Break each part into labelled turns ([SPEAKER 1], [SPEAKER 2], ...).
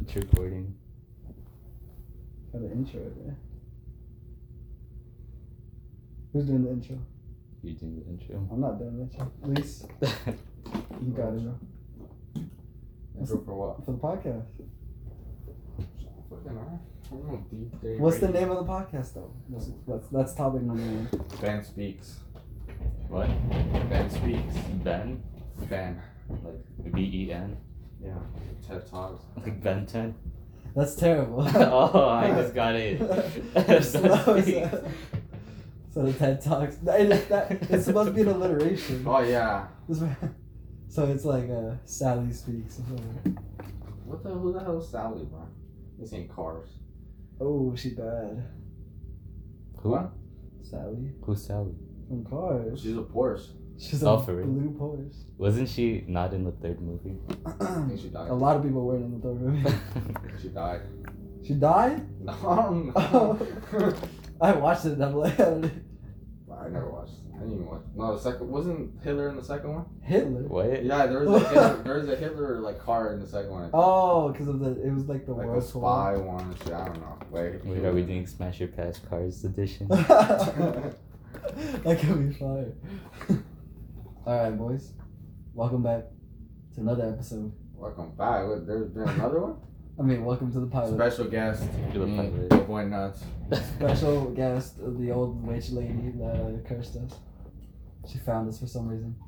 [SPEAKER 1] It's recording.
[SPEAKER 2] For the intro, yeah. Who's doing the intro?
[SPEAKER 1] You do the intro.
[SPEAKER 2] I'm not doing the intro. At least you got it.
[SPEAKER 3] Intro for what?
[SPEAKER 2] For the podcast.
[SPEAKER 3] Fucking alright. I'm on deep day
[SPEAKER 2] What's the
[SPEAKER 3] radio.
[SPEAKER 2] name of the podcast, though? That's, that's, that's topic number one.
[SPEAKER 3] Ben speaks.
[SPEAKER 1] what?
[SPEAKER 3] Ben speaks.
[SPEAKER 1] Ben?
[SPEAKER 3] Ben.
[SPEAKER 1] Like B E N?
[SPEAKER 3] Yeah. TED talks.
[SPEAKER 1] Like Ben 10?
[SPEAKER 2] That's terrible.
[SPEAKER 1] oh, I just got it.
[SPEAKER 2] Slow as that. so the TED Talks. And it's, that, it's supposed to be an alliteration.
[SPEAKER 3] Oh yeah.
[SPEAKER 2] This- So it's like uh, Sally speaks. or something.
[SPEAKER 3] What the who the hell is Sally, bro? This ain't cars.
[SPEAKER 2] Oh, she bad.
[SPEAKER 1] Who?
[SPEAKER 3] What?
[SPEAKER 2] Sally
[SPEAKER 1] Who's Sally?
[SPEAKER 2] from Cars.
[SPEAKER 3] She's a Porsche.
[SPEAKER 2] She's
[SPEAKER 1] Oh,
[SPEAKER 2] a
[SPEAKER 1] for real?
[SPEAKER 2] blue Porsche.
[SPEAKER 1] Wasn't she not in the third movie?
[SPEAKER 3] I think she died.
[SPEAKER 2] A lot of people weren't in the third movie.
[SPEAKER 3] She died.
[SPEAKER 2] She died?
[SPEAKER 3] No, I don't know.
[SPEAKER 2] Oh. I watched it and I'm like,
[SPEAKER 3] I never watched. I didn't even watch. No, the second wasn't Hitler in the second one.
[SPEAKER 2] Hitler.
[SPEAKER 1] what?
[SPEAKER 3] Yeah, there was a Hitler, there was a Hitler like car in the second one.
[SPEAKER 2] Oh, because of the it was like the
[SPEAKER 3] like a
[SPEAKER 2] world tour.
[SPEAKER 3] spy one. and shit, I don't know. Wait,
[SPEAKER 1] Wait, are we doing Smash Your Pass Cars edition?
[SPEAKER 2] that could be fire. All right, boys, welcome back to another episode.
[SPEAKER 3] Welcome back. What, there's been another one.
[SPEAKER 2] I mean, welcome to the pilot.
[SPEAKER 3] Special guest.
[SPEAKER 1] Do the
[SPEAKER 3] me,
[SPEAKER 1] pilot.
[SPEAKER 3] your boy nuts.
[SPEAKER 2] Special guest, uh, the old witch lady that uh, cursed us. She found us for some reason.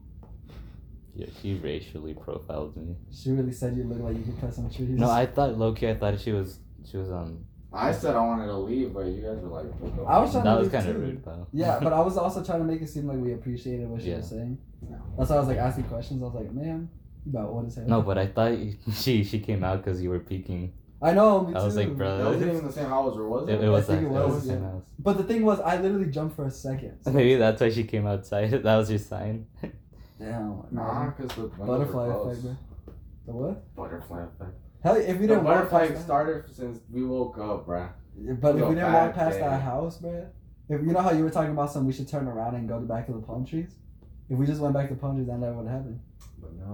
[SPEAKER 1] Yeah, she racially profiled me.
[SPEAKER 2] She really said you look like you could cut some trees.
[SPEAKER 1] No, I thought Loki. I thought she was she was um.
[SPEAKER 3] I said I wanted to leave, but you guys were like, "What the
[SPEAKER 2] I was
[SPEAKER 3] fuck?"
[SPEAKER 2] trying
[SPEAKER 1] That
[SPEAKER 2] to
[SPEAKER 1] was
[SPEAKER 2] leave
[SPEAKER 1] kind of
[SPEAKER 2] too.
[SPEAKER 1] rude though.
[SPEAKER 2] Yeah, but I was also trying to make it seem like we appreciated what she
[SPEAKER 1] Yeah.
[SPEAKER 2] was saying.
[SPEAKER 3] No.
[SPEAKER 2] That's why I was like asking questions. I was like, "Ma'am, you about what is happening?"
[SPEAKER 1] No, but I thought you, she she came out because you were peeking.
[SPEAKER 2] I know. Me
[SPEAKER 1] I was
[SPEAKER 2] too.
[SPEAKER 1] like, bro,
[SPEAKER 3] That wasn't even the same hours, or was
[SPEAKER 1] It,
[SPEAKER 3] it?
[SPEAKER 1] it was
[SPEAKER 2] think
[SPEAKER 1] that.
[SPEAKER 2] it
[SPEAKER 1] It was,
[SPEAKER 3] was,
[SPEAKER 1] the same
[SPEAKER 2] yeah.
[SPEAKER 1] house.
[SPEAKER 2] But the thing was, I literally jumped for a second. So-
[SPEAKER 1] Maybe that's why she came outside. That was your sign.
[SPEAKER 2] Damn. like,
[SPEAKER 3] nah,
[SPEAKER 2] man.
[SPEAKER 3] because the windows were
[SPEAKER 2] Butterfly
[SPEAKER 3] closed.
[SPEAKER 2] effect, bro. The what?
[SPEAKER 3] Butterfly effect.
[SPEAKER 2] Hell, if we
[SPEAKER 3] the
[SPEAKER 2] didn't walk
[SPEAKER 3] butterfly
[SPEAKER 2] past,
[SPEAKER 3] effect started since we woke up, bruh.
[SPEAKER 2] that, but if
[SPEAKER 3] Yo,
[SPEAKER 2] we didn't
[SPEAKER 3] bad
[SPEAKER 2] walk past
[SPEAKER 3] day.
[SPEAKER 2] that house, bro. If you know how you were talking about something, we should turn around and go to back to the palm trees. If we just went back to palm trees, that never would happen.
[SPEAKER 3] But no,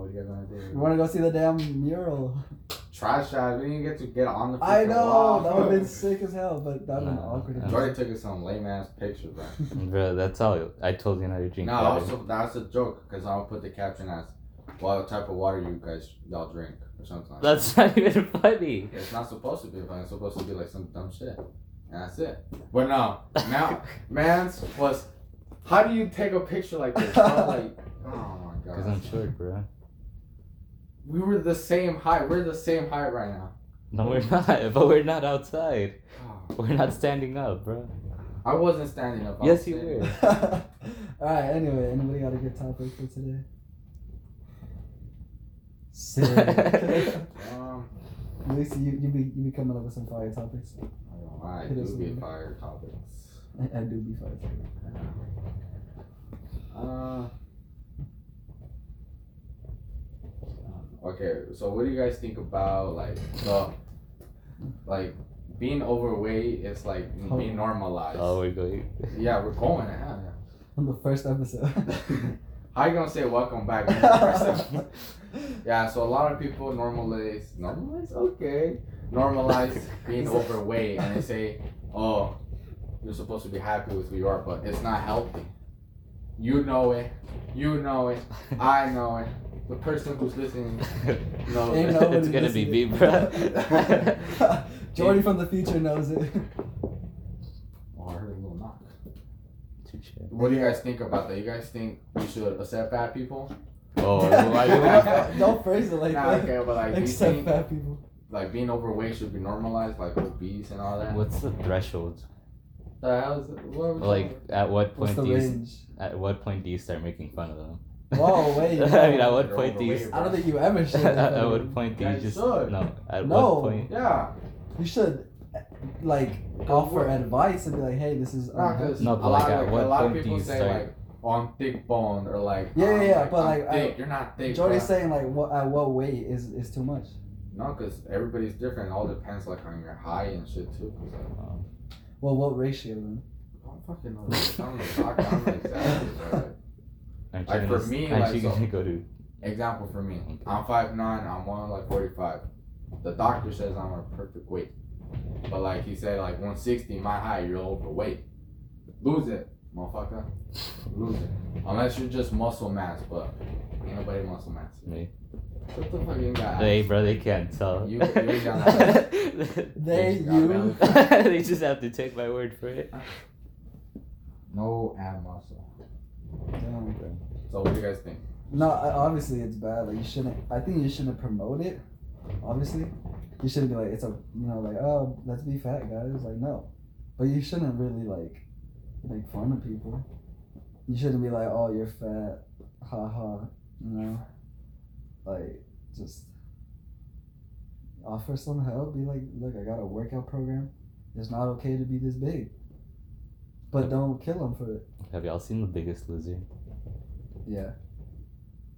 [SPEAKER 3] what are you guys gonna do?
[SPEAKER 2] We want to go see the damn mural.
[SPEAKER 3] Trash shot. We didn't get to get on the.
[SPEAKER 2] I
[SPEAKER 3] freaking
[SPEAKER 2] know
[SPEAKER 3] wall.
[SPEAKER 2] that would have been sick as hell, but that would have been
[SPEAKER 1] Nah,
[SPEAKER 2] awkward.
[SPEAKER 1] nah.
[SPEAKER 2] if-
[SPEAKER 3] Jordy took us some lame ass picture, bro.
[SPEAKER 1] bro, that's all. I told you not to drink
[SPEAKER 3] no,
[SPEAKER 1] water.
[SPEAKER 3] also that's a joke because I'll put the caption as, "What type of water you guys y'all drink?" or something. Like
[SPEAKER 1] That's not even funny.
[SPEAKER 3] It's not supposed to be fun. It's supposed to be like some dumb shit. And that's it. But no, now, man's was, how do you take a picture like this? I'm like, oh my
[SPEAKER 1] Because I'm
[SPEAKER 3] god.
[SPEAKER 1] short, bro.
[SPEAKER 3] We were the same height. We're the same height right now.
[SPEAKER 1] No, we're not. But we're not outside.
[SPEAKER 3] Oh,
[SPEAKER 1] We're not standing up, bro.
[SPEAKER 3] I wasn't standing up. I
[SPEAKER 1] Yes,
[SPEAKER 3] was
[SPEAKER 1] you
[SPEAKER 3] sitting.
[SPEAKER 1] were.
[SPEAKER 2] All right. Anyway, anybody got a good topic for today? Sick. At
[SPEAKER 3] Um,
[SPEAKER 2] least you you be you be coming up with some fire topics.
[SPEAKER 3] I don't know why I
[SPEAKER 2] It is
[SPEAKER 3] do
[SPEAKER 2] weird.
[SPEAKER 3] get fire topics.
[SPEAKER 2] I, I do be fire topics.
[SPEAKER 3] Uh, okay, so what do you guys think about like the like being overweight is like
[SPEAKER 2] Oh.
[SPEAKER 3] being normalized?
[SPEAKER 1] Oh, we're going.
[SPEAKER 3] Yeah, we're going. Yeah.
[SPEAKER 2] On the first episode.
[SPEAKER 3] How you gonna say welcome back? when you're first up?
[SPEAKER 2] That's
[SPEAKER 3] yeah, so a lot of people normalize normalize okay normalize being overweight and they say, oh, you're supposed to be happy with who you are, but it's not healthy. You know it. You know it. I know it. The person who's listening knows
[SPEAKER 2] Ain't
[SPEAKER 3] it.
[SPEAKER 2] nobody
[SPEAKER 1] it's gonna be me,
[SPEAKER 2] listening.
[SPEAKER 1] bro.
[SPEAKER 2] Jordy from the future knows it.
[SPEAKER 3] Oh, I heard a little knock.
[SPEAKER 1] Too short.
[SPEAKER 3] What do you guys think about that? You guys think we should accept fat people?
[SPEAKER 1] Oh, why you
[SPEAKER 3] laugh?
[SPEAKER 2] Don't phrase it like
[SPEAKER 3] Nah,
[SPEAKER 2] that.
[SPEAKER 3] okay, but like, do you
[SPEAKER 2] Except
[SPEAKER 3] think
[SPEAKER 2] fat people.
[SPEAKER 3] like being overweight should be normalized, like obese and all that?
[SPEAKER 1] What's the threshold?
[SPEAKER 3] the hell is what was
[SPEAKER 1] Like, at what
[SPEAKER 2] What's
[SPEAKER 1] point
[SPEAKER 2] the
[SPEAKER 1] do you
[SPEAKER 2] range?
[SPEAKER 1] at what point do you start making fun of them?
[SPEAKER 2] Whoa, wait,
[SPEAKER 1] I mean,
[SPEAKER 2] no.
[SPEAKER 1] at what
[SPEAKER 3] You're
[SPEAKER 1] point do you?
[SPEAKER 3] overweight,
[SPEAKER 2] I don't think you ever should.
[SPEAKER 1] at what point do
[SPEAKER 3] Yeah,
[SPEAKER 1] you
[SPEAKER 3] you
[SPEAKER 1] just
[SPEAKER 3] should.
[SPEAKER 1] no? At
[SPEAKER 2] No.
[SPEAKER 1] what point?
[SPEAKER 3] Yeah,
[SPEAKER 2] You should, like, offer advice and be like, "Hey, this is." uh,
[SPEAKER 3] nah, 'cause
[SPEAKER 1] No,
[SPEAKER 3] a
[SPEAKER 1] but
[SPEAKER 3] lot
[SPEAKER 1] like,
[SPEAKER 3] of
[SPEAKER 1] at
[SPEAKER 3] like,
[SPEAKER 1] what
[SPEAKER 3] a lot of
[SPEAKER 1] point do
[SPEAKER 3] people
[SPEAKER 1] you
[SPEAKER 3] say
[SPEAKER 1] start-
[SPEAKER 3] like, "Oh, I'm thick boned," or like,
[SPEAKER 2] Yeah,
[SPEAKER 3] "Oh,
[SPEAKER 2] yeah,
[SPEAKER 3] I'm,
[SPEAKER 2] yeah, but,
[SPEAKER 3] I'm
[SPEAKER 2] like, I-
[SPEAKER 3] thick. you're not thick."
[SPEAKER 2] Jordy's
[SPEAKER 3] bro."
[SPEAKER 2] saying like, what at what weight is is too much?
[SPEAKER 3] No, because everybody's different. It all depends, like, on your high and shit, too. 'Cause, like,
[SPEAKER 1] um,
[SPEAKER 2] Well, what ratio then?
[SPEAKER 3] I don't fucking know. Like, I'm a doctor. I'm an exactly, bro.
[SPEAKER 1] Aren't you
[SPEAKER 3] Like,
[SPEAKER 1] gonna,
[SPEAKER 3] for me,
[SPEAKER 1] aren't
[SPEAKER 3] like,
[SPEAKER 1] you
[SPEAKER 3] so-
[SPEAKER 1] gonna go to?
[SPEAKER 3] Example for me. I'm 5'9", I'm one like 45. The doctor says I'm a perfect weight, but like he said, like 160 my height, you're overweight. Lose it, motherfucker. Lose it. Unless you're just muscle mass, but ain't nobody muscle mass.
[SPEAKER 1] Me.
[SPEAKER 3] What the fuck you got?
[SPEAKER 1] Hey, bro, they can't tell.
[SPEAKER 3] You- you ain't got
[SPEAKER 2] They,
[SPEAKER 3] Thanks, God,
[SPEAKER 2] you.
[SPEAKER 1] they just have to take my word for it.
[SPEAKER 3] No ab muscle.
[SPEAKER 2] Damn.
[SPEAKER 3] So what do you guys think?
[SPEAKER 2] No, I- obviously it's bad. Like you shouldn't. I think you shouldn't promote it. Obviously, you shouldn't be like it's a you know like oh let's be fat guys like no, but you shouldn't really like make fun of people. You shouldn't be like oh you're fat, ha ha. You know, like just offer some help. Be like look I got a workout program. It's not okay to be this big. But don't kill them for it.
[SPEAKER 1] Have y'all seen The Biggest Loser?
[SPEAKER 2] Yeah.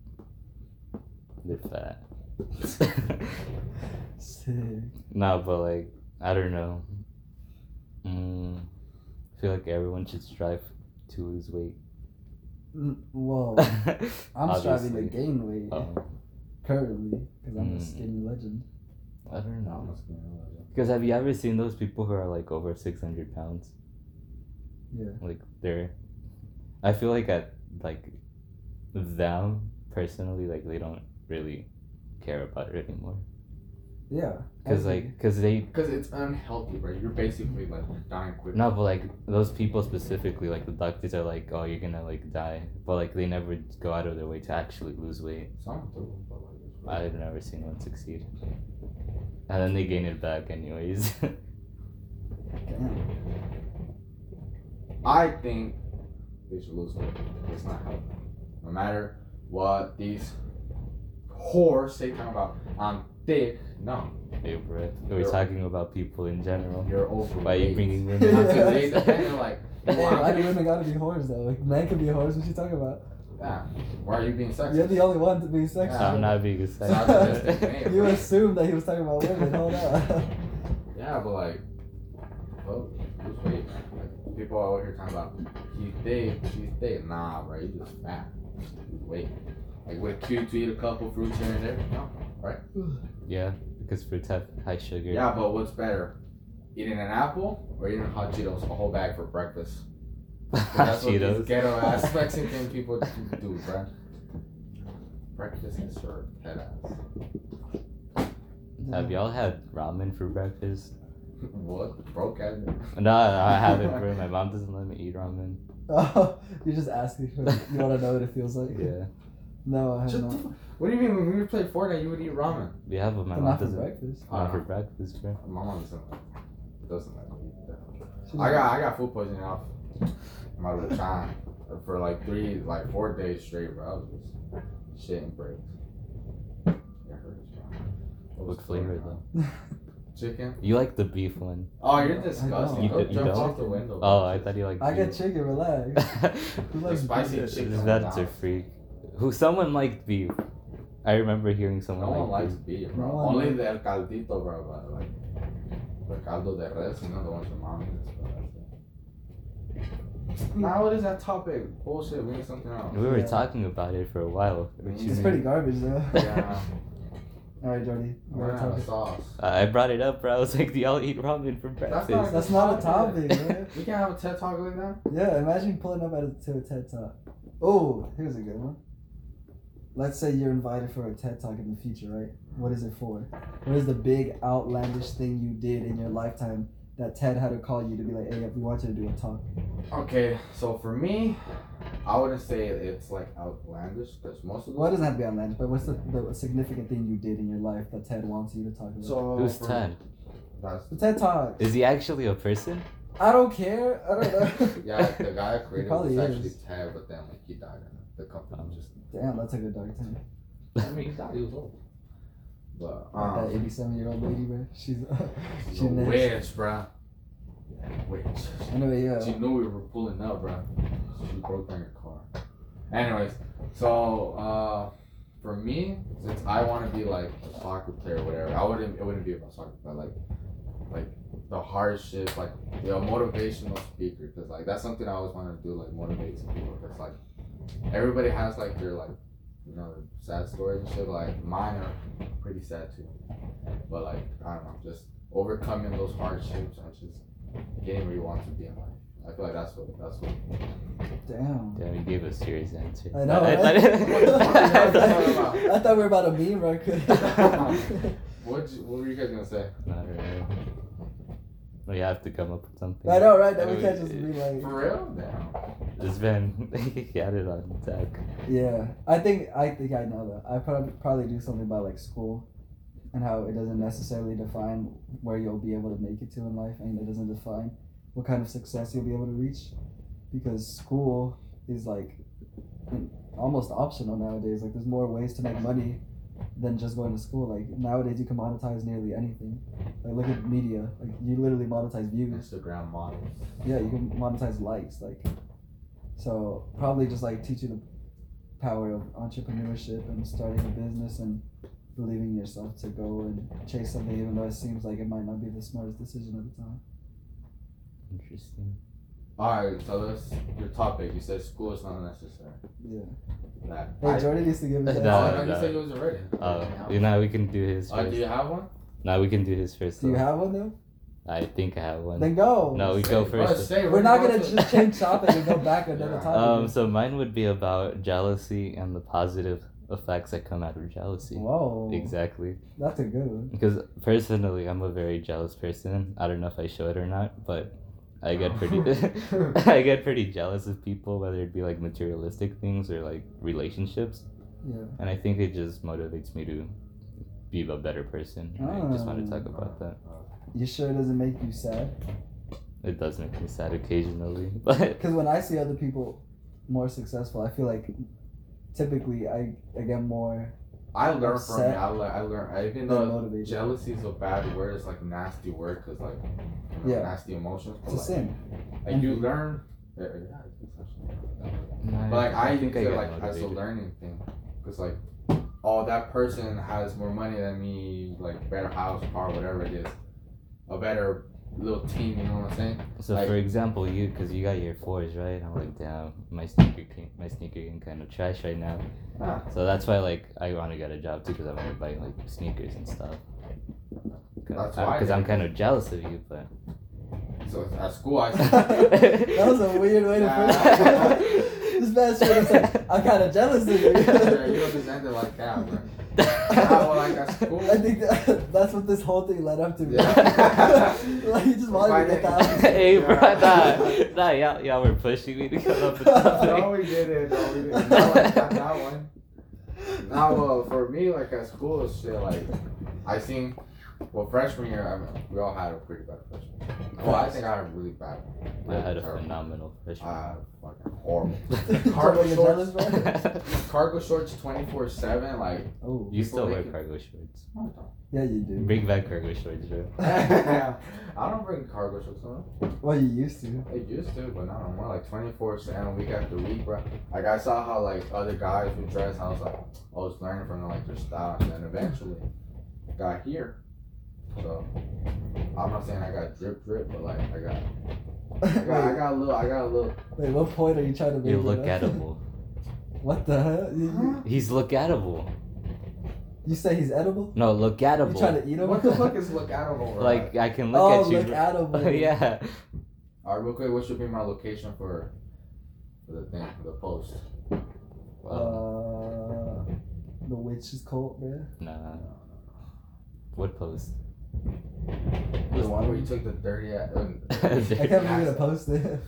[SPEAKER 1] They're fat.
[SPEAKER 2] Sick.
[SPEAKER 1] nah, but like, I don't know. Mm, I feel like everyone should strive to lose weight.
[SPEAKER 2] Mm, Whoa. I'm striving to gain weight
[SPEAKER 1] Um,
[SPEAKER 2] currently because I'm
[SPEAKER 1] Mm.
[SPEAKER 2] a skinny legend.
[SPEAKER 1] I don't know. Because have you ever seen those people who are like over 600 pounds?
[SPEAKER 2] Yeah.
[SPEAKER 1] like they're i feel like at like them personally like they don't really care about it anymore
[SPEAKER 2] Yeah.
[SPEAKER 1] because
[SPEAKER 2] I
[SPEAKER 1] like because they
[SPEAKER 3] Because it's unhealthy, bro. You're basically like dying quick.
[SPEAKER 1] no but like those people specifically like the doctors are like oh you're gonna like die but like they never go out of their way to actually lose weight
[SPEAKER 3] Some do, but like it's really-
[SPEAKER 1] i've never seen one succeed and then they gain it back anyways
[SPEAKER 2] agree. Damn.
[SPEAKER 3] I think they should lose weight. It's not healthy. No matter what these whores say, talking about I'm thick. No,
[SPEAKER 1] Hey, bro, we're talking about people in general
[SPEAKER 3] you're overweight.
[SPEAKER 1] why are you bringing women
[SPEAKER 3] Not
[SPEAKER 1] into
[SPEAKER 3] to say
[SPEAKER 1] this?
[SPEAKER 3] that, they're like,
[SPEAKER 2] Why do women gotta be whores though? Like, men can be whores. What you talking about?
[SPEAKER 3] yeah, why are you being sexist?
[SPEAKER 2] You're the only one to be sexual.
[SPEAKER 1] i'm not being a
[SPEAKER 3] Misogynistic man.
[SPEAKER 2] you assumed that he was talking about women. Hold up.
[SPEAKER 3] Yeah, but like, well, lose weight. Like, people are out here talking about he's thick, she's thick. Nah, bro, you just fat. Lose weight. Like, would it cute to eat a couple fruits here and there? No.
[SPEAKER 1] yeah because fruits have high sugar
[SPEAKER 3] Yeah, but what's better, eating an apple or eating hot Cheetos, a whole bag for breakfast? That's what these
[SPEAKER 1] Cheetos.
[SPEAKER 3] ghetto ass Mexican people do, bro. Breakfast is served, head ass.
[SPEAKER 1] Have y'all had ramen for breakfast?
[SPEAKER 3] What? Broke ass.
[SPEAKER 1] No, I haven't. Bro. My mom doesn't let me eat ramen.
[SPEAKER 2] Oh, you're just asking for. You wanna know what it feels like?
[SPEAKER 1] Yeah,
[SPEAKER 2] No, I have
[SPEAKER 3] Shut
[SPEAKER 2] not.
[SPEAKER 3] the fu- What do you mean when we played Fortnite, you would eat ramen? Uh,
[SPEAKER 1] we have, but my
[SPEAKER 2] But
[SPEAKER 1] mom
[SPEAKER 2] not for
[SPEAKER 1] doesn't.
[SPEAKER 2] breakfast.
[SPEAKER 1] Not Uh, for breakfast, bro.
[SPEAKER 3] My mom doesn't like doesn't like me eat that.
[SPEAKER 2] She's
[SPEAKER 3] I
[SPEAKER 2] like,
[SPEAKER 3] got I got food poisoning off my little time for like three like four days straight, bro. I was just shitting bricks. It hurts, bro. What was
[SPEAKER 1] What flavor
[SPEAKER 3] going on?
[SPEAKER 1] though?
[SPEAKER 3] Chicken.
[SPEAKER 1] You like the beef one?
[SPEAKER 3] Oh, you're
[SPEAKER 2] don't.
[SPEAKER 3] disgusting.
[SPEAKER 1] You
[SPEAKER 3] Go
[SPEAKER 1] don't- you
[SPEAKER 3] jump
[SPEAKER 1] don't?
[SPEAKER 3] off the window.
[SPEAKER 1] Oh, I thought you liked.
[SPEAKER 2] I got
[SPEAKER 1] beef.
[SPEAKER 2] chicken. Relax. Who
[SPEAKER 3] The
[SPEAKER 2] likes
[SPEAKER 3] spicy
[SPEAKER 2] beef?
[SPEAKER 3] chicken.
[SPEAKER 1] These vets are freak. Who? Someone liked beef. I remember hearing someone
[SPEAKER 3] No one
[SPEAKER 1] like
[SPEAKER 3] likes beef, bro.
[SPEAKER 2] No one
[SPEAKER 3] Only
[SPEAKER 2] likes-
[SPEAKER 3] the el caldito, bro. But like the caldo de res, you know the ones from mom
[SPEAKER 2] Hmm.
[SPEAKER 3] Now what is that topic? Bullshit. We need something else.
[SPEAKER 1] beef. We were
[SPEAKER 2] Yeah.
[SPEAKER 1] talking about it for a while.
[SPEAKER 3] Mm.
[SPEAKER 1] What you
[SPEAKER 2] It's
[SPEAKER 1] mean?
[SPEAKER 2] pretty garbage though.
[SPEAKER 3] Yeah.
[SPEAKER 2] All right, Jordy.
[SPEAKER 3] We're
[SPEAKER 2] We're
[SPEAKER 3] gonna have a
[SPEAKER 2] talking.
[SPEAKER 3] sauce.
[SPEAKER 1] I I brought it up, bro. I was like, "Do y'all eat ramen for breakfast?"
[SPEAKER 3] not-
[SPEAKER 2] That's not a topic, man.
[SPEAKER 3] We can have a TED talk like that.
[SPEAKER 2] Yeah, imagine pulling up at a, to a TED Talk. Oh, here's a good one. Let's say you're invited for a TED Talk in the future, right? What is it for? What is the big outlandish thing you did in your lifetime that TED had to call you to be like, hey, we want you to do a talk?
[SPEAKER 3] Okay, so for me, I wouldn't say it's like outlandish because most of
[SPEAKER 2] Well, it
[SPEAKER 3] the
[SPEAKER 2] doesn't have to be outlandish, but what's the, the significant thing you did in your life that TED wants you to talk about?
[SPEAKER 3] so
[SPEAKER 1] Who's
[SPEAKER 3] for-
[SPEAKER 1] Ted?
[SPEAKER 3] That's
[SPEAKER 2] the TED Talk.
[SPEAKER 1] Is he actually a person?
[SPEAKER 2] I don't care. I don't know.
[SPEAKER 3] yeah, the guy that
[SPEAKER 2] He
[SPEAKER 3] created it
[SPEAKER 2] probably
[SPEAKER 3] was actually
[SPEAKER 2] is.
[SPEAKER 3] Ted, but then like he died and the company
[SPEAKER 1] Oh.
[SPEAKER 3] just.
[SPEAKER 2] Damn, that's a good dark time.
[SPEAKER 3] I mean, he died. He was old. But um,
[SPEAKER 2] that 87 year old lady, bro. She's.
[SPEAKER 3] she's
[SPEAKER 2] she
[SPEAKER 3] a
[SPEAKER 2] next.
[SPEAKER 3] witch, bro. Witch.
[SPEAKER 2] Anyway, yeah.
[SPEAKER 3] She knew we were pulling up, bro. She broke down your car. Anyways, so uh, for me, since I want to be like a soccer player or whatever, I wouldn't. It wouldn't be about soccer, but like, like the hardship, like the motivational speaker, because like that's something I always wanted to do, like motivate some people. Because like everybody has like their like you know, sad stories and shit. Like mine are pretty sad too. But like I don't know, just overcoming those hardships and just getting where you want to be in life. I feel like that's what that's what.
[SPEAKER 2] Damn.
[SPEAKER 1] Damn, you gave a serious answer.
[SPEAKER 2] I know.
[SPEAKER 1] I,
[SPEAKER 2] right? I, thought,
[SPEAKER 1] I-
[SPEAKER 2] I thought we were about a meme record.
[SPEAKER 3] What what were you guys gonna say?
[SPEAKER 1] Not really. We have to come up with something.
[SPEAKER 2] I know, right? That
[SPEAKER 1] Uh,
[SPEAKER 2] we can't just be like.
[SPEAKER 3] For real? Damn.
[SPEAKER 1] It's been he had it on deck.
[SPEAKER 2] Yeah, I think I think I know that. I probably probably do something about like school, and how it doesn't necessarily define where you'll be able to make it to in life, and it doesn't define what kind of success you'll be able to reach, because school is like in- almost optional nowadays. Like there's more ways to make money than just going to school. Like nowadays you can monetize nearly anything. Like look at media. Like you literally monetize views
[SPEAKER 3] Instagram models.
[SPEAKER 2] yeah, you can monetize likes, like. So probably just like teach you the power of entrepreneurship and starting a business and believing in yourself to go and chase something, even though it seems like it might not be the smartest decision at the time.
[SPEAKER 1] Interesting.
[SPEAKER 3] All right, so that's your topic. You said school is not necessary.
[SPEAKER 2] Yeah.
[SPEAKER 3] That.
[SPEAKER 2] Hey, Jordan used to give us.
[SPEAKER 1] No,
[SPEAKER 2] that.
[SPEAKER 3] oh, I thought
[SPEAKER 1] no.
[SPEAKER 3] you said yours already.
[SPEAKER 1] Uh,
[SPEAKER 3] Yeah.
[SPEAKER 1] you know we can do his
[SPEAKER 3] Uh,
[SPEAKER 1] first.
[SPEAKER 3] do you have one?
[SPEAKER 1] Now we can do his first.
[SPEAKER 2] Do you
[SPEAKER 1] though.
[SPEAKER 2] have one though?
[SPEAKER 1] I think I have one.
[SPEAKER 2] Then go.
[SPEAKER 1] No, we go
[SPEAKER 3] Say-
[SPEAKER 1] first.
[SPEAKER 3] Bro, say,
[SPEAKER 2] We're not
[SPEAKER 3] going
[SPEAKER 2] gonna
[SPEAKER 3] to-
[SPEAKER 2] just change topic and go back another
[SPEAKER 3] Yeah.
[SPEAKER 1] Um,
[SPEAKER 2] topic.
[SPEAKER 1] so mine would be about jealousy and the positive effects that come out of jealousy.
[SPEAKER 2] Whoa.
[SPEAKER 1] Um, Exactly.
[SPEAKER 2] That's a good one.
[SPEAKER 1] Because personally, I'm a very jealous person. I don't know if I show it or not, but I get pretty, I get pretty jealous of people, whether it be like materialistic things or like relationships.
[SPEAKER 2] Yeah.
[SPEAKER 1] And I think it just motivates me to be a better person. And I just want to talk
[SPEAKER 3] Ah.
[SPEAKER 1] about that.
[SPEAKER 2] You sure it doesn't make you sad?
[SPEAKER 1] It does make me sad occasionally, but
[SPEAKER 2] Because when I see other people more successful, I feel like typically I, I get more
[SPEAKER 3] I learn from it.
[SPEAKER 2] upset.
[SPEAKER 3] I, le- I learn. I even
[SPEAKER 2] They're
[SPEAKER 3] though
[SPEAKER 2] motivated.
[SPEAKER 3] jealousy is a bad word, it's like nasty word because like you know,
[SPEAKER 2] Yeah.
[SPEAKER 3] nasty emotions. But,
[SPEAKER 2] It's a
[SPEAKER 3] like,
[SPEAKER 2] sin.
[SPEAKER 3] like you learn. Yeah, yeah, it's actually-
[SPEAKER 1] No,
[SPEAKER 3] But like I,
[SPEAKER 1] think I
[SPEAKER 3] feel
[SPEAKER 1] get
[SPEAKER 3] like that's a
[SPEAKER 1] motivated.
[SPEAKER 3] learning thing, cause like, oh that person has more money than me, like better house, car, whatever it is, a better little team. You know what I'm saying?
[SPEAKER 1] So
[SPEAKER 3] Like-
[SPEAKER 1] for example, you because you got your fours right, I'm like damn, my sneaker game, my sneaker game kind of trash right now.
[SPEAKER 3] Ah.
[SPEAKER 1] So that's why like I want to get a job too because I want to buy like sneakers and stuff.
[SPEAKER 3] That's
[SPEAKER 1] Because
[SPEAKER 3] why.
[SPEAKER 1] I'm kind of jealous of you, but
[SPEAKER 3] So at school I.
[SPEAKER 2] that was a weird way to put it. this man's straight up said, I'm kind of jealous of you.
[SPEAKER 3] yeah, you just ended like that, bro. Ah, well, like, that's cool.
[SPEAKER 2] I think that, that's what this whole thing led up to.
[SPEAKER 3] Yeah.
[SPEAKER 2] like, you just wanted to get that. out.
[SPEAKER 1] hey, bro,
[SPEAKER 3] Yeah.
[SPEAKER 1] nah, nah, y'all, y'all were pushing me to come up with
[SPEAKER 3] No,
[SPEAKER 1] something.
[SPEAKER 3] we didn't. No, we didn't. Not like that, that one. Now, uh, for me, like at school, it's shit, like I seen. Well, freshman year, I mean, we all had a pretty bad freshman. year. Well, I think I had a really bad one.
[SPEAKER 1] I had a
[SPEAKER 3] Terrible.
[SPEAKER 1] phenomenal freshman.
[SPEAKER 3] Uh, fucking horrible.
[SPEAKER 2] You
[SPEAKER 3] Cargo
[SPEAKER 2] wanna get jealous,
[SPEAKER 3] shorts.
[SPEAKER 2] bro?
[SPEAKER 3] Cargo shorts, twenty four seven. Like,
[SPEAKER 2] Oh,
[SPEAKER 1] you still wear
[SPEAKER 3] People make
[SPEAKER 1] cargo shorts.
[SPEAKER 2] yeah, you do.
[SPEAKER 1] Bring back cargo shorts, bro.
[SPEAKER 3] I don't bring cargo shorts on.
[SPEAKER 2] Well, you used to.
[SPEAKER 3] It used to, but not no more. Like twenty four seven, week after week, bro. Like I saw how like other guys would dress. I was like, I was learning from like their style, and then eventually got here. So I'm not saying I got drip drip, but like I got, I got, I
[SPEAKER 2] wait,
[SPEAKER 3] got a little, I got a little.
[SPEAKER 2] wait, what point are you trying to make?
[SPEAKER 1] You
[SPEAKER 2] it
[SPEAKER 1] look
[SPEAKER 2] up?
[SPEAKER 1] edible.
[SPEAKER 2] What the hell? You, you,
[SPEAKER 1] He's look edible.
[SPEAKER 2] you say he's edible?
[SPEAKER 1] No, look
[SPEAKER 2] You trying
[SPEAKER 1] edible.
[SPEAKER 2] to eat him?
[SPEAKER 3] What the fuck is look out of over?
[SPEAKER 1] Like I can look
[SPEAKER 2] oh,
[SPEAKER 1] at you.
[SPEAKER 2] look edible. Uh.
[SPEAKER 1] yeah.
[SPEAKER 3] all right, real quick, what should be my location for, for the thing, for the post?
[SPEAKER 2] Uh, the witch is cold, man.
[SPEAKER 1] Nah. What post?
[SPEAKER 2] The water-
[SPEAKER 3] Where you took the dirty ass? uh,
[SPEAKER 2] I can't believe you're gonna post it.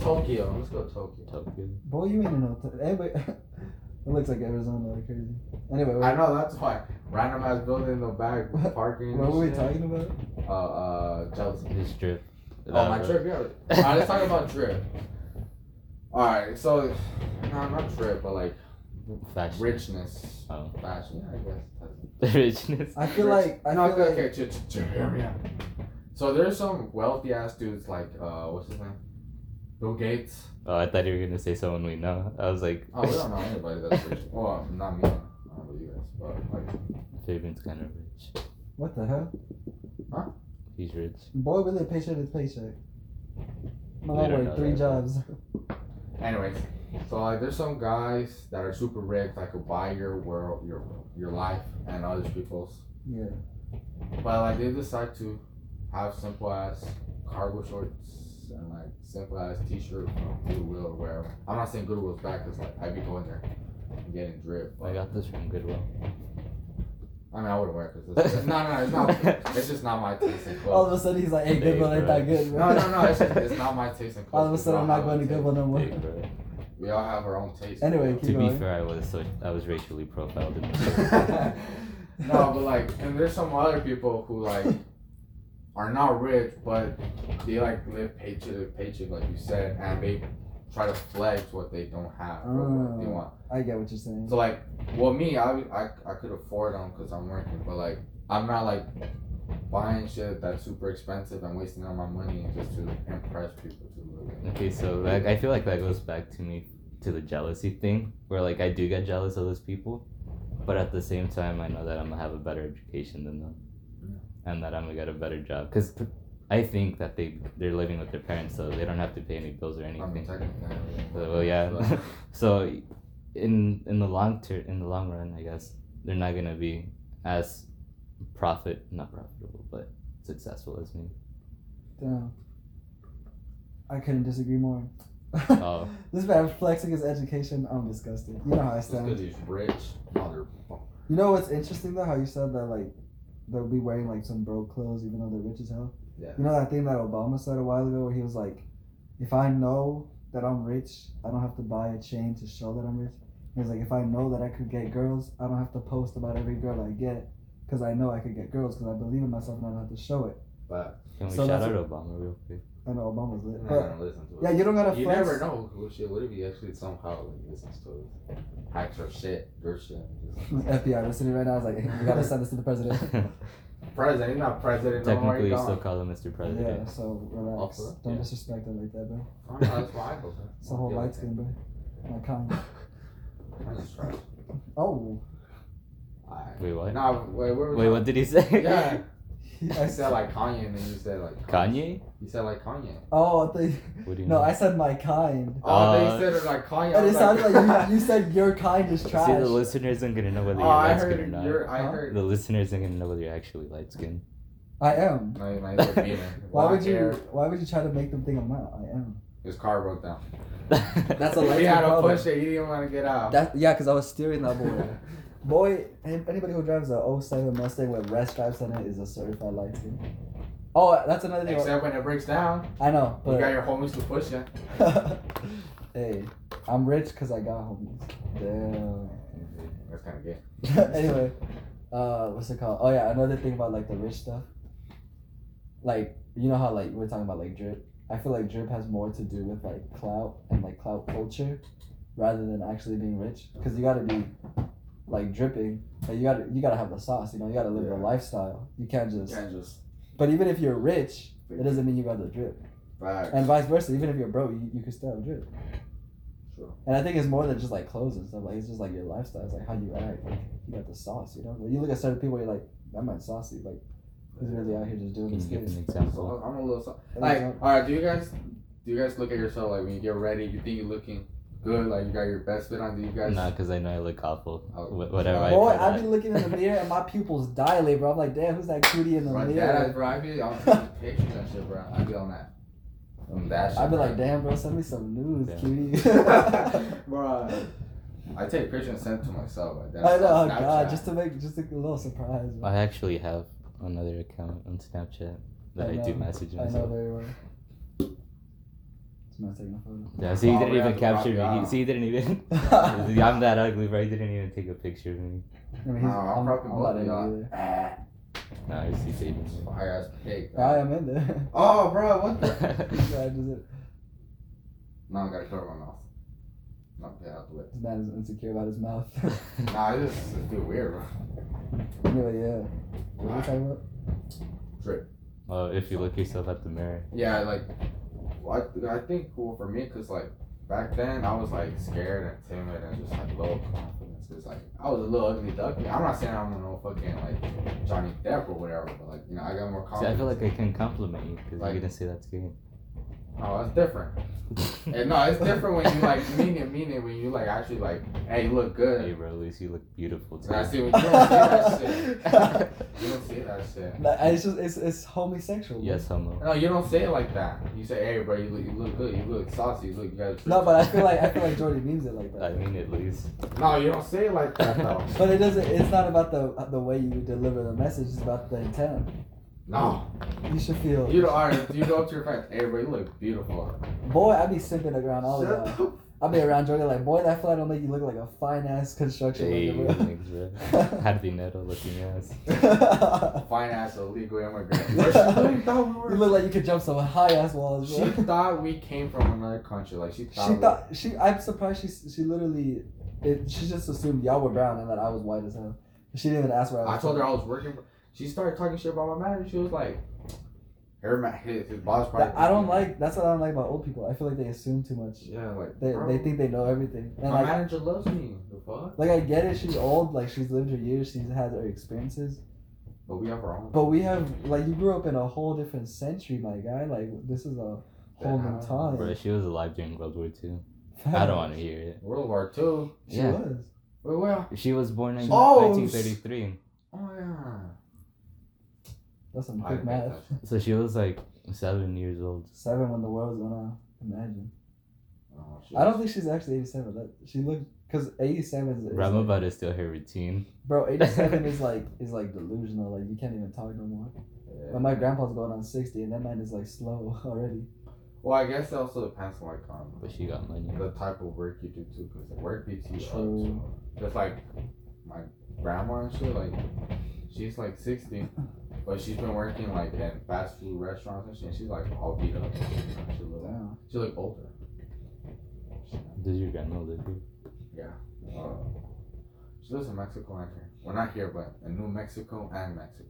[SPEAKER 3] Tokyo. Let's go to Tokyo.
[SPEAKER 1] Tokyo.
[SPEAKER 2] Boy, you ain't in no. T- anyway, it looks like Arizona, like crazy. Anyway,
[SPEAKER 3] I
[SPEAKER 2] where,
[SPEAKER 3] know that's why random ass building in the back with parking.
[SPEAKER 2] what were we
[SPEAKER 3] and shit.
[SPEAKER 2] talking about?
[SPEAKER 3] Uh, uh, jealousy.
[SPEAKER 1] His drip.
[SPEAKER 3] Oh, my drip. Yeah. All right, let's talk about drip. All right, so no, not drip, but like
[SPEAKER 1] Fashion.
[SPEAKER 3] richness,
[SPEAKER 1] Oh.
[SPEAKER 3] fashion. Yeah, I guess. That's
[SPEAKER 1] The richness.
[SPEAKER 2] I feel like I
[SPEAKER 3] no,
[SPEAKER 2] feel
[SPEAKER 3] okay,
[SPEAKER 2] like
[SPEAKER 3] okay, ch- ch- ch- hear me out. So there's some wealthy ass dudes like uh, what's his name? Bill Gates.
[SPEAKER 1] Oh, I thought you were gonna say someone we know. I was like.
[SPEAKER 3] Oh, we don't know anybody that's rich. Well, not me. I don't know you guys, but like,
[SPEAKER 1] Fabian's kind of rich.
[SPEAKER 2] what the hell?
[SPEAKER 1] He's rich.
[SPEAKER 2] Boy, really paycheck is paycheck. My
[SPEAKER 1] We
[SPEAKER 2] mom
[SPEAKER 1] don't
[SPEAKER 2] worked
[SPEAKER 1] know
[SPEAKER 2] three
[SPEAKER 1] that.
[SPEAKER 2] jobs.
[SPEAKER 3] anyways, So like, there's some guys that are super rich that could buy your world, your your life, and other people's.
[SPEAKER 2] Yeah.
[SPEAKER 3] But like, they decide to have simple ass cargo shorts and like simple ass t-shirt from Goodwill or wherever. I'm not saying Goodwill's back because like I'd be going there and getting drip.
[SPEAKER 1] I
[SPEAKER 3] But,
[SPEAKER 1] got this from Goodwill.
[SPEAKER 3] I mean, I wouldn't wear it because it's, no, no, no, it's not. It's just not my taste in
[SPEAKER 2] All of
[SPEAKER 3] clothes.
[SPEAKER 2] a sudden he's like, hey, good one ain't that good, bro.
[SPEAKER 3] No, no, no, it's, just, it's not my taste in clothes.
[SPEAKER 2] All of a
[SPEAKER 3] We
[SPEAKER 2] sudden I'm not
[SPEAKER 3] all have
[SPEAKER 2] going to
[SPEAKER 3] our
[SPEAKER 2] good
[SPEAKER 3] taste.
[SPEAKER 2] one no more.
[SPEAKER 1] Hey, bro.
[SPEAKER 3] We all have our own taste.
[SPEAKER 2] Anyway,
[SPEAKER 3] bro.
[SPEAKER 2] keep
[SPEAKER 1] To be
[SPEAKER 2] going.
[SPEAKER 1] fair, I was so I was racially profiled in this.
[SPEAKER 3] no, but like, and there's some other people who like are not rich, but they like live paycheck to paycheck, like you said, and they try to flex what they don't have or what they
[SPEAKER 2] Oh.
[SPEAKER 3] want.
[SPEAKER 2] I get what you're saying.
[SPEAKER 3] So like, well, me, I I, I could afford them because I'm working, but like, I'm not like buying shit that's super expensive and wasting all my money just to impress people to live. in.
[SPEAKER 1] Okay, so like I feel like that goes back to me to the jealousy thing, where like I do get jealous of those people, but at the same time I know that I'm gonna have a better education than them, and that I'm gonna get a better job because I think that they they're living with their parents, so they don't have to pay any bills or
[SPEAKER 3] I mean,
[SPEAKER 1] anything.
[SPEAKER 3] technically, I mean,
[SPEAKER 1] So, well, yeah.
[SPEAKER 3] but-
[SPEAKER 1] so in in the long ter- in the long run, I guess they're not gonna be as profit not profitable but successful as me.
[SPEAKER 2] Damn. I couldn't disagree more.
[SPEAKER 1] Oh.
[SPEAKER 2] this man flexing his education, I'm disgusted. You know how I
[SPEAKER 3] Just because
[SPEAKER 2] stand.
[SPEAKER 3] he's rich, motherfucker.
[SPEAKER 2] You know what's interesting though? How you said that like they'll be wearing like some broke clothes even though they're rich as hell.
[SPEAKER 3] Yeah.
[SPEAKER 2] You know that thing that Obama said a while ago where he was like, if I know that I'm rich, I don't have to buy a chain to show that I'm rich. He was like, if I know that I could get girls, I don't have to post about every girl I get because I know I could get girls because I believe in myself and I don't have to show it.
[SPEAKER 3] But
[SPEAKER 1] Can we
[SPEAKER 2] So
[SPEAKER 1] shout
[SPEAKER 2] that's
[SPEAKER 1] out Obama real quick?
[SPEAKER 2] I know Obama's lit.
[SPEAKER 3] I'm not
[SPEAKER 2] But
[SPEAKER 3] gonna listen to it.
[SPEAKER 2] yeah, you don't gotta
[SPEAKER 3] You
[SPEAKER 2] flex.
[SPEAKER 3] never know who shit. What if he actually somehow like listens to it? Hacks or shit, your shit.
[SPEAKER 2] FBI listening right now is like, we gotta send this to the president.
[SPEAKER 3] President, he's not
[SPEAKER 2] Oh
[SPEAKER 3] president. Don't
[SPEAKER 1] Technically,
[SPEAKER 3] worry,
[SPEAKER 1] you
[SPEAKER 3] dog.
[SPEAKER 1] still call him Mr.
[SPEAKER 2] Yeah,
[SPEAKER 1] President.
[SPEAKER 2] so relax.
[SPEAKER 3] Offer?
[SPEAKER 2] Don't
[SPEAKER 1] Yeah.
[SPEAKER 2] disrespect it like that, bro.
[SPEAKER 3] Oh, no, that's why I go. there.
[SPEAKER 2] It's a whole
[SPEAKER 3] Yeah,
[SPEAKER 2] light
[SPEAKER 3] okay.
[SPEAKER 2] skin, bro. Not kind.
[SPEAKER 3] I'm just trash.
[SPEAKER 2] Oh,
[SPEAKER 3] Alright.
[SPEAKER 1] Wait, what?
[SPEAKER 3] Nah, wait, where was
[SPEAKER 1] Wait,
[SPEAKER 3] I?
[SPEAKER 1] what did he say?
[SPEAKER 3] Yeah,
[SPEAKER 2] he-
[SPEAKER 3] I said like Kanye, and then you said like
[SPEAKER 1] Kanye?
[SPEAKER 3] You said like Kanye.
[SPEAKER 2] Oh, I thought you-
[SPEAKER 1] What do you
[SPEAKER 2] no,
[SPEAKER 1] mean?
[SPEAKER 2] I said my kind.
[SPEAKER 3] Oh, I
[SPEAKER 1] Uh,
[SPEAKER 3] thought you said it like Kanye.
[SPEAKER 2] And
[SPEAKER 3] I
[SPEAKER 2] it
[SPEAKER 3] was
[SPEAKER 2] sounded like you, you said your kind is trash.
[SPEAKER 1] See, the listeners aren't gonna know whether
[SPEAKER 3] Oh,
[SPEAKER 1] you're
[SPEAKER 3] I
[SPEAKER 1] light skinned or
[SPEAKER 3] heard.
[SPEAKER 1] not.
[SPEAKER 3] You're, I
[SPEAKER 2] Huh?
[SPEAKER 3] heard.
[SPEAKER 1] The listeners aren't gonna know whether you're actually light skinned.
[SPEAKER 2] I am.
[SPEAKER 3] No, you're not even being there.
[SPEAKER 2] Why would
[SPEAKER 3] Black
[SPEAKER 2] you?
[SPEAKER 3] hair.
[SPEAKER 2] Why would you try to make them think I'm not? I am.
[SPEAKER 3] His car broke down.
[SPEAKER 1] That's
[SPEAKER 2] a light
[SPEAKER 3] He had
[SPEAKER 2] skin
[SPEAKER 3] to
[SPEAKER 2] problem.
[SPEAKER 3] push it. He didn't want to get out.
[SPEAKER 2] That yeah, because I was steering that boy. boy, an- anybody who drives a 07 Mustang with red stripes on it is a certified light skin. Oh, that's another thing.
[SPEAKER 3] Except when it breaks down,
[SPEAKER 2] I know,
[SPEAKER 3] you got
[SPEAKER 2] but
[SPEAKER 3] your homies to push it.
[SPEAKER 2] hey, I'm rich because I got homies. Damn.
[SPEAKER 3] That's kind of gay.
[SPEAKER 2] anyway, uh, what's it called? Oh yeah, another thing about like the rich stuff. Like you know how like we're talking about like drip. I feel like drip has more to do with like clout and like clout culture, rather than actually being rich. Cause you gotta be, like dripping. But you gotta you gotta have the sauce. You know you gotta live the
[SPEAKER 3] Yeah.
[SPEAKER 2] lifestyle. You can't just.
[SPEAKER 3] Can't just
[SPEAKER 2] But even if you're rich, it doesn't mean you got the drip.
[SPEAKER 3] back.
[SPEAKER 2] And vice versa, even if you're broke, you, you could still have drip.
[SPEAKER 3] Sure.
[SPEAKER 2] And I think it's more than just like clothes and stuff. Like it's just like your lifestyle. It's like how you act. Like you got the sauce, you know. When you look at certain people, you're like, that man's saucy. Like he's really out here just doing
[SPEAKER 1] Can
[SPEAKER 2] his
[SPEAKER 1] you give an
[SPEAKER 2] thing.
[SPEAKER 1] example?
[SPEAKER 3] So I'm a little so-
[SPEAKER 2] And
[SPEAKER 3] like.
[SPEAKER 2] it's not-
[SPEAKER 3] All right, do you guys do you guys look at yourself like when you get ready? You think you're looking good, like you got your best fit on. Do you guys?
[SPEAKER 1] Nah, because I know I look awful.
[SPEAKER 3] Oh.
[SPEAKER 1] Wh- whatever I
[SPEAKER 2] Boy,
[SPEAKER 1] put
[SPEAKER 2] I
[SPEAKER 1] on.
[SPEAKER 2] be looking in the mirror and my pupils dilate, bro. I'm like, damn, who's that cutie in the
[SPEAKER 3] Right, that,
[SPEAKER 2] mirror?
[SPEAKER 3] bro. I be on some pictures and shit, bro. I be on that. On that shit.
[SPEAKER 2] I'd be
[SPEAKER 3] bro.
[SPEAKER 2] like, damn, bro, send me some news,
[SPEAKER 1] Yeah.
[SPEAKER 2] cutie.
[SPEAKER 3] bro. I take pictures and send it to myself. Like, that's
[SPEAKER 2] I know, oh
[SPEAKER 3] on
[SPEAKER 2] god,
[SPEAKER 3] Snapchat.
[SPEAKER 2] just to make just a little surprise. Bro.
[SPEAKER 1] I actually have another account on Snapchat that
[SPEAKER 2] I
[SPEAKER 1] I, do
[SPEAKER 2] know.
[SPEAKER 1] message
[SPEAKER 2] I know
[SPEAKER 1] myself.
[SPEAKER 2] very well. It's not taking a photo.
[SPEAKER 1] Yeah, see,
[SPEAKER 3] Oh,
[SPEAKER 1] he didn't
[SPEAKER 3] we have
[SPEAKER 1] even
[SPEAKER 3] to block
[SPEAKER 1] capture
[SPEAKER 3] you
[SPEAKER 1] me. He,
[SPEAKER 3] out.
[SPEAKER 1] see, he didn't even. I'm that ugly, bro. He didn't even take a picture of me.
[SPEAKER 2] I mean,
[SPEAKER 3] No,
[SPEAKER 2] he's,
[SPEAKER 3] I'm
[SPEAKER 2] I'm
[SPEAKER 3] prepping
[SPEAKER 2] not in
[SPEAKER 3] both of
[SPEAKER 2] it
[SPEAKER 3] y'all.
[SPEAKER 2] either.
[SPEAKER 3] Ah,
[SPEAKER 1] Nah, he's he's saving me.
[SPEAKER 3] Fire ass pig. bro.
[SPEAKER 2] I am in there.
[SPEAKER 3] Oh, bro, what the?
[SPEAKER 2] Yeah, I just-
[SPEAKER 3] No, I gotta cover my mouth. Not get out the way.
[SPEAKER 2] This man is insecure about his mouth.
[SPEAKER 3] Nah, this is feel weird, bro.
[SPEAKER 2] anyway, yeah. What are we talking about?
[SPEAKER 1] well, if you look yourself at the mirror.
[SPEAKER 3] Yeah, like, well, I, I think well for me, cause like back then I was like scared and timid and just like low confidence. Cause like I was a little ugly duckling. I'm not saying I'm no fucking like Johnny Depp or whatever, but like you know I got more
[SPEAKER 1] See,
[SPEAKER 3] confidence.
[SPEAKER 1] I feel like I can compliment you because
[SPEAKER 3] Like-
[SPEAKER 1] you didn't say that's gay.
[SPEAKER 3] oh, that's different. And no, it's different when you like mean it, mean it. When you like actually like, hey, you look
[SPEAKER 1] Hey,
[SPEAKER 3] good.
[SPEAKER 1] bro, at least you look beautiful
[SPEAKER 3] And I
[SPEAKER 1] today.
[SPEAKER 3] see when you don't see that shit. You don't say that shit.
[SPEAKER 2] Like, it's just it's it's homosexual.
[SPEAKER 1] Yes, homo.
[SPEAKER 3] No, you don't say it like that. You say, hey, bro, you look, you look good. You look saucy. You look good.
[SPEAKER 2] No, but I feel like I feel like Jordy means it like
[SPEAKER 1] I
[SPEAKER 2] that.
[SPEAKER 1] mean, at least.
[SPEAKER 3] No, you don't say it like that though.
[SPEAKER 2] But it doesn't. It's not about the the way you deliver the message. It's about the intent.
[SPEAKER 3] No,
[SPEAKER 2] You should feel.
[SPEAKER 3] you don't. all right, You go up to your friends. Hey, bro, you look beautiful.
[SPEAKER 2] Boy, I be simping the ground all the time.
[SPEAKER 3] Shut the
[SPEAKER 2] I be around Jordy like, boy, that fly don't make you look like a fine ass construction
[SPEAKER 1] Hey,
[SPEAKER 2] worker, bro."
[SPEAKER 1] thanks, bro. Jardinero looking ass.
[SPEAKER 3] Fine ass illegal immigrant.
[SPEAKER 2] Bro, she really
[SPEAKER 3] thought we
[SPEAKER 2] you look like you could jump some high ass walls,
[SPEAKER 3] She
[SPEAKER 2] bro.
[SPEAKER 3] thought we came from another country. Like she thought.
[SPEAKER 2] She
[SPEAKER 3] we-
[SPEAKER 2] thought she. I'm surprised she she literally, it, she just assumed y'all were brown and that I was white as hell. She didn't even ask where I was.
[SPEAKER 3] I told her
[SPEAKER 2] from.
[SPEAKER 3] I was working. For, she started talking shit about my manager. She was like, her ma- his, his boss probably.
[SPEAKER 2] That- I don't like. That's what I don't like about old people. I feel like they assume too much.
[SPEAKER 3] Yeah, like
[SPEAKER 2] They,
[SPEAKER 3] bro,
[SPEAKER 2] they think they know everything. And
[SPEAKER 3] my
[SPEAKER 2] like,
[SPEAKER 3] manager loves me. The fuck.
[SPEAKER 2] like I get it. She's old. Like she's lived her years. She's had her experiences.
[SPEAKER 3] But we have our own.
[SPEAKER 2] But we have like you grew up in a whole different century, my guy. Like this is a whole new
[SPEAKER 3] Yeah.
[SPEAKER 2] time.
[SPEAKER 1] Bro, she was alive during World War II. I don't want to hear it.
[SPEAKER 3] World War Two.
[SPEAKER 2] She
[SPEAKER 1] Yeah.
[SPEAKER 2] was.
[SPEAKER 3] Wait, well.
[SPEAKER 1] She was born in
[SPEAKER 3] Oh,
[SPEAKER 1] 1933.
[SPEAKER 3] Oh yeah.
[SPEAKER 2] That's some
[SPEAKER 3] I
[SPEAKER 2] quick
[SPEAKER 3] didn't think
[SPEAKER 2] math.
[SPEAKER 3] that
[SPEAKER 1] So she was like seven years old.
[SPEAKER 2] Seven when the world's going on. Imagine.
[SPEAKER 3] Oh, shit.
[SPEAKER 2] I don't think she's actually 87. That she looked because 87 is. is
[SPEAKER 1] Rama
[SPEAKER 2] like-
[SPEAKER 1] about is still her routine.
[SPEAKER 2] bro, 87 is like is like delusional. Like you can't even talk no more. But my grandpa's going on 60, and that man is like slow already.
[SPEAKER 3] Well, I guess it also depends on like um,
[SPEAKER 1] But she got money.
[SPEAKER 3] the type of work you do too, because work beats you up.
[SPEAKER 2] True.
[SPEAKER 3] So. Just like my grandma and shit, like she's like sixty, but she's been working like in fast food restaurants and shit. And she's like all beat up. and shit, you know, She look,
[SPEAKER 2] Damn.
[SPEAKER 3] she look older.
[SPEAKER 1] Does your grandma live here?
[SPEAKER 3] Uh, she lives in Mexico and here. Well, not here, but in New Mexico and Mexico.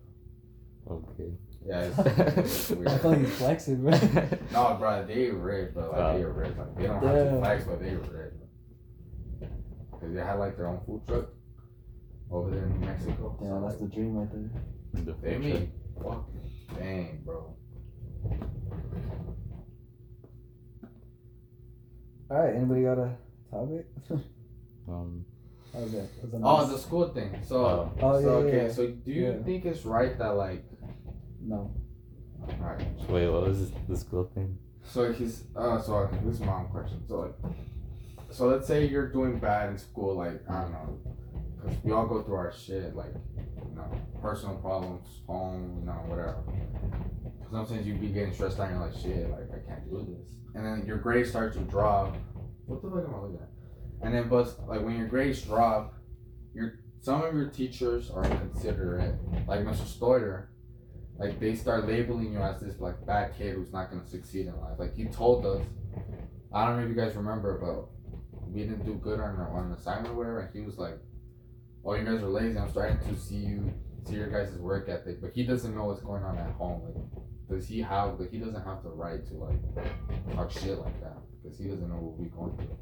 [SPEAKER 1] Okay.
[SPEAKER 3] Yeah, it's, it's
[SPEAKER 2] I feel like
[SPEAKER 3] weird.
[SPEAKER 2] he's flexing, bro.
[SPEAKER 3] No, bro, they rich, but like they rich. Like they don't have
[SPEAKER 2] Damn.
[SPEAKER 3] to flex, but they rich. Cause they had like their own food truck over there in New Mexico.
[SPEAKER 2] Yeah,
[SPEAKER 3] So,
[SPEAKER 2] that's the
[SPEAKER 3] like,
[SPEAKER 2] dream right there.
[SPEAKER 1] The
[SPEAKER 3] they
[SPEAKER 1] food
[SPEAKER 3] make fucking bang, bro.
[SPEAKER 2] All right, anybody got a topic?
[SPEAKER 1] truck. Um,
[SPEAKER 2] That was it. That was a
[SPEAKER 3] Oh,
[SPEAKER 2] nice-
[SPEAKER 3] the school thing. So,
[SPEAKER 1] oh,
[SPEAKER 2] oh yeah,
[SPEAKER 3] so
[SPEAKER 2] yeah,
[SPEAKER 3] okay.
[SPEAKER 2] yeah.
[SPEAKER 3] So do you
[SPEAKER 2] Yeah.
[SPEAKER 3] think it's right that like,
[SPEAKER 2] No.
[SPEAKER 3] alright.
[SPEAKER 1] wait, what was the school thing?
[SPEAKER 3] So he's uh. So okay, this is my own question. So like, so let's say you're doing bad in school. Like I don't know, cause we all go through our shit. Like, you know, personal problems, home, you know, whatever. Sometimes you be getting stressed out. And you're like, shit, like I can't do this. And then your grades start to drop. What the fuck am I looking at? And then, but like when your grades drop, your some of your teachers are considerate. Like Mr. Stoyer, like they start labeling you as this like bad kid who's not gonna succeed in life. Like he told us, I don't know if you guys remember, but we didn't do good on our on an assignment or whatever. And he was like, "Oh, you guys are lazy. I'm starting to see you see your guys' work ethic." But he doesn't know what's going on at home. Like, does he have? Like, he doesn't have the right to like talk shit like that because he doesn't know what we're going through.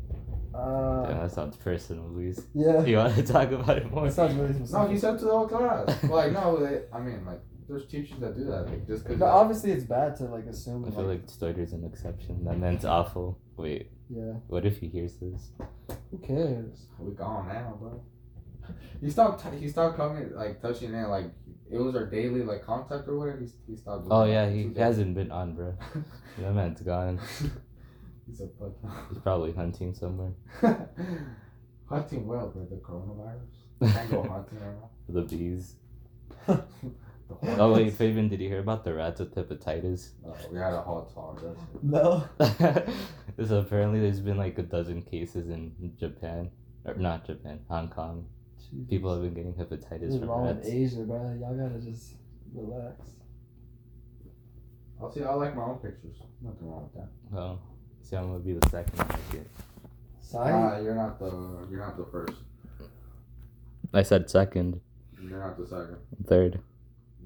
[SPEAKER 1] Damn,
[SPEAKER 2] Uh,
[SPEAKER 1] that sounds personal, Luis.
[SPEAKER 2] yeah.
[SPEAKER 1] You want to talk about it more?
[SPEAKER 2] It sounds really specific.
[SPEAKER 3] No, he said to the whole class. like, no, they, I mean, like, there's teachers that do that. Like, just because.
[SPEAKER 2] But obviously, it's bad to like assume.
[SPEAKER 1] I
[SPEAKER 2] Like,
[SPEAKER 1] feel like Stoiger's an exception. That man's awful. Wait,
[SPEAKER 2] yeah,
[SPEAKER 1] what if he hears this?
[SPEAKER 2] who cares?
[SPEAKER 3] We gone now, bro. He stopped. T- he stopped coming, like touching it. Like it was our daily like contact or whatever. He, he stopped. doing
[SPEAKER 1] Oh
[SPEAKER 3] that
[SPEAKER 1] yeah,
[SPEAKER 3] for
[SPEAKER 1] he
[SPEAKER 3] two days.
[SPEAKER 1] hasn't been on, bro. That man's gone.
[SPEAKER 3] He's a
[SPEAKER 1] He's probably hunting somewhere.
[SPEAKER 3] fuck. hunting well, bro. The coronavirus. Can't go hunting anymore.
[SPEAKER 1] For the bees.
[SPEAKER 3] The whole-
[SPEAKER 1] Oh wait, Fabian, did you hear about the rats with hepatitis?
[SPEAKER 3] Uh, we had a hot talk. That's it.
[SPEAKER 2] No.
[SPEAKER 1] so apparently there's been like a dozen cases in Japan. Or not Japan, Hong Kong. People have been getting hepatitis
[SPEAKER 2] What's
[SPEAKER 1] from
[SPEAKER 2] wrong
[SPEAKER 1] rats.
[SPEAKER 2] with Asia, bro? Y'all gotta just relax.
[SPEAKER 3] I'll see. I like my own pictures. Nothing wrong with that.
[SPEAKER 1] Oh. See, I'm gonna be the second one to get.
[SPEAKER 2] Sorry.
[SPEAKER 3] Ah, you're not the. You're not the first.
[SPEAKER 1] I said second.
[SPEAKER 3] You're not the second.
[SPEAKER 1] Third.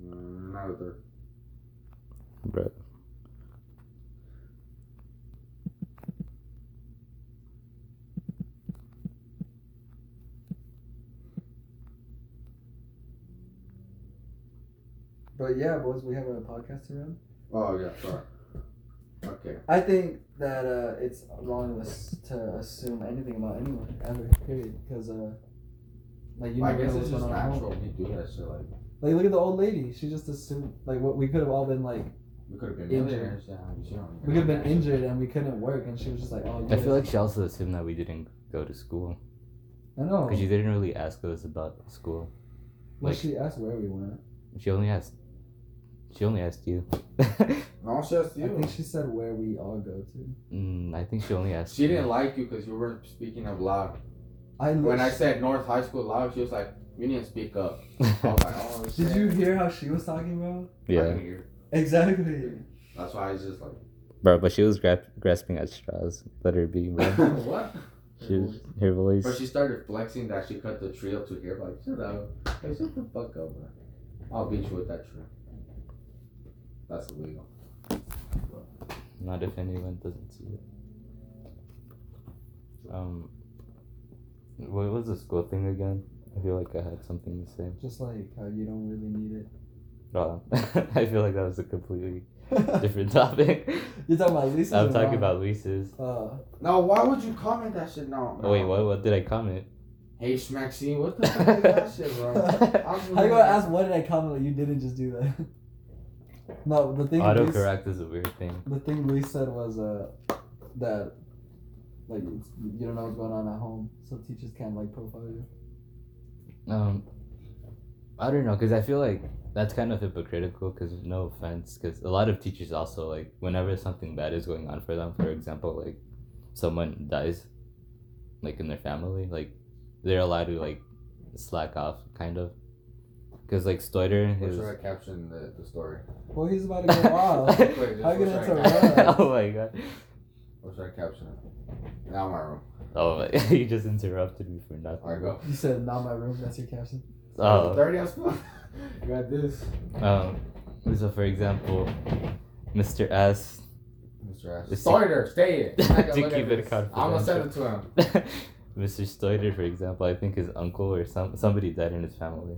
[SPEAKER 3] Mm, Not the third.
[SPEAKER 1] Bro.
[SPEAKER 2] But yeah, boys, we have a podcast to run.
[SPEAKER 3] Oh yeah, sorry. Okay. self care.
[SPEAKER 2] I think that uh, it's wrong of us to assume anything about anyone ever. Period. Because uh, like you
[SPEAKER 3] I
[SPEAKER 2] never
[SPEAKER 3] guess
[SPEAKER 2] know
[SPEAKER 3] it's
[SPEAKER 2] what's
[SPEAKER 3] just
[SPEAKER 2] going on at
[SPEAKER 3] natural.
[SPEAKER 2] home.
[SPEAKER 3] We do that shit like
[SPEAKER 2] Like look at the old lady. She just assumed like what we could have all been like.
[SPEAKER 3] we could have been
[SPEAKER 2] Injured.
[SPEAKER 3] millionaires. Yeah, you see what I'm
[SPEAKER 2] We could have been
[SPEAKER 3] saying?
[SPEAKER 2] injured and we couldn't work, and she was just like, oh. You
[SPEAKER 1] I feel
[SPEAKER 2] guys-
[SPEAKER 1] like she also assumed that we didn't go to school
[SPEAKER 2] I
[SPEAKER 3] Oh.
[SPEAKER 2] know.
[SPEAKER 1] because she didn't really ask us about school.
[SPEAKER 2] Well,
[SPEAKER 1] like-
[SPEAKER 2] she asked where we went.
[SPEAKER 1] She only asked. She only asked you.
[SPEAKER 3] No, it's just
[SPEAKER 2] I
[SPEAKER 3] you.
[SPEAKER 2] think she said where we all go to.
[SPEAKER 1] mm, I think she only asked.
[SPEAKER 3] She
[SPEAKER 1] you.
[SPEAKER 3] didn't like you because you weren't speaking up loud.
[SPEAKER 2] I
[SPEAKER 3] When I
[SPEAKER 2] lit-
[SPEAKER 3] said North High School loud, she was like, "You need to speak up." I was like, "Oh shit."
[SPEAKER 2] Did you hear how she was talking, bro?
[SPEAKER 3] I
[SPEAKER 1] yeah,
[SPEAKER 3] can hear.
[SPEAKER 2] Exactly.
[SPEAKER 3] That's why I was just like,
[SPEAKER 1] bro, but she was grap- grasping at straws. Let her be, bro.
[SPEAKER 3] "What?"
[SPEAKER 1] She was, her voice.
[SPEAKER 3] But she started flexing that she cut the tree up to here. Like, shut up. Like, shut the fuck up, bro. I'll beat you with that tree. That's illegal.
[SPEAKER 1] Not if anyone doesn't see it. Um, what was the school thing again? I feel like I had something to say.
[SPEAKER 2] Just like how you don't really need it.
[SPEAKER 1] Oh, I feel like that was a completely different topic.
[SPEAKER 2] You're talking about Lisa.
[SPEAKER 1] I'm talking about Lisa's.
[SPEAKER 2] Uh,
[SPEAKER 3] No, why would you comment that shit now?
[SPEAKER 1] Oh, wait, what? What did I comment?
[SPEAKER 3] Hey, Maxine, what the fuck is that shit, bro?
[SPEAKER 2] how you gonna ask what did I comment? Like, you didn't just do that. no, the thing. Lisa,
[SPEAKER 1] Autocorrect is a weird thing.
[SPEAKER 2] the thing Lisa said was uh that like it's, you don't know what's going on at home, so teachers can't like profile you.
[SPEAKER 1] Um, I don't know, cause I feel like that's kind of hypocritical. Cause no offense, cause a lot of teachers also like whenever something bad is going on for them. For example, like someone dies, like in their family, like they're allowed to like slack off, kind of. Cause like Stoiter
[SPEAKER 3] We're
[SPEAKER 1] is.
[SPEAKER 3] trying to caption the, the story.
[SPEAKER 2] Well, he's about to go off.
[SPEAKER 3] Wait, just
[SPEAKER 2] How
[SPEAKER 3] we're
[SPEAKER 2] can
[SPEAKER 3] trying
[SPEAKER 2] it
[SPEAKER 3] to
[SPEAKER 2] so
[SPEAKER 3] caption-
[SPEAKER 2] bad?
[SPEAKER 1] oh my god!
[SPEAKER 3] We're trying to caption it. Now my room.
[SPEAKER 1] Oh, my, you just interrupted me for nothing.
[SPEAKER 3] Alright, go.
[SPEAKER 2] You said not my room. That's your caption.
[SPEAKER 1] Oh.
[SPEAKER 3] Dirty as fuck. You got this.
[SPEAKER 1] Um, so for example, Mr. S.
[SPEAKER 3] Mr. Ash.
[SPEAKER 1] Let's
[SPEAKER 3] Sorter, stay it. I'm not gonna
[SPEAKER 1] To
[SPEAKER 3] look at
[SPEAKER 1] keep it
[SPEAKER 3] this. I'm gonna send it to him.
[SPEAKER 1] Mr. Stoiter, for example, I think his uncle or some somebody died in his family.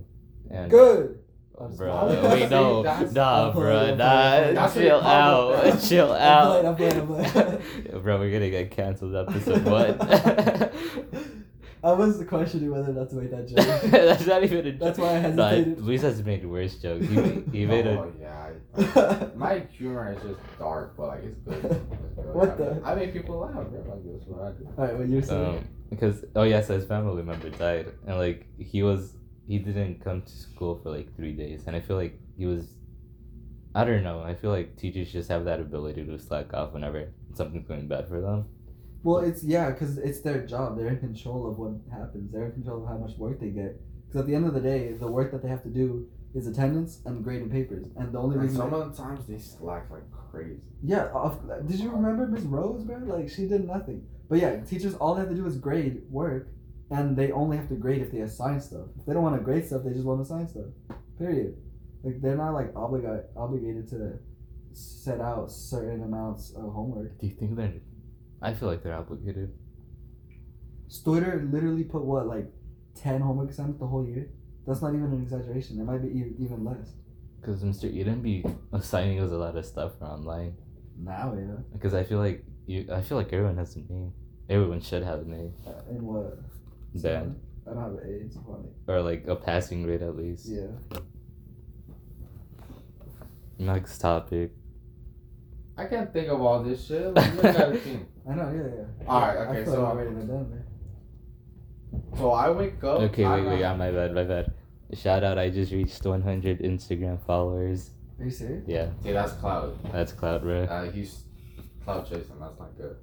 [SPEAKER 1] And
[SPEAKER 2] Good. I'm just-
[SPEAKER 1] Bro, wait, no,
[SPEAKER 3] That's-
[SPEAKER 1] nah,
[SPEAKER 2] I'm
[SPEAKER 1] bro,
[SPEAKER 2] playing, I'm
[SPEAKER 1] nah,
[SPEAKER 3] playing.
[SPEAKER 1] chill out,
[SPEAKER 3] That's
[SPEAKER 1] chill
[SPEAKER 2] I'm
[SPEAKER 1] out.
[SPEAKER 2] playing, I'm playing, I'm
[SPEAKER 1] Bro, we're gonna get canceled episode one.
[SPEAKER 2] I was questioning whether or not to make that joke.
[SPEAKER 1] That's not even a joke.
[SPEAKER 2] That's why I
[SPEAKER 1] Nah,
[SPEAKER 2] hesitated.
[SPEAKER 1] Luis has made worse jokes. He, ma- he made a.
[SPEAKER 3] oh, yeah. I- My humor is just dark, but like it's good. It's good.
[SPEAKER 2] What
[SPEAKER 3] I make-
[SPEAKER 2] the-
[SPEAKER 3] I make people laugh, bro. Like that's what I do.
[SPEAKER 2] All right, what you're saying?
[SPEAKER 1] um, because oh yeah, so his family member died, and like he was he didn't come to school for like three days, and I feel like he was, I don't know, I feel like teachers just have that ability to slack off whenever something's going bad for them.
[SPEAKER 2] well, it's yeah, because it's their job. They're in control of what happens. They're in control of how much work they get. Because at the end of the day, the work that they have to do is attendance and grading papers. And the only
[SPEAKER 3] And
[SPEAKER 2] reason,
[SPEAKER 3] some of the times they slack like crazy.
[SPEAKER 2] yeah, of, did you remember Miss Rose, bro? Like she did nothing. But yeah, teachers all they have to do is grade work, and they only have to grade if they assign stuff. If they don't want to grade stuff, they just want to assign stuff. Period. Like they're not like obliga- obligated to set out certain amounts of homework.
[SPEAKER 1] Do you think they're? I feel like they're obligated.
[SPEAKER 2] Stoiter literally put what like ten homework assignments the whole year. That's not even an exaggeration. It might be even, even less
[SPEAKER 1] Because Mr. Eden be assigning us a lot of stuff for online.
[SPEAKER 2] now. Yeah.
[SPEAKER 1] Because I feel like you, I feel like everyone has a name. Everyone should have a name.
[SPEAKER 2] And Uh, what?
[SPEAKER 1] Bad.
[SPEAKER 2] I don't have an A. It's funny.
[SPEAKER 1] Or like a passing grade at least.
[SPEAKER 2] Yeah.
[SPEAKER 1] Next topic.
[SPEAKER 3] I can't think of all this shit. Like, look at it, team.
[SPEAKER 2] I know. Yeah. yeah.
[SPEAKER 3] All right,
[SPEAKER 2] I
[SPEAKER 3] okay,
[SPEAKER 2] feel
[SPEAKER 3] so-
[SPEAKER 2] like we're already done, man.
[SPEAKER 3] So I wake up.
[SPEAKER 1] Okay,
[SPEAKER 3] I
[SPEAKER 1] wait, wait,
[SPEAKER 3] don't-
[SPEAKER 1] yeah, my bad, my bad. Shout out, I just reached 100 Instagram followers.
[SPEAKER 2] Are you serious?
[SPEAKER 1] Yeah,
[SPEAKER 3] See, that's Cloud.
[SPEAKER 1] that's Cloud Bro.
[SPEAKER 3] Uh, he's Cloud chasing. That's not good.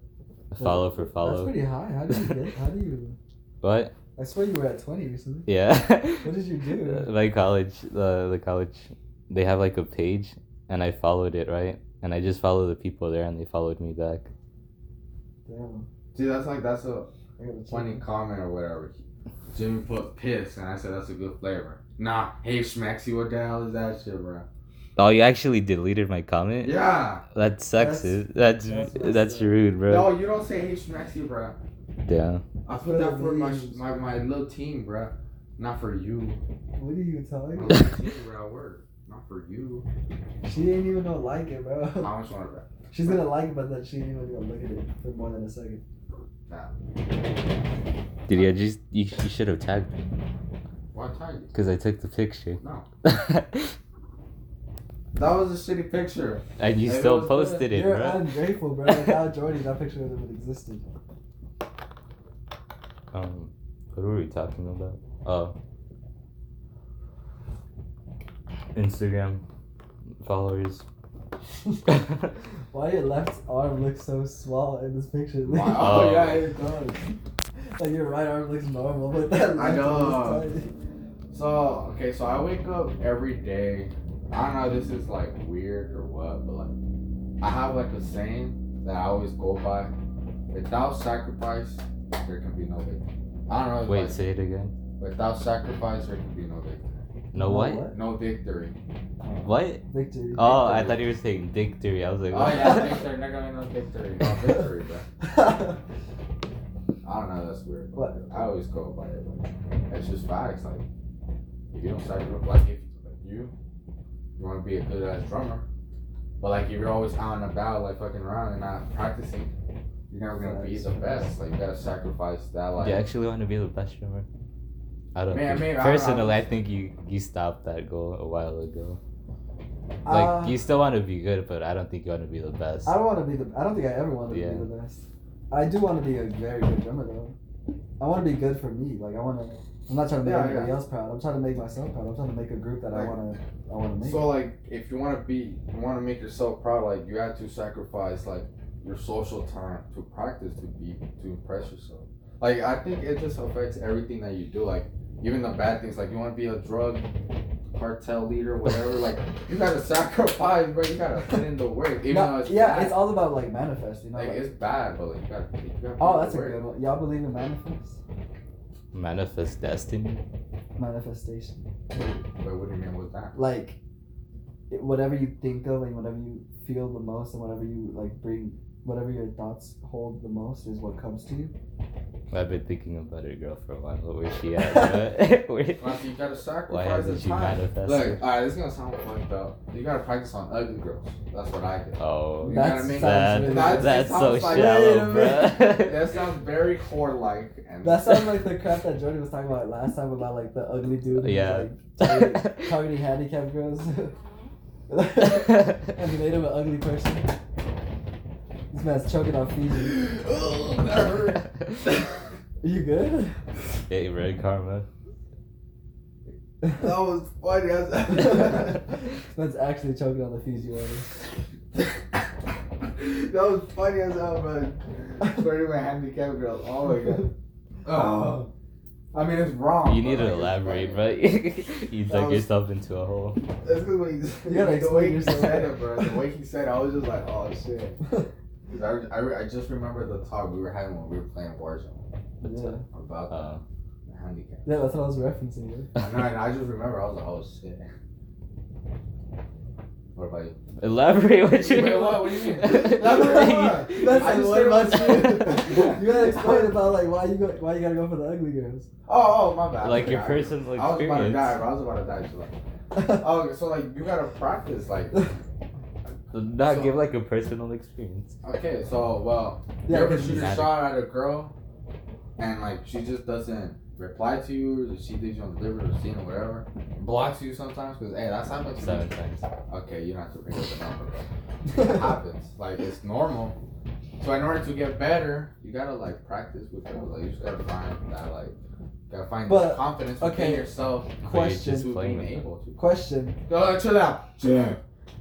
[SPEAKER 1] Follow for
[SPEAKER 2] That's
[SPEAKER 1] follow.
[SPEAKER 2] pretty high. How do you get? How do you?
[SPEAKER 1] What?
[SPEAKER 2] I swear you were at twenty recently.
[SPEAKER 1] Yeah.
[SPEAKER 2] What did you do?
[SPEAKER 1] my college, uh, the college, they have like a page, and I followed it, right? And I just follow the people there, and they followed me back.
[SPEAKER 2] Damn.
[SPEAKER 3] See, that's like that's a
[SPEAKER 2] I gotta check.
[SPEAKER 3] funny comment or whatever. Jimmy put piss, and I said that's a good flavor. Nah, hey Schmexy, what the hell is that shit, bro?
[SPEAKER 1] Oh, you actually deleted my comment?
[SPEAKER 3] Yeah.
[SPEAKER 1] That's
[SPEAKER 2] That's-
[SPEAKER 1] sexist. That's
[SPEAKER 2] that's
[SPEAKER 1] that's,
[SPEAKER 2] messed up.
[SPEAKER 1] rude, bro.
[SPEAKER 3] No, you don't say hey Schmexy, bro.
[SPEAKER 1] Yeah.
[SPEAKER 3] I put that for my
[SPEAKER 2] Please.
[SPEAKER 3] my, my little team, bro. Not for you.
[SPEAKER 2] What are you
[SPEAKER 3] My
[SPEAKER 2] talking?
[SPEAKER 3] little team, bro. Word. Not for you.
[SPEAKER 2] she ain't even gonna like it,
[SPEAKER 3] I
[SPEAKER 2] bro.
[SPEAKER 3] just want to.
[SPEAKER 2] She's gonna like it, but that she ain't even gonna look at it for more than a second.
[SPEAKER 3] Nah.
[SPEAKER 1] Dude, yeah, just you, you should have tagged me
[SPEAKER 3] Why tag you?
[SPEAKER 1] because I took the picture.
[SPEAKER 3] No.
[SPEAKER 1] and
[SPEAKER 3] That was a shitty picture.
[SPEAKER 1] you
[SPEAKER 3] It
[SPEAKER 1] still
[SPEAKER 3] was
[SPEAKER 1] posted it,
[SPEAKER 2] You're
[SPEAKER 1] bro.
[SPEAKER 2] ungrateful, bro. Without Jordy, that picture would have existed.
[SPEAKER 1] Um, what were we talking about? Oh, Instagram followers.
[SPEAKER 2] Why your left arm looks so swell in this picture?
[SPEAKER 3] Wow.
[SPEAKER 1] Oh.
[SPEAKER 3] Oh yeah, it does.
[SPEAKER 2] like your right arm looks normal, but that
[SPEAKER 3] I
[SPEAKER 2] left
[SPEAKER 3] know.
[SPEAKER 2] arm is tight.
[SPEAKER 3] So okay, so I wake up every day. I don't know if this is like weird or what, but like I have like a saying that I always go by. Without sacrifice, there can be no victory. I don't know. if,
[SPEAKER 1] Wait,
[SPEAKER 3] like,
[SPEAKER 1] say it again.
[SPEAKER 3] without sacrifice, there can be no victory.
[SPEAKER 1] No what?
[SPEAKER 3] No victory.
[SPEAKER 1] What?
[SPEAKER 2] Victory.
[SPEAKER 1] Oh, I thought you were saying victory. I was like,
[SPEAKER 3] Oh
[SPEAKER 1] what?
[SPEAKER 3] yeah, victory. There can be no victory. No victory, bro. I don't know. That's weird.
[SPEAKER 2] What?
[SPEAKER 3] I always go by it. Like, it's just facts. Like if you don't sacrifice, like if like, you you want to be a good ass drummer, but like if you're always out and about, like fucking around and not practicing, you're never gonna be the best. Like you gotta sacrifice that. Like
[SPEAKER 1] Do you actually want to be the best drummer? I don't.
[SPEAKER 3] Man,
[SPEAKER 1] think.
[SPEAKER 3] maybe, I don't know.
[SPEAKER 1] Personally, I think you you stopped that goal a while ago. Like
[SPEAKER 2] Uh,
[SPEAKER 1] you still want to be good, but I don't think you want to be the best.
[SPEAKER 2] I don't want to be the. I don't think I ever wanted
[SPEAKER 1] Yeah.
[SPEAKER 2] to be the best. I do want to be a very good drummer though. I want to be good for me. Like I want to. I'm not trying to make
[SPEAKER 3] Yeah,
[SPEAKER 2] anybody
[SPEAKER 3] yeah.
[SPEAKER 2] else proud. I'm trying to make myself proud. I'm trying to make a group that I
[SPEAKER 3] Like-
[SPEAKER 2] want to. I want to make.
[SPEAKER 3] so like if you want to be, you want to make yourself proud. Like you have to sacrifice like your social time to practice to be to impress yourself. Like I think it just affects everything that you do. Like even the bad things. Like you want to be a drug cartel leader, whatever. like you gotta sacrifice, bro. You gotta put in the work. Even
[SPEAKER 2] No,
[SPEAKER 3] though it's
[SPEAKER 2] yeah,
[SPEAKER 3] bad.
[SPEAKER 2] it's all about like manifesting.
[SPEAKER 3] like
[SPEAKER 2] like-
[SPEAKER 3] it's bad, but like you gotta. You gotta put in
[SPEAKER 2] oh,
[SPEAKER 3] the
[SPEAKER 2] that's a
[SPEAKER 3] work.
[SPEAKER 2] good one. Y'all believe in manifest
[SPEAKER 1] Manifest destiny.
[SPEAKER 2] manifestation?
[SPEAKER 3] Wait, what do you mean with that?
[SPEAKER 2] Like it, whatever you think of and whatever you feel the most and whatever you like bring, whatever your thoughts hold the most is what comes to you.
[SPEAKER 1] I've been thinking about it, girl, for a while. But where's she at? bruh? Where-
[SPEAKER 3] Like, you gotta
[SPEAKER 1] Why
[SPEAKER 3] sacrifice the
[SPEAKER 1] hasn't she
[SPEAKER 3] time. Look,
[SPEAKER 1] manifested?
[SPEAKER 3] alright, this is gonna sound fucked up. You gotta practice on ugly girls. That's what I get.
[SPEAKER 1] Oh,
[SPEAKER 3] You gotta
[SPEAKER 2] That's
[SPEAKER 3] make-
[SPEAKER 1] that,
[SPEAKER 2] sounds
[SPEAKER 3] That's-
[SPEAKER 1] that's,
[SPEAKER 2] really-
[SPEAKER 1] so
[SPEAKER 3] sounds like-
[SPEAKER 1] shallow,
[SPEAKER 2] Wait a
[SPEAKER 1] bro.
[SPEAKER 3] That sounds very whore like. And
[SPEAKER 2] That sounds like the crap that Jordan was talking about last time about like the ugly dude. who's,
[SPEAKER 1] Yeah.
[SPEAKER 2] Like, targeting, targeting handicapped girls. and he made him an ugly person. This man's choking on Fiji.
[SPEAKER 3] oh, that hurt. that
[SPEAKER 2] Are you good?
[SPEAKER 1] hey, red karma.
[SPEAKER 3] was funny.
[SPEAKER 2] this
[SPEAKER 3] As...
[SPEAKER 2] man's actually choking on the Fiji water.
[SPEAKER 3] that was funny as hell, man. Sorry, my handicapped girl. Oh my god. Oh. I mean, it's wrong.
[SPEAKER 1] You
[SPEAKER 3] but,
[SPEAKER 1] need to
[SPEAKER 3] Oh, like, it's
[SPEAKER 1] elaborate,
[SPEAKER 3] funny.
[SPEAKER 1] bro. you
[SPEAKER 3] That
[SPEAKER 1] dug
[SPEAKER 3] was-
[SPEAKER 1] yourself into a hole.
[SPEAKER 3] That's because when you,
[SPEAKER 2] You gotta
[SPEAKER 3] the
[SPEAKER 2] explain
[SPEAKER 3] way he
[SPEAKER 2] yourself.
[SPEAKER 3] said it, bro. The way he said it, I was just like, oh shit. 'Cause I, I, re- I just remember the talk we were having when we were playing Warzone
[SPEAKER 1] That's
[SPEAKER 2] yeah.
[SPEAKER 3] about
[SPEAKER 1] Uh,
[SPEAKER 3] the handicap.
[SPEAKER 2] yeah, that's what I was referencing. yeah.
[SPEAKER 3] I know, and I just remember I was like, oh shit. What about you?
[SPEAKER 1] Elaborate what you
[SPEAKER 3] Wait,
[SPEAKER 1] mean.
[SPEAKER 3] what? What do you mean?
[SPEAKER 2] That's
[SPEAKER 3] Elaborate
[SPEAKER 2] that's like,
[SPEAKER 3] I just
[SPEAKER 2] what about
[SPEAKER 3] said-
[SPEAKER 2] you? you gotta explain about like why you go, why you gotta go for the ugly girls.
[SPEAKER 3] Oh, oh my bad.
[SPEAKER 1] like your
[SPEAKER 3] Yeah, I-
[SPEAKER 1] personal
[SPEAKER 3] I was about to
[SPEAKER 1] experience.
[SPEAKER 3] die, bro. I was about to die. She's like, oh, so like you gotta practice, like.
[SPEAKER 1] Not
[SPEAKER 3] So-
[SPEAKER 1] give like a personal experience.
[SPEAKER 3] Okay, so well,
[SPEAKER 2] Yeah,
[SPEAKER 3] you ever
[SPEAKER 2] because
[SPEAKER 3] shoot
[SPEAKER 1] you-
[SPEAKER 3] a shot at a girl, and like she just doesn't reply to you, or she thinks you don't deliver or scene or whatever, blocks you sometimes because hey, that's happened to
[SPEAKER 1] Seven
[SPEAKER 3] me.
[SPEAKER 1] times.
[SPEAKER 3] Okay, you don't have to bring up the number. It happens. Like it's normal. So in order to get better, you gotta like practice with her. Like you just gotta find that like. Gotta find
[SPEAKER 2] But,
[SPEAKER 3] the confidence
[SPEAKER 2] okay,
[SPEAKER 3] within yourself
[SPEAKER 2] question.
[SPEAKER 1] just
[SPEAKER 3] to
[SPEAKER 1] playing
[SPEAKER 3] being
[SPEAKER 1] with
[SPEAKER 3] able to.
[SPEAKER 2] Question,
[SPEAKER 3] No, no, chill out. Yeah.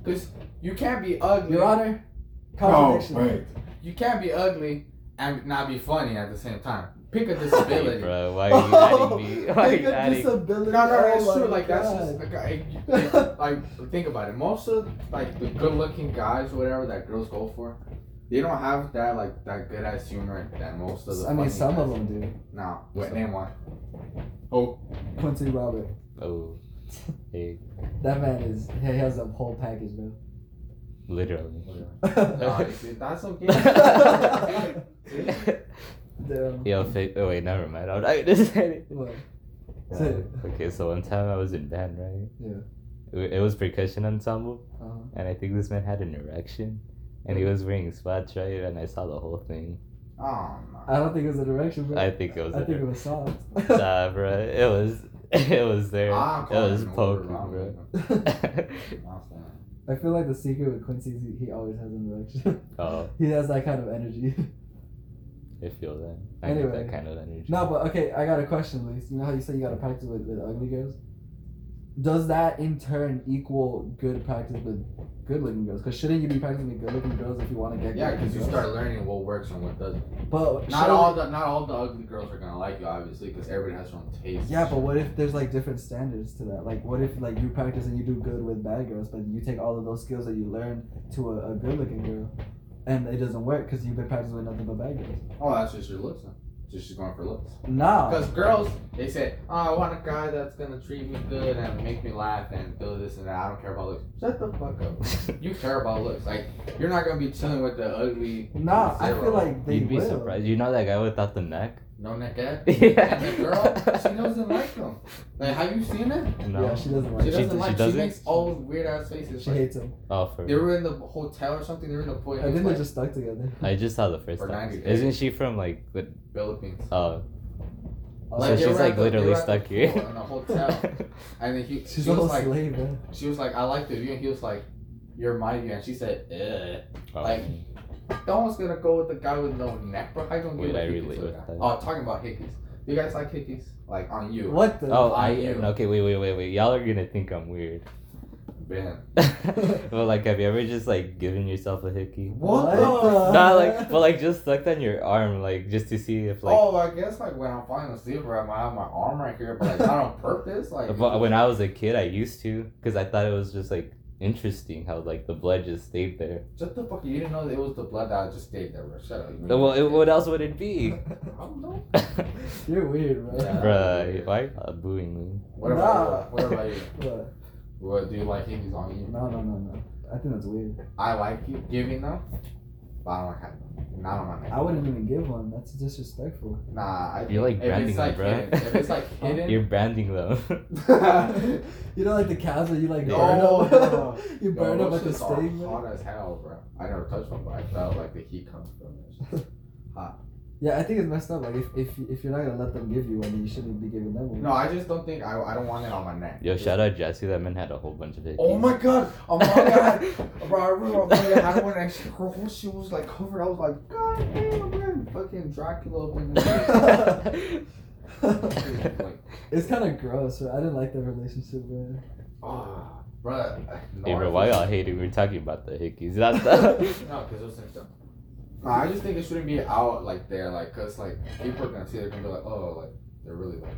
[SPEAKER 3] Cause you can't be ugly.
[SPEAKER 2] Your Honor.
[SPEAKER 3] No,
[SPEAKER 2] Contradiction.
[SPEAKER 3] Oh, wait. You can't be ugly and not be funny at the same time. Pick a
[SPEAKER 1] Hey,
[SPEAKER 3] disability. no,
[SPEAKER 1] bro, why are you adding me? Why are
[SPEAKER 2] Oh, Like
[SPEAKER 1] you
[SPEAKER 2] a
[SPEAKER 1] adding?
[SPEAKER 2] disability.
[SPEAKER 3] no, no,
[SPEAKER 2] Oh
[SPEAKER 3] it's
[SPEAKER 2] my
[SPEAKER 3] true. Like that's just
[SPEAKER 2] God.
[SPEAKER 3] like, I- like, like, think about it. Most of like the good-looking guys, whatever that girls go for, they don't have that like that good-ass humor that most of the.
[SPEAKER 2] I mean,
[SPEAKER 3] funny
[SPEAKER 2] some of
[SPEAKER 3] guys-
[SPEAKER 2] them do.
[SPEAKER 3] No, wait, name one.
[SPEAKER 2] Quincy Robert.
[SPEAKER 1] Oh, hey,
[SPEAKER 2] That man is. He has a whole package, bro.
[SPEAKER 1] literally.
[SPEAKER 3] No, see, that's okay.
[SPEAKER 2] Damn.
[SPEAKER 1] Yo, fa- oh wait, never mind. I'm not gonna say it.
[SPEAKER 2] What?
[SPEAKER 1] Uh, okay, so one time I was in band, right?
[SPEAKER 2] Yeah.
[SPEAKER 1] It, it was percussion ensemble,
[SPEAKER 2] Uh-huh.
[SPEAKER 1] and I think this man had an erection, and he was wearing spats, right? And I saw the whole thing.
[SPEAKER 3] Oh
[SPEAKER 2] I
[SPEAKER 3] no.
[SPEAKER 2] don't think it was a direction, bro.
[SPEAKER 1] I think it was.
[SPEAKER 2] I think
[SPEAKER 1] there.
[SPEAKER 2] it was soft.
[SPEAKER 1] Nah, bro. It was. It was there.
[SPEAKER 3] I'm
[SPEAKER 1] it was
[SPEAKER 3] calling
[SPEAKER 1] poking,
[SPEAKER 3] an Uber,
[SPEAKER 1] bro.
[SPEAKER 3] I'm not saying.
[SPEAKER 2] I feel like the secret with Quincy is he, he always has an erection.
[SPEAKER 1] oh,
[SPEAKER 2] he has that kind of energy.
[SPEAKER 1] I feel that. I get
[SPEAKER 2] Anyway.
[SPEAKER 1] that kind of energy.
[SPEAKER 2] no, but okay, I got a question, Luis. You know how you say you gotta practice with, with ugly girls? Does that in turn equal good practice with good looking girls? Because shouldn't you be practicing with good looking girls if you want to get
[SPEAKER 3] Yeah,
[SPEAKER 2] good
[SPEAKER 3] because you
[SPEAKER 2] looking
[SPEAKER 3] start
[SPEAKER 2] girls?
[SPEAKER 3] learning what works and what doesn't.
[SPEAKER 2] But
[SPEAKER 3] Not
[SPEAKER 2] shouldn't-
[SPEAKER 3] all the not all the ugly girls are gonna like you, obviously, because everybody has their own taste.
[SPEAKER 2] Yeah, but what if there's like different standards to that? Like, what if like you practice and you do good with bad girls, but you take all of those skills that you learned to a, a good-looking girl, and it doesn't work because you've been practicing with nothing but bad girls.
[SPEAKER 3] Oh, that's just your looks. Then. Just she's going for looks.
[SPEAKER 2] Nah,
[SPEAKER 3] Because girls, they say, "Oh, I want a guy that's gonna treat me good and make me laugh and do this and that. I don't care about looks." Shut the fuck up. You care about looks. Like you're not gonna be chilling with the ugly.
[SPEAKER 2] nah. I
[SPEAKER 3] zero.
[SPEAKER 2] feel like they
[SPEAKER 1] You'd be
[SPEAKER 2] will.
[SPEAKER 1] surprised. You know that guy without the neck?
[SPEAKER 3] no neck ass.
[SPEAKER 1] yeah.
[SPEAKER 3] And the girl, she doesn't like them. Like, have you seen it?
[SPEAKER 1] No.
[SPEAKER 2] Yeah, she doesn't like.
[SPEAKER 3] She
[SPEAKER 1] She-
[SPEAKER 2] it.
[SPEAKER 3] doesn't
[SPEAKER 1] she
[SPEAKER 3] like. She,
[SPEAKER 1] doesn't?
[SPEAKER 3] makes all weird ass faces.
[SPEAKER 2] She
[SPEAKER 3] Like,
[SPEAKER 2] hates him.
[SPEAKER 1] oh, for
[SPEAKER 3] They were in the hotel or something. They were in the point.
[SPEAKER 2] I think
[SPEAKER 3] like,
[SPEAKER 2] they just stuck together.
[SPEAKER 1] I just saw the first
[SPEAKER 3] For
[SPEAKER 1] time.
[SPEAKER 3] 90 days.
[SPEAKER 1] Isn't she from like? the-
[SPEAKER 3] Philippines.
[SPEAKER 1] Oh,
[SPEAKER 2] Also,
[SPEAKER 1] so
[SPEAKER 3] they
[SPEAKER 1] she's
[SPEAKER 3] were
[SPEAKER 1] like
[SPEAKER 3] at the- they
[SPEAKER 1] literally
[SPEAKER 3] were at the
[SPEAKER 1] stuck here.
[SPEAKER 3] pool In a hotel, and then he,
[SPEAKER 2] she's
[SPEAKER 3] she
[SPEAKER 2] a
[SPEAKER 3] was
[SPEAKER 2] whole
[SPEAKER 3] like,
[SPEAKER 2] slave, man.
[SPEAKER 3] she was like, I like the view, and he was like, You're my view, and she said, Ugh.
[SPEAKER 1] Oh,
[SPEAKER 3] Like, No one's gonna go with the guy with no neck, bro. I don't give
[SPEAKER 1] Wait,
[SPEAKER 3] a
[SPEAKER 1] I
[SPEAKER 3] hickeys
[SPEAKER 1] relate
[SPEAKER 3] to a
[SPEAKER 1] with
[SPEAKER 3] guy.
[SPEAKER 1] that.
[SPEAKER 3] Oh, talking about hickeys. You guys like hickeys? Like on you,
[SPEAKER 2] What the?
[SPEAKER 1] oh,
[SPEAKER 3] I
[SPEAKER 1] I
[SPEAKER 3] am.
[SPEAKER 1] okay. Wait, wait, wait, wait. Y'all are gonna think I'm weird.
[SPEAKER 3] Ben.
[SPEAKER 1] but like, have you ever just like given yourself a hickey?
[SPEAKER 2] What
[SPEAKER 3] Oh.
[SPEAKER 2] the-
[SPEAKER 1] Not like, but like just sucked on your arm, like just to see if like.
[SPEAKER 3] oh, I guess like when I'm flying a zebra, I might have my arm right here, but like not on purpose. Like
[SPEAKER 1] But when I was a kid, I used to because I thought it was just like interesting how like the blood just stayed there.
[SPEAKER 3] just the fuck you didn't know that it was the blood that I just stayed there, bro. Shut up. you
[SPEAKER 1] Well,
[SPEAKER 3] know.
[SPEAKER 1] it, what else would it be?
[SPEAKER 3] I don't know.
[SPEAKER 2] You're weird, bro.
[SPEAKER 3] Yeah.
[SPEAKER 1] Bruh, why are you all uh, booing me?
[SPEAKER 3] What about you? What about you?
[SPEAKER 2] What?
[SPEAKER 3] What do you like hickeys on you?
[SPEAKER 2] No, no, no, no. I think that's weird.
[SPEAKER 3] I like you giving them, but I don't like having them. Not on my neck.
[SPEAKER 2] I wouldn't even give one. That's disrespectful.
[SPEAKER 3] Nah, I
[SPEAKER 1] You're, like,
[SPEAKER 3] if
[SPEAKER 1] branding
[SPEAKER 3] it's
[SPEAKER 1] them,
[SPEAKER 3] like
[SPEAKER 1] bro.
[SPEAKER 3] Hidden, if it's like hidden,
[SPEAKER 1] You're branding them.
[SPEAKER 2] you know, like the cows that you like burn
[SPEAKER 3] No,
[SPEAKER 2] up.
[SPEAKER 3] no.
[SPEAKER 2] you burn
[SPEAKER 3] Yo,
[SPEAKER 2] up at the
[SPEAKER 3] roaches are
[SPEAKER 2] stake. man.
[SPEAKER 3] Hot as hell, bro. I never touched one, but I felt like the heat comes from it.
[SPEAKER 2] Yeah, I think it's messed up. Like if, if if you're not gonna let them give you one, then you shouldn't be giving them one.
[SPEAKER 3] No, I just don't think I. I don't want it on my neck.
[SPEAKER 1] Yo, shout out Jesse. That man had a whole bunch of hickeys.
[SPEAKER 3] Oh my god! Oh my god! bro, I remember my mother had one and she, her whole shoe was like covered. I was like, god damn, man, fucking Dracula up in there. like,
[SPEAKER 2] it's kind of gross. Bro. I didn't like that relationship, man.
[SPEAKER 3] oh, bro.
[SPEAKER 1] Hey bro, why y'all hating? We're talking about the hickeys. That's the
[SPEAKER 3] No, because it was symptom. Nah, I just think it shouldn't be out like there, like, cause like people are gonna see, it, they're gonna be like, oh, like they're really like.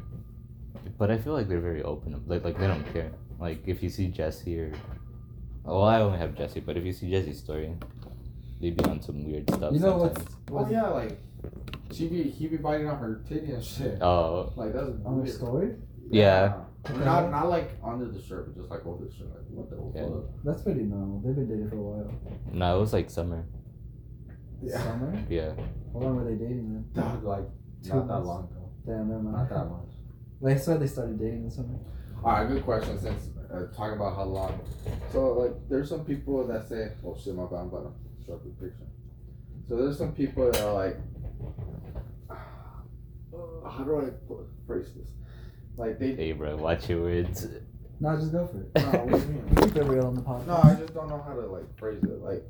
[SPEAKER 1] But I feel like they're very open. Like like they don't care. Like if you see Jesse or well, I only have Jesse, but if you see Jesse's story, they be on some weird stuff.
[SPEAKER 2] You know
[SPEAKER 1] sometimes.
[SPEAKER 2] what's
[SPEAKER 3] Oh
[SPEAKER 2] what's
[SPEAKER 3] yeah, like she be he be biting on her titty and shit.
[SPEAKER 1] Oh
[SPEAKER 3] Like that's
[SPEAKER 2] on her
[SPEAKER 3] weird.
[SPEAKER 2] story?
[SPEAKER 1] yeah.
[SPEAKER 3] Nah. Not not like under the shirt, but just like over the shirt. Like what the
[SPEAKER 1] Yeah.
[SPEAKER 3] fuck?
[SPEAKER 2] That's pretty normal. They've been dating for a while.
[SPEAKER 1] No, it was like summer.
[SPEAKER 3] Yeah.
[SPEAKER 2] Summer?
[SPEAKER 1] Yeah.
[SPEAKER 2] How long were they dating then?
[SPEAKER 3] Dog, like
[SPEAKER 2] Two
[SPEAKER 3] not that
[SPEAKER 2] months.
[SPEAKER 3] long ago.
[SPEAKER 2] Damn, never
[SPEAKER 3] Not
[SPEAKER 2] mind.
[SPEAKER 3] that much.
[SPEAKER 2] Like, I swear they started dating this summer.
[SPEAKER 3] Alright, good question. Since uh, talking about how long, so like there's some people that say, "Oh shit, my bad, I'm about to show up the picture." So there's some people that are like, how do I put- phrase this? Like they.
[SPEAKER 1] Hey bro, watch your words.
[SPEAKER 2] Nah, just go for it.
[SPEAKER 3] No, what do you mean?
[SPEAKER 2] Keep it real on the podcast.
[SPEAKER 3] No, I just don't know how to like phrase it. Like,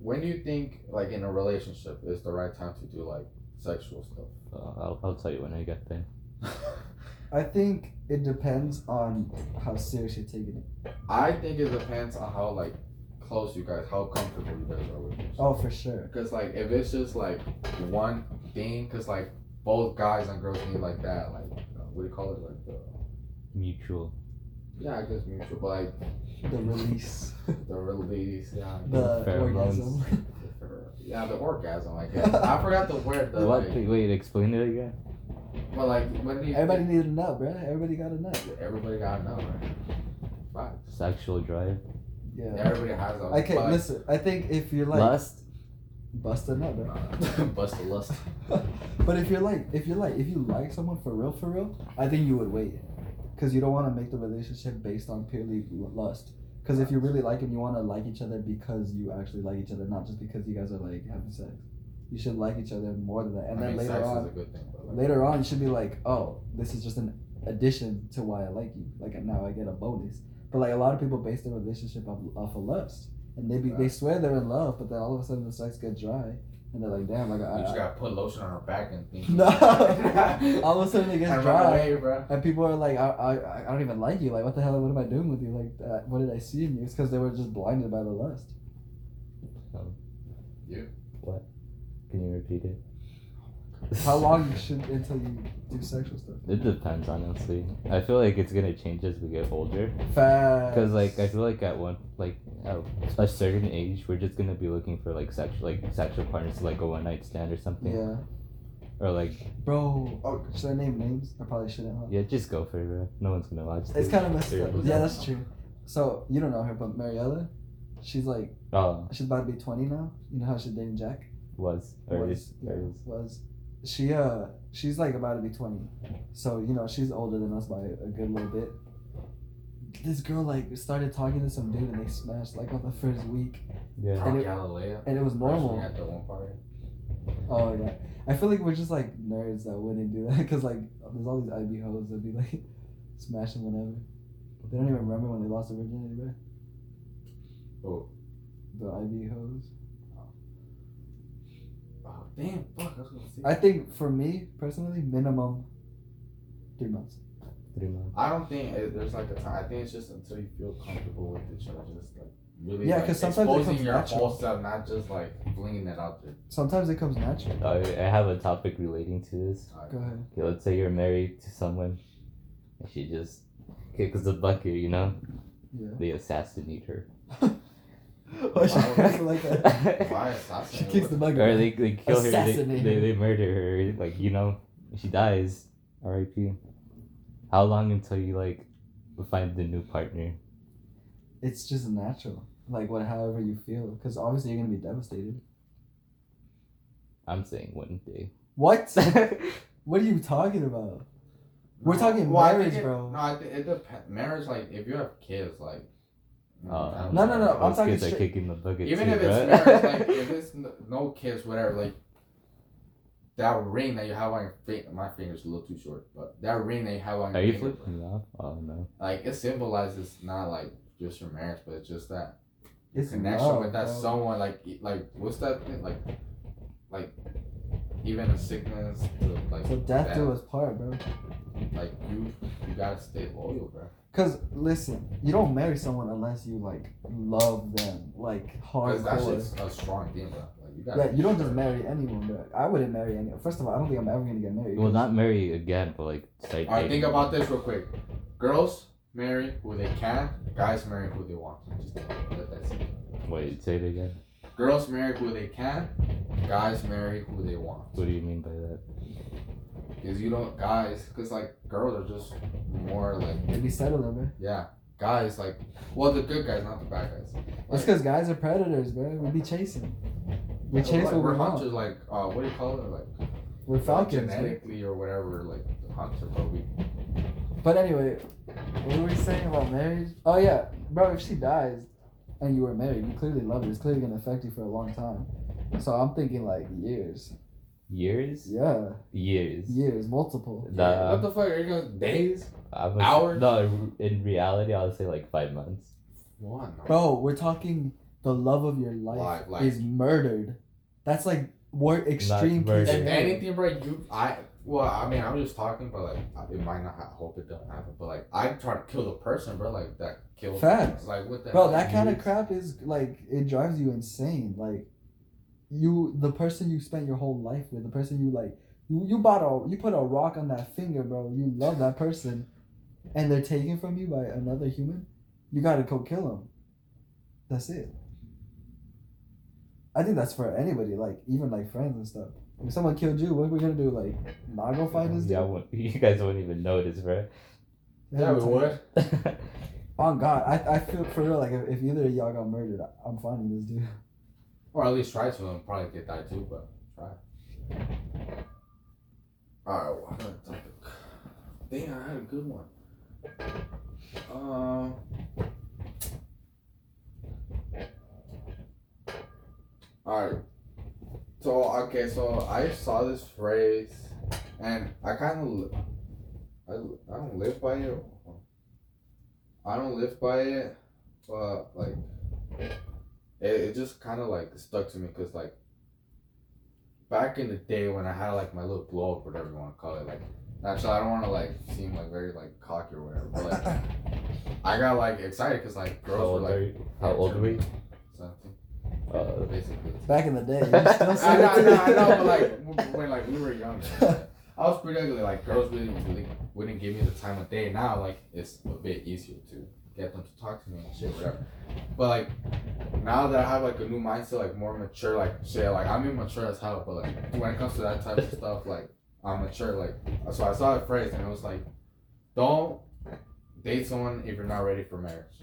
[SPEAKER 3] when do you think like in a relationship is the right time to do like sexual
[SPEAKER 1] Uh, I'll, I'll tell you when I get there.
[SPEAKER 3] stuff?
[SPEAKER 2] I think it depends on how serious you're taking it.
[SPEAKER 3] I think it depends on how like close you guys, how comfortable you guys are with each
[SPEAKER 2] Oh, for sure.
[SPEAKER 3] Cause like if it's just like one thing, cause like both guys and girls need like that, like uh, what do you call it, like the
[SPEAKER 1] Mutual.
[SPEAKER 3] yeah, I guess mutual, but like
[SPEAKER 2] The release,
[SPEAKER 3] the release, yeah, I guess
[SPEAKER 2] the
[SPEAKER 1] Pheromones.
[SPEAKER 2] orgasm.
[SPEAKER 3] the- yeah, the orgasm, I guess. I forgot the word though.
[SPEAKER 1] What?
[SPEAKER 3] like,
[SPEAKER 1] Wait, explain it again.
[SPEAKER 3] but like when do you
[SPEAKER 2] Everybody
[SPEAKER 3] think-
[SPEAKER 2] needed a nut, bro. Everybody got a nut.
[SPEAKER 3] everybody gotta know, right? Facts.
[SPEAKER 1] Sexual drive.
[SPEAKER 2] Yeah.
[SPEAKER 3] Everybody has them.
[SPEAKER 2] Okay,
[SPEAKER 3] but-
[SPEAKER 2] listen. I think if you're like
[SPEAKER 1] Lust.
[SPEAKER 2] bust a nut, bro.
[SPEAKER 3] Uh, bust the lust.
[SPEAKER 2] But if you're like, if you're like, if you like someone for real, for real, I think you would wait, cause you don't want to make the relationship based on purely l- lust. Because if you really like him, you want to like each other because you actually like each other, not just because you guys are like having sex. You should like each other more than that. And
[SPEAKER 3] I
[SPEAKER 2] then
[SPEAKER 3] mean,
[SPEAKER 2] later
[SPEAKER 3] sex
[SPEAKER 2] on,
[SPEAKER 3] is a good thing. But like,
[SPEAKER 2] later on you should be like oh this is just an addition to why i like you like now i get a bonus but like a lot of people base their relationship off, off of lust and they be, they
[SPEAKER 3] Right.
[SPEAKER 2] swear they're in love but then all of a sudden the sex get dry and they're like damn like
[SPEAKER 3] you just
[SPEAKER 2] I,
[SPEAKER 3] gotta put lotion on her back and think.
[SPEAKER 2] uh, No. all of a sudden it
[SPEAKER 3] And
[SPEAKER 2] gets
[SPEAKER 3] run
[SPEAKER 2] dry
[SPEAKER 3] away, bro.
[SPEAKER 2] and people are like I, I i don't even like you like what the hell what am i doing with you like uh, what did i see in you it's because they were just blinded by the lust
[SPEAKER 1] Can you repeat it?
[SPEAKER 2] how long should until you do sexual stuff
[SPEAKER 1] It depends, honestly. I feel like it's gonna change as we get older.
[SPEAKER 2] fast
[SPEAKER 1] Cause like I feel like at one like at a certain age, we're just gonna be looking for like sexual like sexual partners, like a one night stand or something,
[SPEAKER 2] yeah
[SPEAKER 1] or like
[SPEAKER 2] bro oh should i name names i probably shouldn't huh?
[SPEAKER 1] yeah, just go for it. bro. No one's gonna watch.
[SPEAKER 2] It's
[SPEAKER 1] this.
[SPEAKER 2] kind of messed up.
[SPEAKER 1] Seriously.
[SPEAKER 2] Yeah, that's true. So you don't know her, but Mariella, she's like
[SPEAKER 1] Oh,
[SPEAKER 2] she's about to be twenty now. You know how she's dating Jack?
[SPEAKER 1] was or
[SPEAKER 2] was,
[SPEAKER 1] is
[SPEAKER 2] yeah,
[SPEAKER 1] or is.
[SPEAKER 2] was she? Uh, she's like about to be twenty, so you know she's older than us by a good little bit. This girl like started talking to some dude and they smashed like on the first week,
[SPEAKER 1] Yeah.
[SPEAKER 3] From
[SPEAKER 2] And it-
[SPEAKER 3] Galileo.
[SPEAKER 2] and it was
[SPEAKER 3] Actually,
[SPEAKER 2] normal.
[SPEAKER 3] At the one party.
[SPEAKER 2] Oh yeah, I feel like we're just like nerds that wouldn't do that because like there's all these IB hoes that be like smashing whatever. They don't even remember when they lost their virginity, bro.
[SPEAKER 3] Who?
[SPEAKER 2] The IB hoes.
[SPEAKER 3] Oh, damn, fuck, I was gonna say.
[SPEAKER 2] I think for me personally, minimum three months.
[SPEAKER 1] Three months.
[SPEAKER 3] I don't think it, there's like a time. I think it's just until you feel comfortable with each other, just like really.
[SPEAKER 2] Yeah,
[SPEAKER 3] like,
[SPEAKER 2] 'cause sometimes it
[SPEAKER 3] exposing
[SPEAKER 2] comes
[SPEAKER 3] your
[SPEAKER 2] natural.
[SPEAKER 3] whole self, not just like flinging it out there.
[SPEAKER 2] Sometimes it comes natural.
[SPEAKER 1] I, Oh, I have a topic relating to this.
[SPEAKER 3] Alright.
[SPEAKER 2] Go ahead.
[SPEAKER 1] Okay, let's say you're married to someone, and she just kicks the bucket, you know?
[SPEAKER 2] Yeah.
[SPEAKER 1] They assassinate her.
[SPEAKER 2] Why should I feel like that?
[SPEAKER 3] Why
[SPEAKER 2] She
[SPEAKER 3] assassinate?
[SPEAKER 2] kicks the bug.
[SPEAKER 1] or they, they kill her, they,
[SPEAKER 2] Assassinate
[SPEAKER 1] they,
[SPEAKER 2] her.
[SPEAKER 1] they murder her, like, you know, she dies. R.I.P. How long until you, like, find the new partner?
[SPEAKER 2] It's just natural. Like what, however you feel, because obviously you're gonna be devastated.
[SPEAKER 1] I'm saying one day.
[SPEAKER 2] What? what are you talking about? We're talking
[SPEAKER 3] I
[SPEAKER 2] marriage,
[SPEAKER 3] think it-
[SPEAKER 2] bro.
[SPEAKER 3] No, I think it depends. Marriage, like if you have kids, like.
[SPEAKER 2] Mm.
[SPEAKER 1] Oh,
[SPEAKER 3] I don't
[SPEAKER 2] No,
[SPEAKER 3] know.
[SPEAKER 2] no, uh, no, I'm
[SPEAKER 1] Those
[SPEAKER 2] talking
[SPEAKER 1] kids are
[SPEAKER 2] straight-
[SPEAKER 1] kicking the bucket
[SPEAKER 3] Even
[SPEAKER 1] too,
[SPEAKER 3] if
[SPEAKER 1] bruh.
[SPEAKER 3] it's marriage, like if it's n- no kids, whatever, like that ring that you have on your finger, my finger's a little too short, but that ring that you have on your
[SPEAKER 1] Are you
[SPEAKER 3] finger,
[SPEAKER 1] flipping me off? Oh, no.
[SPEAKER 3] like it symbolizes not like just your marriage, but it's just that
[SPEAKER 2] It's
[SPEAKER 3] connection
[SPEAKER 2] love,
[SPEAKER 3] with that
[SPEAKER 2] bro.
[SPEAKER 3] someone. Like e- like what's that thing? Like like even in sickness, to, like
[SPEAKER 2] So death
[SPEAKER 3] that,
[SPEAKER 2] do us part, bro.
[SPEAKER 3] like you you gotta stay loyal, bro.
[SPEAKER 2] Cause listen, you don't marry someone unless you like love them, like
[SPEAKER 3] Because that's
[SPEAKER 2] hardcore.
[SPEAKER 3] just a strong thing, bro. Like you gotta
[SPEAKER 2] Yeah, you don't just marry anyone. Bro. I wouldn't marry anyone. First of all, I don't think I'm ever gonna get married.
[SPEAKER 1] Well, not marry again, but, like, start
[SPEAKER 3] All right, think
[SPEAKER 1] dating.
[SPEAKER 3] about this real quick. Girls marry who they can. Guys marry who they want. Just let that sink in.
[SPEAKER 1] Wait, say it again.
[SPEAKER 3] Girls marry who they can. Guys marry who they want.
[SPEAKER 1] What do you mean by that?
[SPEAKER 3] Cause you don't guys. Cause like girls are just more like
[SPEAKER 2] They be settling, bro.
[SPEAKER 3] yeah. Guys like well the good guys, not the bad guys.
[SPEAKER 2] That's because guys are predators, bro. We be chasing. We chase
[SPEAKER 3] like,
[SPEAKER 2] what we
[SPEAKER 3] we're
[SPEAKER 2] want.
[SPEAKER 3] hunters. Like uh, what do you call it? Like
[SPEAKER 2] We're falcons. bro.
[SPEAKER 3] genetically or whatever. Like the hunter, but we
[SPEAKER 2] But anyway, what were we saying about marriage? Oh yeah, bro. If she dies, and you were married, you clearly love her. It's clearly gonna affect you for a long time. So I'm thinking like years.
[SPEAKER 1] Years?
[SPEAKER 2] Yeah,
[SPEAKER 1] Years.
[SPEAKER 2] years, multiple.
[SPEAKER 1] Nah.
[SPEAKER 3] what the fuck are you gonna days?
[SPEAKER 1] I would-
[SPEAKER 3] Hours?
[SPEAKER 1] No, in reality, I would say like five months.
[SPEAKER 3] One
[SPEAKER 2] Bro, we're talking the love of your life
[SPEAKER 3] Life, life.
[SPEAKER 2] is murdered. That's like more extreme
[SPEAKER 1] murdered.
[SPEAKER 2] case
[SPEAKER 3] If
[SPEAKER 1] Yeah.
[SPEAKER 3] anything, bro, you I well, I mean, I'm just talking, but like, I- it might not. I hope it don't happen, but like, I try to kill the person, bro. Like that kills.
[SPEAKER 2] Facts.
[SPEAKER 3] Like what the
[SPEAKER 2] Bro,
[SPEAKER 3] hell?
[SPEAKER 2] that kind of
[SPEAKER 1] Years.
[SPEAKER 2] crap is like it drives you insane. Like you the person you spent your whole life with, the person you like you, you bought a you put a rock on that finger, bro. You love that person and they're taken from you by another human, you gotta go kill them. That's it. I think that's for anybody, like even like friends and stuff. If someone killed you, what are we gonna do? Like not go find this
[SPEAKER 1] Yeah, I
[SPEAKER 2] dude?
[SPEAKER 1] won't- you guys wouldn't even notice, bro.
[SPEAKER 3] Yeah, we would.
[SPEAKER 2] On Oh, God, I, I feel for real like if, if either of y'all got murdered, I- I'm finding this dude.
[SPEAKER 3] Or at least try to, and probably get that too, but try. All right, what other topic? Dang, I had a good one. Um, All right. So okay, so I saw this phrase, and I kind of, I, I don't live by it. I don't live by it, but like, it, it just kind of like stuck to me because like, back in the day when I had like my little blow up, whatever you want to call it, like, actually I don't want to like seem like very like cocky or whatever, but like, I got like excited because like
[SPEAKER 1] How
[SPEAKER 3] girls
[SPEAKER 1] old
[SPEAKER 3] were
[SPEAKER 1] are
[SPEAKER 3] like
[SPEAKER 1] you? How old are we?
[SPEAKER 3] something
[SPEAKER 1] Uh,
[SPEAKER 3] basically.
[SPEAKER 2] Back in the day, you still see
[SPEAKER 3] I know, I
[SPEAKER 2] it
[SPEAKER 3] know,
[SPEAKER 2] today.
[SPEAKER 3] I know, but like w- when like we were younger, I was pretty ugly. Like girls really, really wouldn't give me the time of day. Now like it's a bit easier to get them to talk to me and shit, whatever. But like now that I have like a new mindset, like more mature, like shit, like I'm immature as hell. But like when it comes to that type of stuff, like I'm mature. Like so, I saw a phrase and it was like, don't date someone if you're not ready for marriage.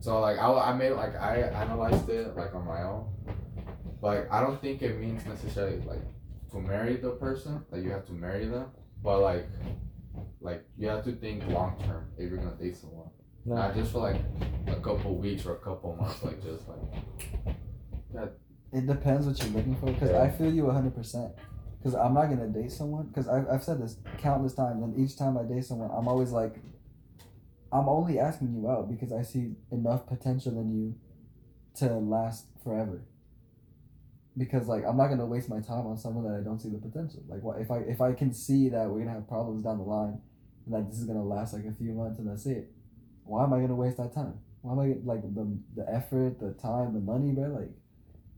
[SPEAKER 3] So like I, I made like I analyzed it like on my own. Like I don't think it means necessarily like to marry the person like you have to marry them, but like like you have to think long term if you're gonna date someone.
[SPEAKER 1] No.
[SPEAKER 3] Not just for like a couple weeks or a couple months, like just like
[SPEAKER 2] It depends what you're looking for, because I feel you 100%. Because I'm not going to date someone, because I've, I've said this countless times, and each time I date someone, I'm always like, I'm only asking you out because I see enough potential in you to last forever. Because like I'm not gonna waste my time on someone that I don't see the potential. Like what if I if I can see that we're gonna have problems down the line, and that this is gonna last like a few months and that's it. Why am I gonna waste that time? Why am I gonna- like the the effort, the time, the money, bro? Like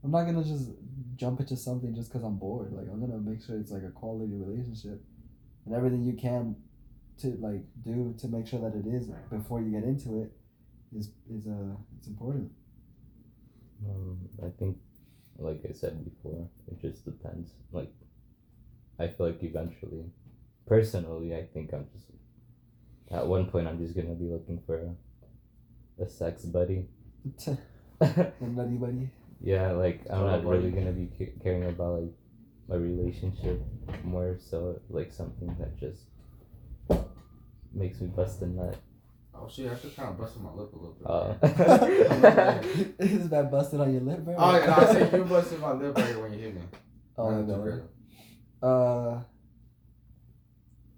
[SPEAKER 2] I'm not gonna just jump into something just because I'm bored. Like I'm gonna make sure it's like a quality relationship, and everything you can to like do to make sure that it is before you get into it is is uh it's important.
[SPEAKER 1] Um, I think, like I said before, it just depends. Like, I feel like eventually, personally, I think I'm just at one point I'm just gonna be looking for a, a sex buddy.
[SPEAKER 2] And buddy buddy,
[SPEAKER 1] yeah, like I'm
[SPEAKER 3] Total
[SPEAKER 1] not really
[SPEAKER 3] buddy.
[SPEAKER 1] gonna be ca- caring about like my relationship more so like something that just makes me bust a nut.
[SPEAKER 3] oh shit, I should kind of busted my lip a little bit.
[SPEAKER 1] Uh,
[SPEAKER 2] is that busted on your lip, bro?
[SPEAKER 3] oh yeah, no, I said you busted my lip right when you hit me.
[SPEAKER 2] Oh,
[SPEAKER 3] Not
[SPEAKER 2] my
[SPEAKER 3] too
[SPEAKER 2] bad.
[SPEAKER 3] bad.
[SPEAKER 2] Uh,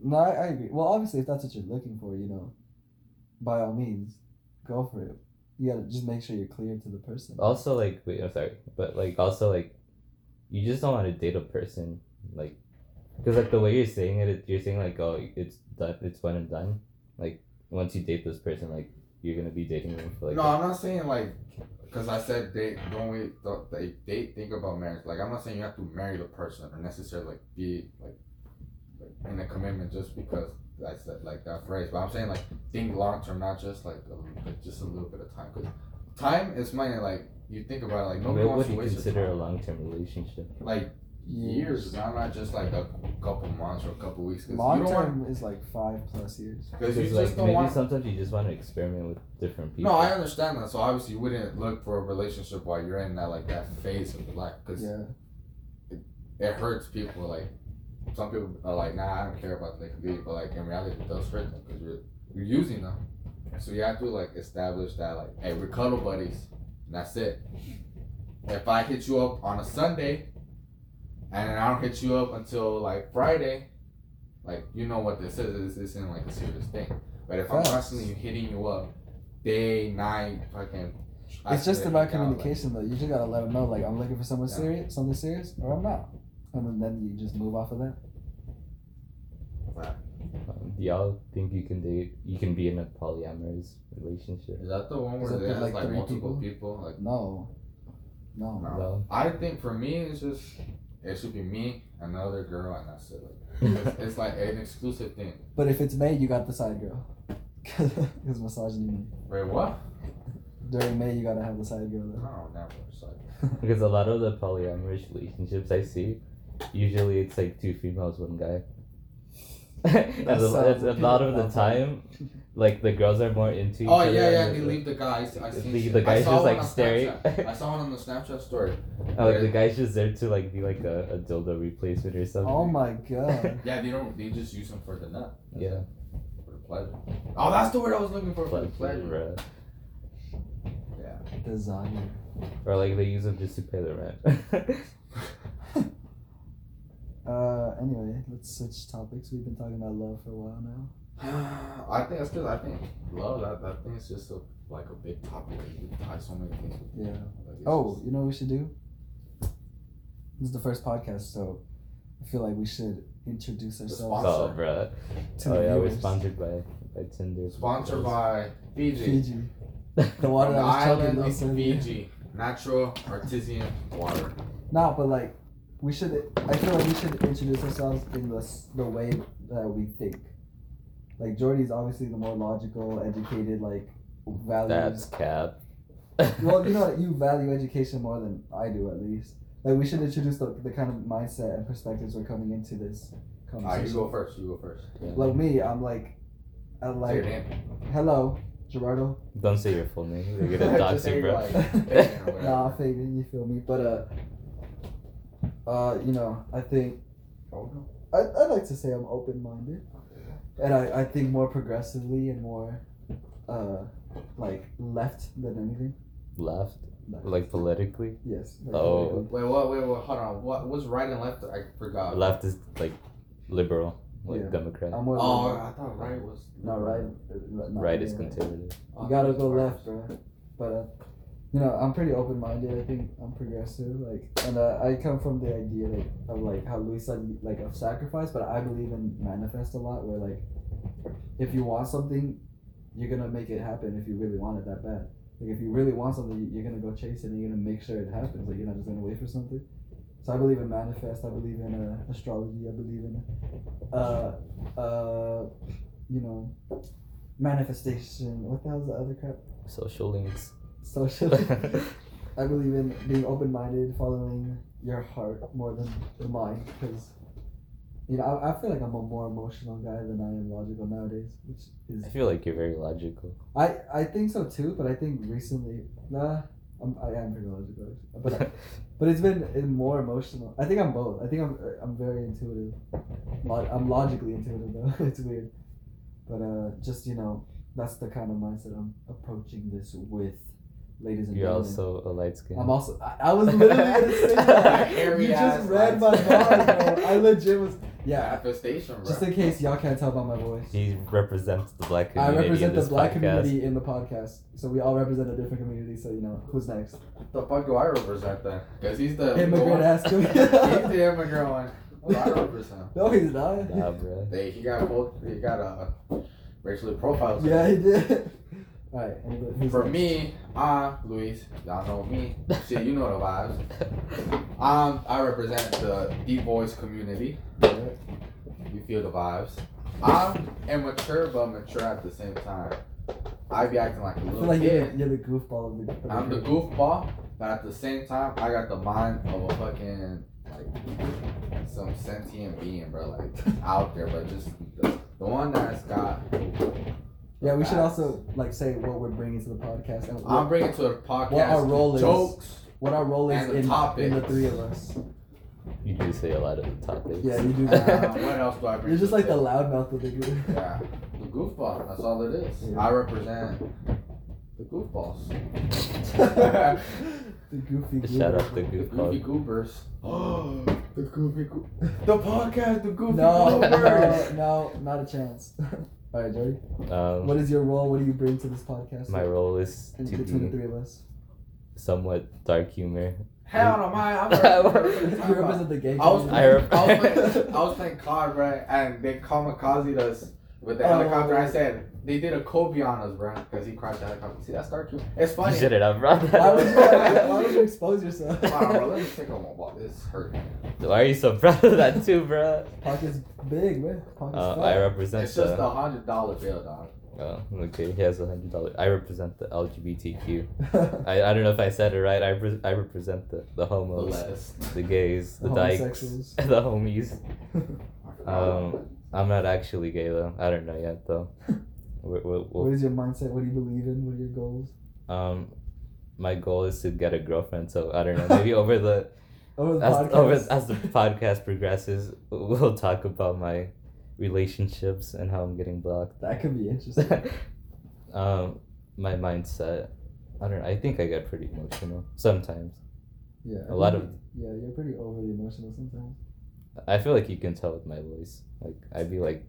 [SPEAKER 2] no, I, I agree. Well, obviously, if that's what you're looking for, you know, by all means, go for it. You gotta just make sure you're clear to the person.
[SPEAKER 1] also like wait i'm sorry but like also like you just don't want to date a person like because like the way you're saying it, it you're saying like oh it's done it's one and done like once you date this person like you're gonna be dating them for like
[SPEAKER 3] no, I'm not saying like, cause I said date. Don't we? Don't, they date. Think about marriage. Like I'm not saying you have to marry the person or necessarily like be like, like in a commitment just because I said like that phrase. But I'm saying like think long term, not just like a, little bit- just a little bit of time. Cause time is money. Like you think about it, like nobody
[SPEAKER 1] what
[SPEAKER 3] wants
[SPEAKER 1] would
[SPEAKER 3] to
[SPEAKER 1] you
[SPEAKER 3] waste your
[SPEAKER 1] consider a
[SPEAKER 3] time.
[SPEAKER 1] long-term relationship
[SPEAKER 3] Like years, not not just like a couple months or a couple weeks. Cause you
[SPEAKER 2] Long
[SPEAKER 3] don't want.
[SPEAKER 2] term is like five plus years.
[SPEAKER 3] Cause you
[SPEAKER 1] because
[SPEAKER 3] just
[SPEAKER 1] like
[SPEAKER 3] don't
[SPEAKER 1] maybe
[SPEAKER 3] want.
[SPEAKER 1] sometimes you just want to experiment with different people
[SPEAKER 3] No, I understand that. So obviously, you wouldn't look for a relationship while you're in that like that phase of your life because
[SPEAKER 2] Yeah.
[SPEAKER 3] it hurts people. Like some people are like, "Nah, I don't care about the community," but like in reality, it does hurt them because you're you're using them. So you have to like establish that like, "Hey, we're cuddle buddies, and that's it." If I hit you up on a Sunday, and I don't hit you up until like Friday, like you know what this is. This isn't like a serious thing. But if I'm
[SPEAKER 2] Facts.
[SPEAKER 3] constantly hitting you up day, night, fucking.
[SPEAKER 2] It's just
[SPEAKER 3] accidentally
[SPEAKER 2] about
[SPEAKER 3] down, like-
[SPEAKER 2] communication, though. You just gotta let them know, like, I'm looking for someone
[SPEAKER 3] Yeah.
[SPEAKER 2] serious, something serious, or I'm not. And then, then you just move off of that.
[SPEAKER 1] um, do y'all think you can date you can be in a polyamorous relationship
[SPEAKER 3] Is that the one
[SPEAKER 2] Is
[SPEAKER 3] where
[SPEAKER 2] that
[SPEAKER 3] they
[SPEAKER 2] the,
[SPEAKER 3] have
[SPEAKER 2] like,
[SPEAKER 3] like,
[SPEAKER 2] the
[SPEAKER 3] multiple
[SPEAKER 2] multiple?
[SPEAKER 3] people? Like,
[SPEAKER 2] No. No.
[SPEAKER 3] No.
[SPEAKER 1] no
[SPEAKER 3] I think for me, it's just it should be me, another girl, and that's it. Like, it's, it's like an exclusive thing.
[SPEAKER 2] But if it's May, you got the side girl. Because misogyny. man.
[SPEAKER 3] Wait, what?
[SPEAKER 2] During May, you gotta have the side girl, though.
[SPEAKER 3] No, never. It's like,
[SPEAKER 1] because a lot of the polyamorous relationships I see, usually it's like two females, one guy. and a,
[SPEAKER 2] sounds
[SPEAKER 1] a lot of the
[SPEAKER 2] awful.
[SPEAKER 1] time, like the girls are more into. each
[SPEAKER 3] oh
[SPEAKER 1] other
[SPEAKER 3] yeah, yeah.
[SPEAKER 1] and
[SPEAKER 3] They
[SPEAKER 1] the-
[SPEAKER 3] leave the guys. I seen
[SPEAKER 1] the-
[SPEAKER 3] shit.
[SPEAKER 1] the
[SPEAKER 3] I
[SPEAKER 1] guy's
[SPEAKER 3] saw
[SPEAKER 1] just,
[SPEAKER 3] one
[SPEAKER 1] like,
[SPEAKER 3] on
[SPEAKER 1] staring.
[SPEAKER 3] Snapchat. I saw one on the Snapchat story.
[SPEAKER 1] and, like uh, the guy's just there to like be like a, a dildo replacement or something.
[SPEAKER 2] Oh my god.
[SPEAKER 3] Yeah, they don't. They just use them for the nut. That's
[SPEAKER 1] Yeah.
[SPEAKER 3] it, For the pleasure. Oh, that's the word I was looking for. For the
[SPEAKER 1] Pleasure,
[SPEAKER 3] pleasure.
[SPEAKER 1] bruh.
[SPEAKER 2] The Desire.
[SPEAKER 1] or like they use them just to pay the rent.
[SPEAKER 2] Uh, anyway, let's switch topics. We've been talking about love for a while now.
[SPEAKER 3] I think that's because I think love. That that thing is just a like a big topic. Like, You tie so many things. with
[SPEAKER 2] Yeah.
[SPEAKER 3] love, like, it's
[SPEAKER 2] Oh,
[SPEAKER 3] just-
[SPEAKER 2] you know what we should do? This is the first podcast, so I feel like we should introduce ourselves
[SPEAKER 3] sponsor.
[SPEAKER 1] oh, bro.
[SPEAKER 2] to
[SPEAKER 1] Oh
[SPEAKER 2] the
[SPEAKER 1] yeah, we're
[SPEAKER 2] viewers.
[SPEAKER 1] sponsored by by Tinder.
[SPEAKER 3] sponsored by Fiji.
[SPEAKER 2] Fiji. The
[SPEAKER 1] the
[SPEAKER 2] water
[SPEAKER 3] From the
[SPEAKER 2] that was
[SPEAKER 3] island
[SPEAKER 2] chugging
[SPEAKER 3] of
[SPEAKER 2] us earlier.
[SPEAKER 3] Fiji, natural artisan water.
[SPEAKER 2] No, but like, we should. I feel like we should introduce ourselves in the s- the way that we think. Like Jordy's obviously the more logical, educated, like values.
[SPEAKER 1] That's cap.
[SPEAKER 2] well, you know what? You value education more than I do, at least. Like we should introduce the, the kind of mindset and perspectives we're coming into this
[SPEAKER 3] Ah, you
[SPEAKER 2] conversation.
[SPEAKER 3] go first. You go first.
[SPEAKER 2] like me, I'm like, I
[SPEAKER 3] Say your
[SPEAKER 2] like,
[SPEAKER 3] name.
[SPEAKER 2] hello, Gerardo.
[SPEAKER 1] Don't say your full name. They're gonna
[SPEAKER 3] Just
[SPEAKER 1] dox
[SPEAKER 3] say
[SPEAKER 1] you, bro.
[SPEAKER 3] like, Fabian or whatever.
[SPEAKER 2] Nah, Fabian, you feel me? But uh, uh, you know, I think
[SPEAKER 3] Oh, no.
[SPEAKER 2] I I like to say I'm open-minded. and I, I think more progressively and more uh like left than anything
[SPEAKER 1] Left,
[SPEAKER 2] Left.
[SPEAKER 1] like politically.
[SPEAKER 2] yes like
[SPEAKER 1] Oh.
[SPEAKER 2] politically.
[SPEAKER 3] Wait, what? Wait, what? Hold on. What? What's right and left? I forgot.
[SPEAKER 1] Left is like liberal, like
[SPEAKER 2] Yeah.
[SPEAKER 1] Democrat.
[SPEAKER 2] I'm more
[SPEAKER 3] Oh,
[SPEAKER 2] oh,
[SPEAKER 3] I thought right was. Oh,
[SPEAKER 2] not right uh, not
[SPEAKER 1] right is
[SPEAKER 2] anyway.
[SPEAKER 1] conservative.
[SPEAKER 2] you gotta go left bro but uh, you know I'm pretty open-minded I think I'm progressive like and uh, I come from the idea like, of like how Louis said like of sacrifice but I believe in manifest a lot where like if you want something you're gonna make it happen if you really want it that bad. Like if you really want something, you- you're gonna go chase it and you're gonna make sure it happens. Like you're not just gonna wait for something. So I believe in manifest. I believe in uh, astrology. I believe in, uh, uh, you know, manifestation. What the hell's the other crap?
[SPEAKER 1] Social links.
[SPEAKER 2] Social. I believe in being open-minded, following your heart more than the mind, because. You know, I, I feel like I'm a more emotional guy than I am logical nowadays, which is
[SPEAKER 1] I feel like you're very logical.
[SPEAKER 2] I I think so too, but I think recently, nah, I'm, I am pretty logical, but but it's been it's more emotional. I think I'm both. I think I'm I'm very intuitive. Lo- I'm logically intuitive though. it's weird, but uh, just you know, that's the kind of mindset I'm approaching this with, ladies and
[SPEAKER 1] you're
[SPEAKER 2] gentlemen.
[SPEAKER 1] also a light skin.
[SPEAKER 2] I'm also. I, I was literally gonna say that.
[SPEAKER 3] Hairy
[SPEAKER 2] you just
[SPEAKER 3] ass
[SPEAKER 2] read my
[SPEAKER 3] lights.
[SPEAKER 2] bars, bro. I legit was. Yeah.
[SPEAKER 3] Manifestation, bro.
[SPEAKER 2] Just in case y'all can't tell by my voice.
[SPEAKER 1] He represents the black
[SPEAKER 2] I
[SPEAKER 1] community.
[SPEAKER 2] represent
[SPEAKER 1] in
[SPEAKER 2] the
[SPEAKER 1] this
[SPEAKER 2] black
[SPEAKER 1] podcast.
[SPEAKER 2] community in the podcast, so we all represent a different community. So you know who's next?
[SPEAKER 3] the fuck do I represent then? Because he's the
[SPEAKER 2] Immigrant
[SPEAKER 3] one-
[SPEAKER 2] ass
[SPEAKER 3] He's
[SPEAKER 2] community.
[SPEAKER 3] the immigrant one. What do I represent?
[SPEAKER 2] no, he's not.
[SPEAKER 1] Nah, bro.
[SPEAKER 3] They, he got both. He got uh, racially profiled.
[SPEAKER 2] yeah, he did. all right. and who's
[SPEAKER 3] For
[SPEAKER 2] next?
[SPEAKER 3] me, I'm Luis. Y'all know me. Shit, you know the vibes. Um, I represent the D boys community.
[SPEAKER 2] Alright.
[SPEAKER 3] You feel the vibes. I'm immature but mature at the same time. I be acting like a
[SPEAKER 2] I feel
[SPEAKER 3] little
[SPEAKER 2] like you're,
[SPEAKER 3] kid.
[SPEAKER 2] the- you're the goofball of the. of the
[SPEAKER 3] I'm the
[SPEAKER 2] group.
[SPEAKER 3] goofball, but at the same time, I got the mind of a fucking like some sentient being, bro. Like out there, but just the, the one that's got.
[SPEAKER 2] Yeah, we should also like say what we're bringing to the podcast and
[SPEAKER 3] I'm
[SPEAKER 2] what,
[SPEAKER 3] bringing to the podcast
[SPEAKER 2] What our role is.
[SPEAKER 3] jokes.
[SPEAKER 2] what our role is
[SPEAKER 3] and the
[SPEAKER 2] in, in the
[SPEAKER 3] topics.
[SPEAKER 2] three of us.
[SPEAKER 1] You do say a lot of the topics.
[SPEAKER 2] Yeah, you do.
[SPEAKER 3] Uh,
[SPEAKER 2] That.
[SPEAKER 3] what else do I bring?
[SPEAKER 2] you're just
[SPEAKER 3] to
[SPEAKER 2] like the
[SPEAKER 3] table?
[SPEAKER 2] loudmouth of the group.
[SPEAKER 3] Yeah, the goofball. That's all it is.
[SPEAKER 2] Yeah.
[SPEAKER 3] I represent the goofballs,
[SPEAKER 2] the goofy. group.
[SPEAKER 1] Shout out the
[SPEAKER 3] the goofy
[SPEAKER 1] goofball.
[SPEAKER 3] goobers. Oh, the goofy goo. The podcast, the goofy
[SPEAKER 2] No, no,
[SPEAKER 3] goobers.
[SPEAKER 2] no, not a chance. All right, Jordy.
[SPEAKER 1] Um,
[SPEAKER 2] What is your role? What do you bring to this podcast?
[SPEAKER 1] my role is
[SPEAKER 2] And
[SPEAKER 1] to
[SPEAKER 2] between
[SPEAKER 1] be
[SPEAKER 2] the three of us,
[SPEAKER 1] somewhat dark humor.
[SPEAKER 3] Hell no, man. I'm
[SPEAKER 2] you
[SPEAKER 3] already-
[SPEAKER 2] represent the gay.
[SPEAKER 3] I was,
[SPEAKER 1] I rep-
[SPEAKER 3] I was playing, I was playing COD, right? And they kamikazed us with the
[SPEAKER 2] Oh.
[SPEAKER 3] helicopter. I said they did a Kobe on us, bro, because he crashed the helicopter. See, that's dark. humor. It's funny.
[SPEAKER 1] You Shut it up, bro.
[SPEAKER 2] why, would you,
[SPEAKER 3] was-
[SPEAKER 2] why would you expose yourself?
[SPEAKER 3] Wow, bro, let me take a moment. This hurt.
[SPEAKER 1] Why are you so proud of that too, bro?
[SPEAKER 2] Pocket's big, man. Pocket's
[SPEAKER 1] Uh,
[SPEAKER 2] fat.
[SPEAKER 1] I represent
[SPEAKER 3] It's just
[SPEAKER 1] the.
[SPEAKER 3] a hundred dollar bill, dog.
[SPEAKER 1] Oh, okay. He has a hundred dollars. I represent the LGBTQ. I, I don't know if I said it right. I, re- I represent the, the
[SPEAKER 3] The
[SPEAKER 1] homos,
[SPEAKER 3] less.
[SPEAKER 1] the gays, the,
[SPEAKER 2] The
[SPEAKER 1] dykes,
[SPEAKER 2] homosexuals.
[SPEAKER 1] the homies. Um, I'm not actually gay though. I don't know yet though. we we we'll,
[SPEAKER 2] what is your mindset? What do you believe in? What are your goals?
[SPEAKER 1] um, my goal is to get a girlfriend. So I don't know. Maybe over the
[SPEAKER 2] Over the
[SPEAKER 1] as,
[SPEAKER 2] podcast.
[SPEAKER 1] over, as the podcast progresses, we'll talk about my relationships and how I'm getting blocked.
[SPEAKER 2] that could be interesting.
[SPEAKER 1] um, my mindset. I don't know. I think I get pretty emotional sometimes.
[SPEAKER 2] Yeah. I
[SPEAKER 1] A lot
[SPEAKER 2] think
[SPEAKER 1] of-
[SPEAKER 2] you- Yeah, you're pretty overly emotional sometimes.
[SPEAKER 1] I feel like you can tell with my voice. Like I'd be like,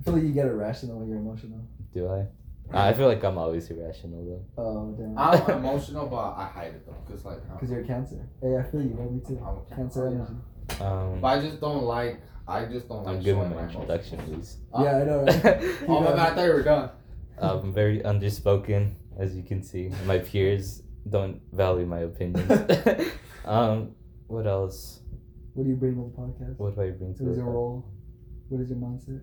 [SPEAKER 2] I feel like you get irrational when you're emotional.
[SPEAKER 1] do I? I feel like I'm always irrational though.
[SPEAKER 2] Oh damn.
[SPEAKER 3] I'm emotional, but I hide it though, cause like I'm,
[SPEAKER 2] Because you're a cancer. Hey, I feel you, bro. Me too.
[SPEAKER 3] I'm a
[SPEAKER 2] Cancer
[SPEAKER 3] yeah.
[SPEAKER 2] energy.
[SPEAKER 1] Um,
[SPEAKER 3] But I just don't like. I just don't like
[SPEAKER 1] I'm
[SPEAKER 3] showing
[SPEAKER 1] giving
[SPEAKER 3] my
[SPEAKER 1] an
[SPEAKER 3] emotions.
[SPEAKER 1] introduction, please.
[SPEAKER 3] Uh,
[SPEAKER 2] yeah, I know. Right?
[SPEAKER 3] Oh my
[SPEAKER 2] Yeah.
[SPEAKER 3] god, I thought you were done.
[SPEAKER 1] I'm Um, very underspoken, as you can see. My peers don't value my opinions. um, what else?
[SPEAKER 2] What do you bring to the podcast?
[SPEAKER 1] What do I bring to
[SPEAKER 2] What is
[SPEAKER 1] the
[SPEAKER 2] your role? What is your mindset?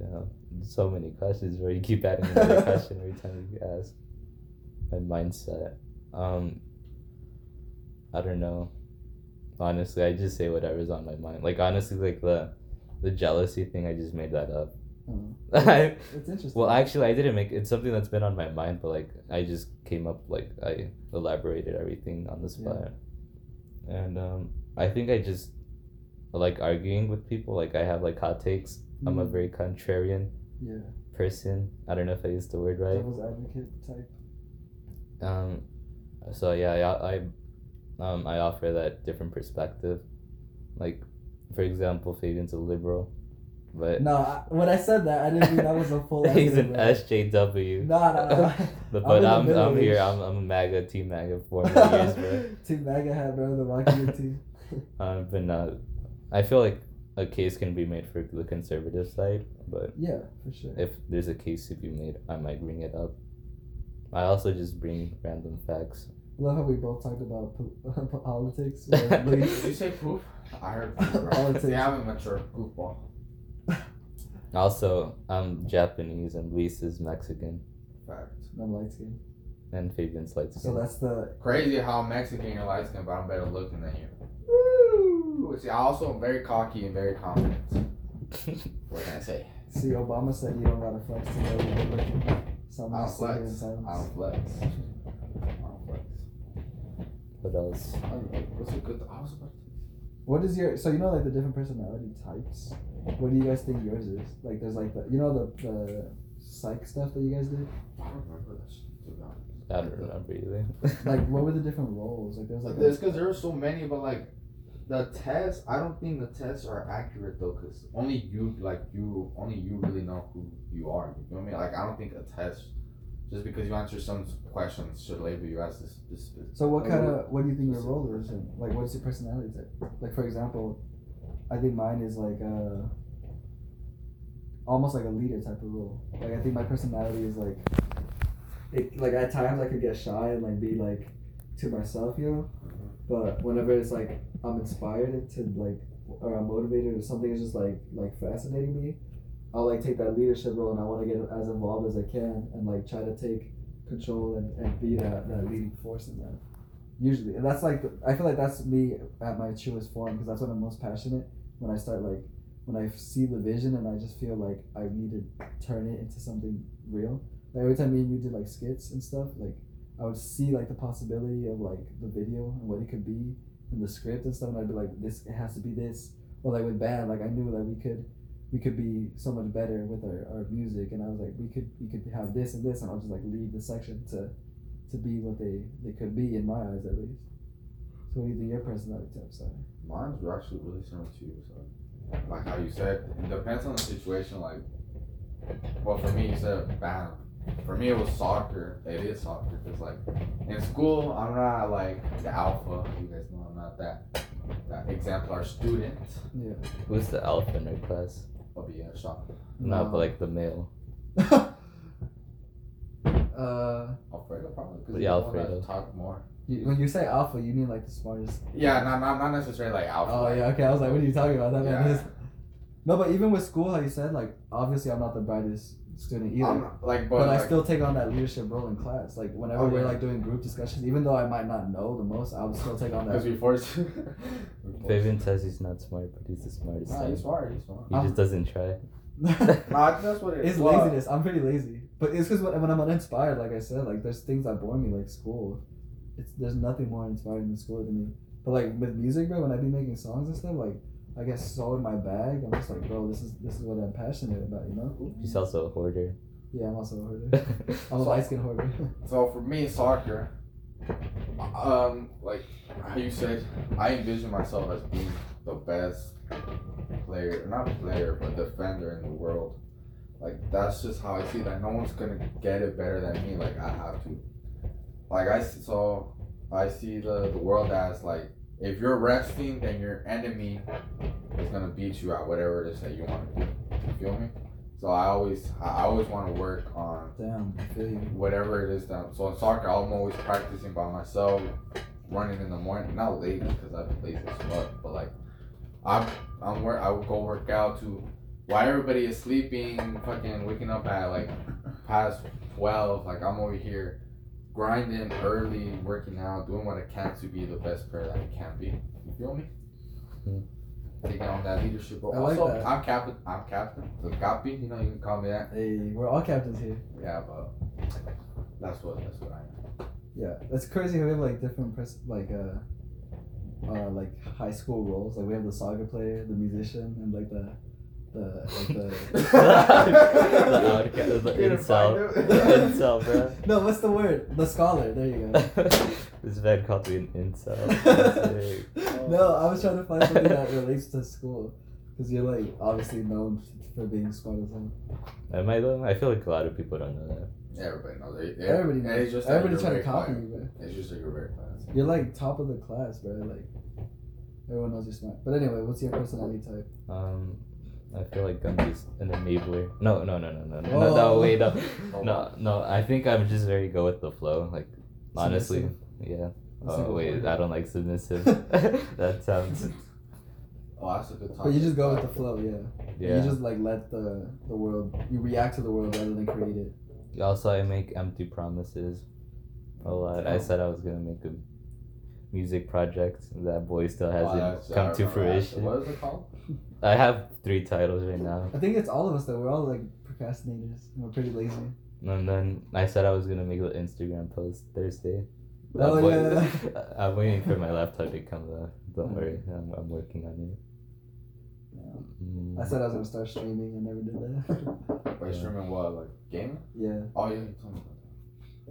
[SPEAKER 1] Yeah, so many questions where you keep adding another question every time you ask. My mindset. Um, I don't know. Honestly, I just say whatever's on my mind. Like honestly, like the the jealousy thing, I just made that up.
[SPEAKER 2] Oh,
[SPEAKER 1] I,
[SPEAKER 2] it's interesting.
[SPEAKER 1] well, actually, I didn't make it's something that's been on my mind, but like I just came up like I elaborated everything on the spot, and um, I think I just like arguing with people. Like I have like hot takes. I'm a
[SPEAKER 2] Mm,
[SPEAKER 1] very contrarian
[SPEAKER 2] yeah
[SPEAKER 1] person. I don't know if I used the word right.
[SPEAKER 2] devil's advocate type.
[SPEAKER 1] Um, so yeah, I, I, um, I offer that different perspective. Like, for example, Fabian's a liberal, but
[SPEAKER 2] No, I, when I said that, I didn't mean that was a full.
[SPEAKER 1] Uh, he's
[SPEAKER 2] advocate,
[SPEAKER 1] an
[SPEAKER 2] bro.
[SPEAKER 1] SJW.
[SPEAKER 2] No, no, no.
[SPEAKER 1] But,
[SPEAKER 2] I'm in
[SPEAKER 1] but
[SPEAKER 2] the
[SPEAKER 1] I'm, I'm,
[SPEAKER 2] middle
[SPEAKER 1] here.
[SPEAKER 2] ish.
[SPEAKER 1] I'm, I'm a MAGA team MAGA for more years, bro.
[SPEAKER 2] Team MAGA hat, bro. The Rocky Road team.
[SPEAKER 1] Um, but no, I feel like a case can be made for the conservative side, but
[SPEAKER 2] Yeah, for sure.
[SPEAKER 1] if there's a case to be made, I might bring it up. I also just bring random facts.
[SPEAKER 2] Love how we both talked about po- politics. or at least-
[SPEAKER 3] Did you say poof? I heard poof, bro.
[SPEAKER 2] Politics.
[SPEAKER 3] They haven't mature goofball.
[SPEAKER 1] Also, I'm Japanese and Lisa's Mexican
[SPEAKER 3] Fact.
[SPEAKER 2] I'm light skinned.
[SPEAKER 1] and Fabian's light
[SPEAKER 2] So
[SPEAKER 1] skin.
[SPEAKER 2] that's the.
[SPEAKER 3] Crazy how Mexican you're light skinned, but I'm better looking than you. Woo! See, I also am very cocky and very confident. What can I say?
[SPEAKER 2] See, Obama said you don't gotta flex to know you're good looking. So I'm
[SPEAKER 3] I
[SPEAKER 2] gonna
[SPEAKER 3] don't
[SPEAKER 2] sit here
[SPEAKER 3] flex.
[SPEAKER 2] in
[SPEAKER 3] I
[SPEAKER 2] silence.
[SPEAKER 3] don't flex. I don't flex.
[SPEAKER 1] what else?
[SPEAKER 3] I don't flex. What's a good? I was about to.
[SPEAKER 2] What is your? So you know, like the different personality types. What do you guys think yours is? Like, there's like the you know the the psych stuff that you guys did.
[SPEAKER 3] I don't remember this. To be honest.
[SPEAKER 1] I don't remember either.
[SPEAKER 2] Like, what were the different roles? Like, there's like.
[SPEAKER 3] That's because there are so many, but like the tests, I don't think the tests are accurate though, because only you, like you, only you really know who you are. You know what I mean? Like I don't think a test, just because you answer some questions, should label you as this. this, this-
[SPEAKER 2] So what
[SPEAKER 3] like,
[SPEAKER 2] kind of what do you think your role is? And like, what's your personality type? Like, for example, I think mine is like uh almost like a leader type of role. Like, I think my personality is like, it, like at times I could get shy and like be like to myself, you know. But whenever it's like I'm inspired to like or I'm motivated or something is just like like fascinating me, I'll like take that leadership role and I want to get as involved as I can and like try to take control and, and be that, that leading force in that. Usually, and that's like the, I feel like that's me at my truest form because that's when I'm most passionate. When I start like when I see the vision and I just feel like I need to turn it into something real. Like every time me and you did like skits and stuff, like I would see like the possibility of like the video and what it could be and the script and stuff, and I'd be like, this it has to be this. Or like with band, like I knew that we could we could be so much better with our, our music and I was like we could we could have this and this and I'll just like leave the section to to be what they, they could be in my eyes at least. So what do you think your personality types are?
[SPEAKER 3] Mine's were actually really similar to you. So, like how you said, it depends on the situation. Like, well, for me, you said bam. For me, it was soccer. It is soccer because, like, in school, I'm not like the alpha. You guys know I'm not that that exemplar student. Oh,
[SPEAKER 2] Yeah.
[SPEAKER 1] Who's the alpha in our class?
[SPEAKER 3] I'll be a shock.
[SPEAKER 1] No, but like the male.
[SPEAKER 2] uh
[SPEAKER 3] Alfredo probably. 'cause
[SPEAKER 1] Yeah,
[SPEAKER 3] he's the one that
[SPEAKER 1] Alfredo.
[SPEAKER 3] Talk more.
[SPEAKER 2] you, when you say alpha you mean like the smartest
[SPEAKER 3] Yeah, not not, not necessarily like alpha.
[SPEAKER 2] Oh
[SPEAKER 3] like-
[SPEAKER 2] yeah, okay. I was like, what are you talking about? That man
[SPEAKER 3] Yeah.
[SPEAKER 2] is. No, but even with school, how you said, like, obviously I'm not the brightest student either,
[SPEAKER 3] I'm not- like,
[SPEAKER 2] but,
[SPEAKER 3] but, like,
[SPEAKER 2] I still take on that leadership role in class. Like whenever
[SPEAKER 3] Oh,
[SPEAKER 2] we're
[SPEAKER 3] yeah.
[SPEAKER 2] like doing group discussions, even though I might not know the most, I would still take on
[SPEAKER 3] because
[SPEAKER 2] that.
[SPEAKER 3] we forced. we forced-
[SPEAKER 1] Fabian says he's not smart, but he's the smartest.
[SPEAKER 3] Nah,
[SPEAKER 1] son.
[SPEAKER 3] he's smart. He's smart.
[SPEAKER 1] He just doesn't try.
[SPEAKER 3] Nah, I think that's what it
[SPEAKER 2] it's
[SPEAKER 3] is. Well,
[SPEAKER 2] laziness. I'm pretty lazy, but it's because when, when I'm uninspired, like I said, like there's things that bore me, like school. It's there's nothing more inspiring than school to me. But like with music, bro, when I be making songs and stuff, like I get so in my bag. I'm just like, bro, this is this is what I'm passionate about, you know.
[SPEAKER 1] He's also a hoarder.
[SPEAKER 2] Yeah, I'm also a hoarder. I'm a light skin hoarder.
[SPEAKER 3] So for me, soccer, um, like how you said, I envision myself as being the best player, not player, but defender in the world. Like that's just how I see that. No one's gonna get it better than me. Like I have to. Like I s- so I see the the world as like if you're resting, then your enemy is gonna beat you at whatever it is that you want to do. You feel me? So I always I always want to work on
[SPEAKER 2] Damn, I feel you.
[SPEAKER 3] whatever it is that so in soccer I'm always practicing by myself, running in the morning. Not lazy because I've been lazy as fuck, but like I'm I'm work I would go work out to while everybody is sleeping, fucking waking up at like past twelve, like I'm over here grinding early, working out, doing what I can to be the best player that I can be. You feel me?
[SPEAKER 1] Hmm.
[SPEAKER 3] Taking on that leadership role.
[SPEAKER 2] I like
[SPEAKER 3] also,
[SPEAKER 2] that.
[SPEAKER 3] I'm captain. I'm captain. The copy. You know, you can call me that.
[SPEAKER 2] Hey, we're all captains here.
[SPEAKER 3] Yeah, but that's what that's what I am.
[SPEAKER 2] Yeah, that's crazy how we have like different pers- like uh, uh like high school roles. Like we have the soccer player, the musician, and like the the like the.
[SPEAKER 1] The outcast, the
[SPEAKER 3] Couldn't find
[SPEAKER 1] incel.
[SPEAKER 3] him.
[SPEAKER 1] The incel, bro.
[SPEAKER 2] No, what's the word? The scholar. There you go.
[SPEAKER 1] this man called me an incel. That's sick.
[SPEAKER 2] no, I was trying to find something that relates to school, because you're like obviously known f- for being smart as hell.
[SPEAKER 1] Am I though? I feel like a lot of people don't know that.
[SPEAKER 3] Everybody knows. They, they,
[SPEAKER 2] Everybody,
[SPEAKER 3] and
[SPEAKER 2] knows.
[SPEAKER 3] It's just that
[SPEAKER 2] everybody's
[SPEAKER 3] you're
[SPEAKER 2] trying to
[SPEAKER 3] very
[SPEAKER 2] copy
[SPEAKER 3] quiet.
[SPEAKER 2] you, bro.
[SPEAKER 3] It's just that you're very fast.
[SPEAKER 2] You're like top of the class, bro. Like everyone knows you're smart. But anyway, what's your personality type?
[SPEAKER 1] Um, I feel like I'm just an enabler. No, no, no, no, no, no, no,
[SPEAKER 2] Oh.
[SPEAKER 1] no, wait, no, no, no. I think I'm just very go with the flow. Like, honestly, yeah.
[SPEAKER 2] That's a
[SPEAKER 1] Oh
[SPEAKER 2] good
[SPEAKER 1] wait,
[SPEAKER 2] word.
[SPEAKER 1] I don't like submissive. that sounds
[SPEAKER 3] Oh, that's a good time.
[SPEAKER 2] But you just go with the flow, yeah.
[SPEAKER 1] yeah.
[SPEAKER 2] You just like let the the world. You react to the world rather than create it.
[SPEAKER 1] Also, I make empty promises a lot.
[SPEAKER 2] Oh.
[SPEAKER 1] I said I was gonna make a music project. That boy still
[SPEAKER 3] Oh,
[SPEAKER 1] hasn't come to fruition.
[SPEAKER 3] uh, What is it called?
[SPEAKER 1] I have three titles right now,
[SPEAKER 2] I think it's all of us though. We're all like procrastinators. and We're pretty lazy.
[SPEAKER 1] and then I said I was gonna make an Instagram post Thursday.
[SPEAKER 2] Oh,
[SPEAKER 1] I'm, wait-
[SPEAKER 2] yeah.
[SPEAKER 1] I'm waiting for my laptop to come though. Don't worry, I'm, I'm working on it. Mm.
[SPEAKER 2] I said I was gonna start streaming. I never did that.
[SPEAKER 3] By streaming what? Like gaming?
[SPEAKER 2] yeah.
[SPEAKER 3] Oh yeah, you told me.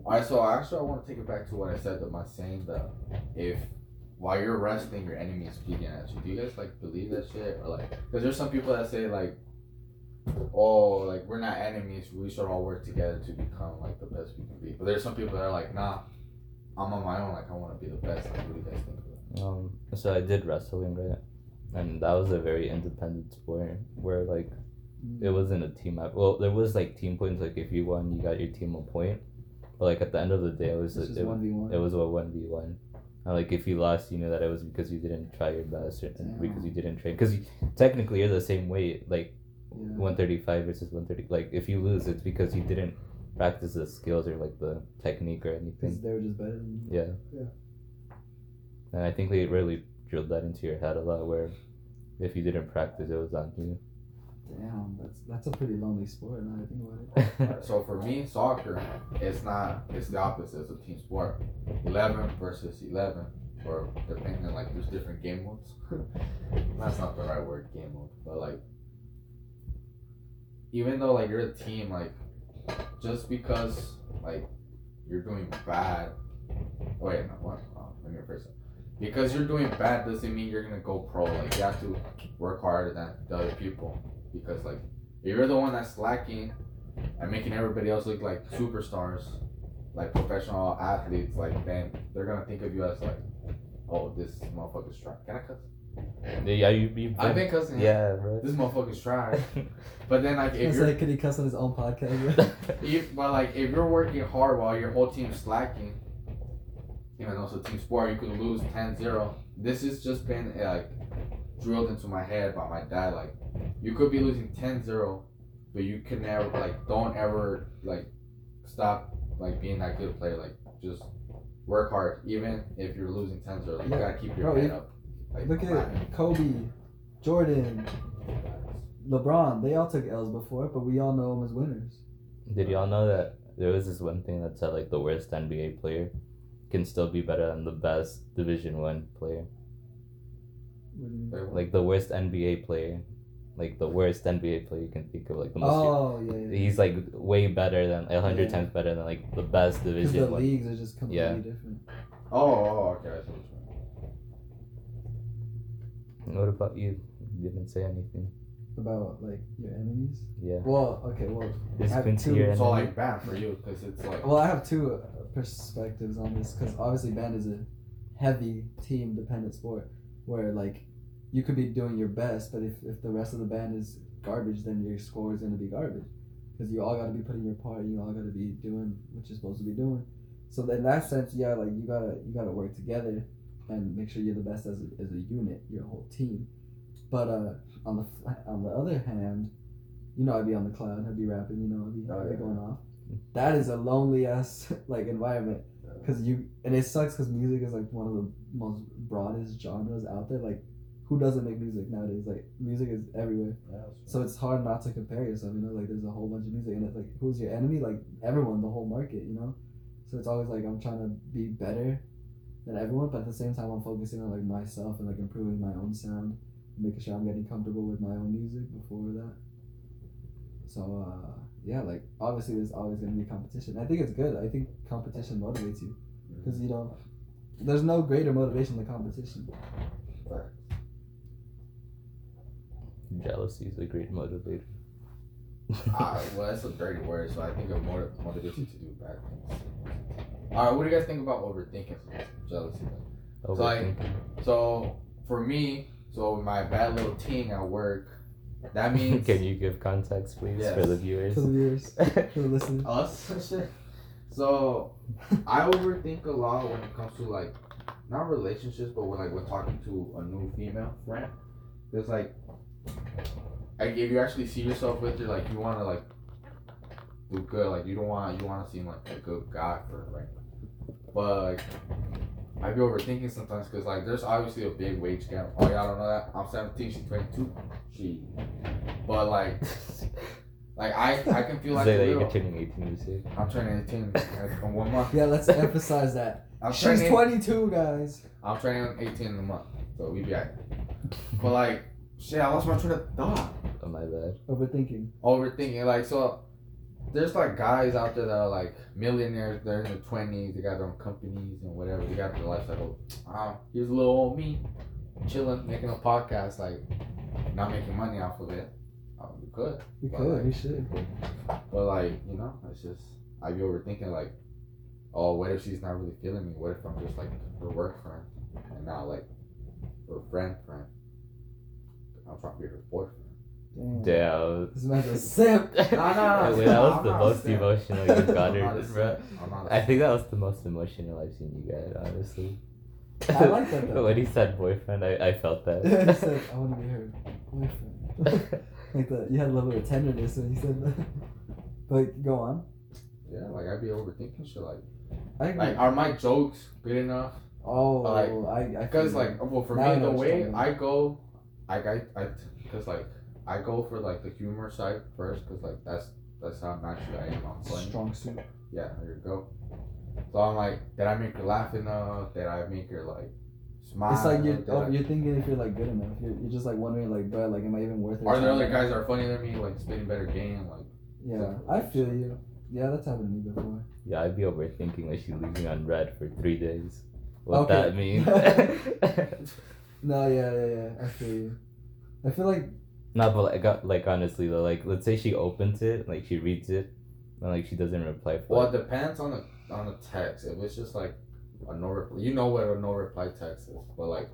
[SPEAKER 3] Alright, so actually, I want to take it back to what I said. That my saying that if while you're resting, your enemy is peeking at you. Do you guys like believe that shit or like? Because there's some people that say like, oh, like we're not enemies. We should all work together to become like the best we can be. But there's some people that are like, nah, I'm on my own. Like I want to be the best. Like, what do you guys think of that?
[SPEAKER 1] Um, so I did wrestling, right? And that was a very independent sport where like it wasn't a team app. Well, there was like team points. Like if you won, you got your team a point. But like at the end of the day, it was
[SPEAKER 2] This is
[SPEAKER 1] it,
[SPEAKER 2] one v
[SPEAKER 1] it
[SPEAKER 2] one.
[SPEAKER 1] was a one v one. And like if you lost, you know that it was because you didn't try your best or and because you didn't train. Because technically you're the same weight, like
[SPEAKER 2] Yeah.
[SPEAKER 1] one thirty five versus one thirty. Like if you lose, it's because you didn't practice the skills or like the technique or anything.
[SPEAKER 2] Because they were just better than you.
[SPEAKER 1] Yeah.
[SPEAKER 2] Yeah.
[SPEAKER 1] And I think they really drilled that into your head a lot. Where if you didn't practice, it was on you.
[SPEAKER 2] Damn, that's that's a pretty lonely sport. Now that I think about it.
[SPEAKER 3] Alright, so for me, soccer, it's not. It's the opposite. It's a team sport. Eleven versus eleven, or depending like there's different game modes. That's not the right word, game mode, but like, even though like you're a team, like just because like you're doing bad. Wait, no, what? Oh, let me rephrase that. Because you're doing bad doesn't mean you're gonna go pro. Like you have to work harder than the other people. Because like if you're the one that's lacking and making everybody else look like superstars, like professional athletes, like then they're gonna think of you as like, oh, this motherfucker's trash. Can I cuss?
[SPEAKER 1] yeah, you. you
[SPEAKER 3] I've been cussing.
[SPEAKER 1] Yeah, bro.
[SPEAKER 3] This motherfucker's trash. But then like if
[SPEAKER 2] It's
[SPEAKER 3] you're
[SPEAKER 2] like, could he cuss on his own podcast? bro?
[SPEAKER 3] If, but like, if you're working hard while your whole team's slacking, even though it's a team sport, you could lose 10-0. This has just been uh, like drilled into my head by my dad. Like, you could be losing 10-0, but you can never like don't ever like stop like being that good player. Like, just work hard, even if you're losing 10-0. Like, you
[SPEAKER 2] Yeah.
[SPEAKER 3] gotta keep your
[SPEAKER 2] Bro,
[SPEAKER 3] head
[SPEAKER 2] you-
[SPEAKER 3] up. Like,
[SPEAKER 2] Look
[SPEAKER 3] relax,
[SPEAKER 2] at Kobe, Jordan,
[SPEAKER 3] relax.
[SPEAKER 2] LeBron. They all took L's before, but we all know them as winners.
[SPEAKER 1] Did y'all know that there was this one thing that said like the worst NBA player can still be better than the best Division One player?
[SPEAKER 2] What do you mean?
[SPEAKER 3] Like,
[SPEAKER 1] Like the worst NBA player like the worst NBA player you can think of, like the most.
[SPEAKER 2] Oh yeah. yeah.
[SPEAKER 1] He's like way better than a hundred
[SPEAKER 2] Yeah.
[SPEAKER 1] times better than like the best
[SPEAKER 2] 'Cause
[SPEAKER 1] division.
[SPEAKER 2] the
[SPEAKER 1] one.
[SPEAKER 2] leagues are just completely
[SPEAKER 1] Yeah.
[SPEAKER 2] different.
[SPEAKER 3] Oh, oh, okay. I see what you mean.
[SPEAKER 1] What about you? You didn't say anything.
[SPEAKER 2] About like your enemies.
[SPEAKER 1] Yeah.
[SPEAKER 2] Well, okay. Well,
[SPEAKER 1] Is
[SPEAKER 2] I have
[SPEAKER 1] Quincy
[SPEAKER 2] two-
[SPEAKER 1] your
[SPEAKER 3] So
[SPEAKER 1] enemy?
[SPEAKER 3] like bad for you because it's like
[SPEAKER 2] well, I have two uh, perspectives on this because obviously band is a heavy team dependent sport where like you could be doing your best, but if, if the rest of the band is garbage, then your score is gonna be garbage because you all gotta be putting your part, you all gotta be doing what you're supposed to be doing. So then in that sense, yeah, like you gotta you gotta work together and make sure you're the best as a, as a unit, your whole team. But uh, on the f- on the other hand, you know I'd be on the cloud, I'd be rapping, you know I'd be,
[SPEAKER 3] Oh,
[SPEAKER 2] I'd be
[SPEAKER 3] yeah.
[SPEAKER 2] going off. That is a lonely ass like environment because you and it sucks because music is like one of the most broadest genres out there like who doesn't make music nowadays like music is everywhere so it's hard not to compare yourself you know like there's a whole bunch of music and it's like who's your enemy like everyone the whole market you know so it's always like i'm trying to be better than everyone but at the same time i'm focusing on like myself and like improving my own sound making sure i'm getting comfortable with my own music before that so uh yeah like obviously there's always going to be competition i think it's good i think competition motivates you because you know there's no greater motivation than competition
[SPEAKER 1] Jealousy is a great motivator.
[SPEAKER 3] Ah, well, that's a dirty word, so I think it more motivates you to do bad things. All right, what do you guys think about overthinking? Jealousy. Then?
[SPEAKER 1] Overthinking.
[SPEAKER 3] So for me, so my bad little ting at work, that means
[SPEAKER 1] Can you give context, please, for
[SPEAKER 3] Yes.
[SPEAKER 1] the viewers?
[SPEAKER 2] for the viewers for the listeners
[SPEAKER 3] us and shit. So I overthink a lot when it comes to like not relationships, but when like we're talking to a new female friend. It's like like if you actually see yourself with her, like you wanna like do good, like you don't want you wanna seem like a good guy for her, right? But like I be overthinking sometimes because like there's obviously a big wage gap. Oh y'all don't know that. I'm 17, she's 22. She, but like, like I I can feel like
[SPEAKER 1] say
[SPEAKER 3] a
[SPEAKER 1] that
[SPEAKER 3] little-
[SPEAKER 1] you're turning 18, you say.
[SPEAKER 3] I'm turning 18 in one month.
[SPEAKER 2] yeah let's emphasize that
[SPEAKER 3] I'm
[SPEAKER 2] she's
[SPEAKER 3] turning,
[SPEAKER 2] 22 guys
[SPEAKER 3] I'm turning 18 in a month, so we be alright. But like, shit, I lost my train of thought.
[SPEAKER 1] Oh, my bad.
[SPEAKER 2] overthinking
[SPEAKER 3] Overthinking, like, so there's like guys out there that are like millionaires. They're in their 20s. They got their own companies and whatever. They got their life cycle. Uh, here's little old me, chilling, making a podcast, like not making money off of it. I would be good.
[SPEAKER 2] we
[SPEAKER 3] Wow.
[SPEAKER 2] could we should
[SPEAKER 3] But like, you know, it's just I be overthinking like, oh, what if she's not really feeling me? What if I'm just like her work friend and not like her friend friend? I'm trying to be her boyfriend.
[SPEAKER 2] Damn.
[SPEAKER 1] Damn.
[SPEAKER 2] this man's a simp
[SPEAKER 3] no, no,
[SPEAKER 1] Wait, that was
[SPEAKER 3] I'm
[SPEAKER 1] the
[SPEAKER 3] not
[SPEAKER 1] most
[SPEAKER 3] saying-
[SPEAKER 1] emotional you've
[SPEAKER 3] I'm
[SPEAKER 1] gotten,
[SPEAKER 3] not a
[SPEAKER 1] bro.
[SPEAKER 3] simp. I'm not a
[SPEAKER 1] I
[SPEAKER 3] simp.
[SPEAKER 1] think that was the most emotional I've seen you get, honestly.
[SPEAKER 2] I like that, though.
[SPEAKER 1] when he said boyfriend, I, I felt
[SPEAKER 2] he
[SPEAKER 1] that.
[SPEAKER 2] said i want to be her boyfriend like that you had a little bit of tenderness when you said that but go on
[SPEAKER 3] Yeah, like I be overthinking shit. Like,
[SPEAKER 2] i agree
[SPEAKER 3] like are my jokes good enough?
[SPEAKER 2] oh
[SPEAKER 3] like,
[SPEAKER 2] i i
[SPEAKER 3] Because
[SPEAKER 2] feel you.
[SPEAKER 3] like, well, for
[SPEAKER 2] Now I
[SPEAKER 3] me,
[SPEAKER 2] know
[SPEAKER 3] the
[SPEAKER 2] what you're
[SPEAKER 3] way
[SPEAKER 2] talking
[SPEAKER 3] I go, like I, I, because like I go for like the humor side first, because like that's that's how naturally I am. I'm funny.
[SPEAKER 2] strong suit
[SPEAKER 3] yeah, there you go. So I'm like, did I make her laugh enough? Did I make her like smile?
[SPEAKER 2] it's like you're,
[SPEAKER 3] Did
[SPEAKER 2] oh,
[SPEAKER 3] I-
[SPEAKER 2] you're thinking if you're like good enough you're, you're just like wondering like bro like am i even worth it
[SPEAKER 3] are there other guys that are funnier than me? Like spinning better game? Like
[SPEAKER 2] Yeah, I feel you. Yeah, that's happened to me before.
[SPEAKER 1] yeah, I'd be overthinking that she's leaving on red for three days. What
[SPEAKER 2] Okay.
[SPEAKER 1] that means.
[SPEAKER 2] No, yeah, yeah, yeah. I feel you. I feel like
[SPEAKER 1] No, but like, uh, like honestly though, like let's say she opens it, like she reads it, and like she doesn't reply for
[SPEAKER 3] well,
[SPEAKER 1] it.
[SPEAKER 3] it depends on the on the text. If it's just like a no reply, you know what a no reply text is. But like,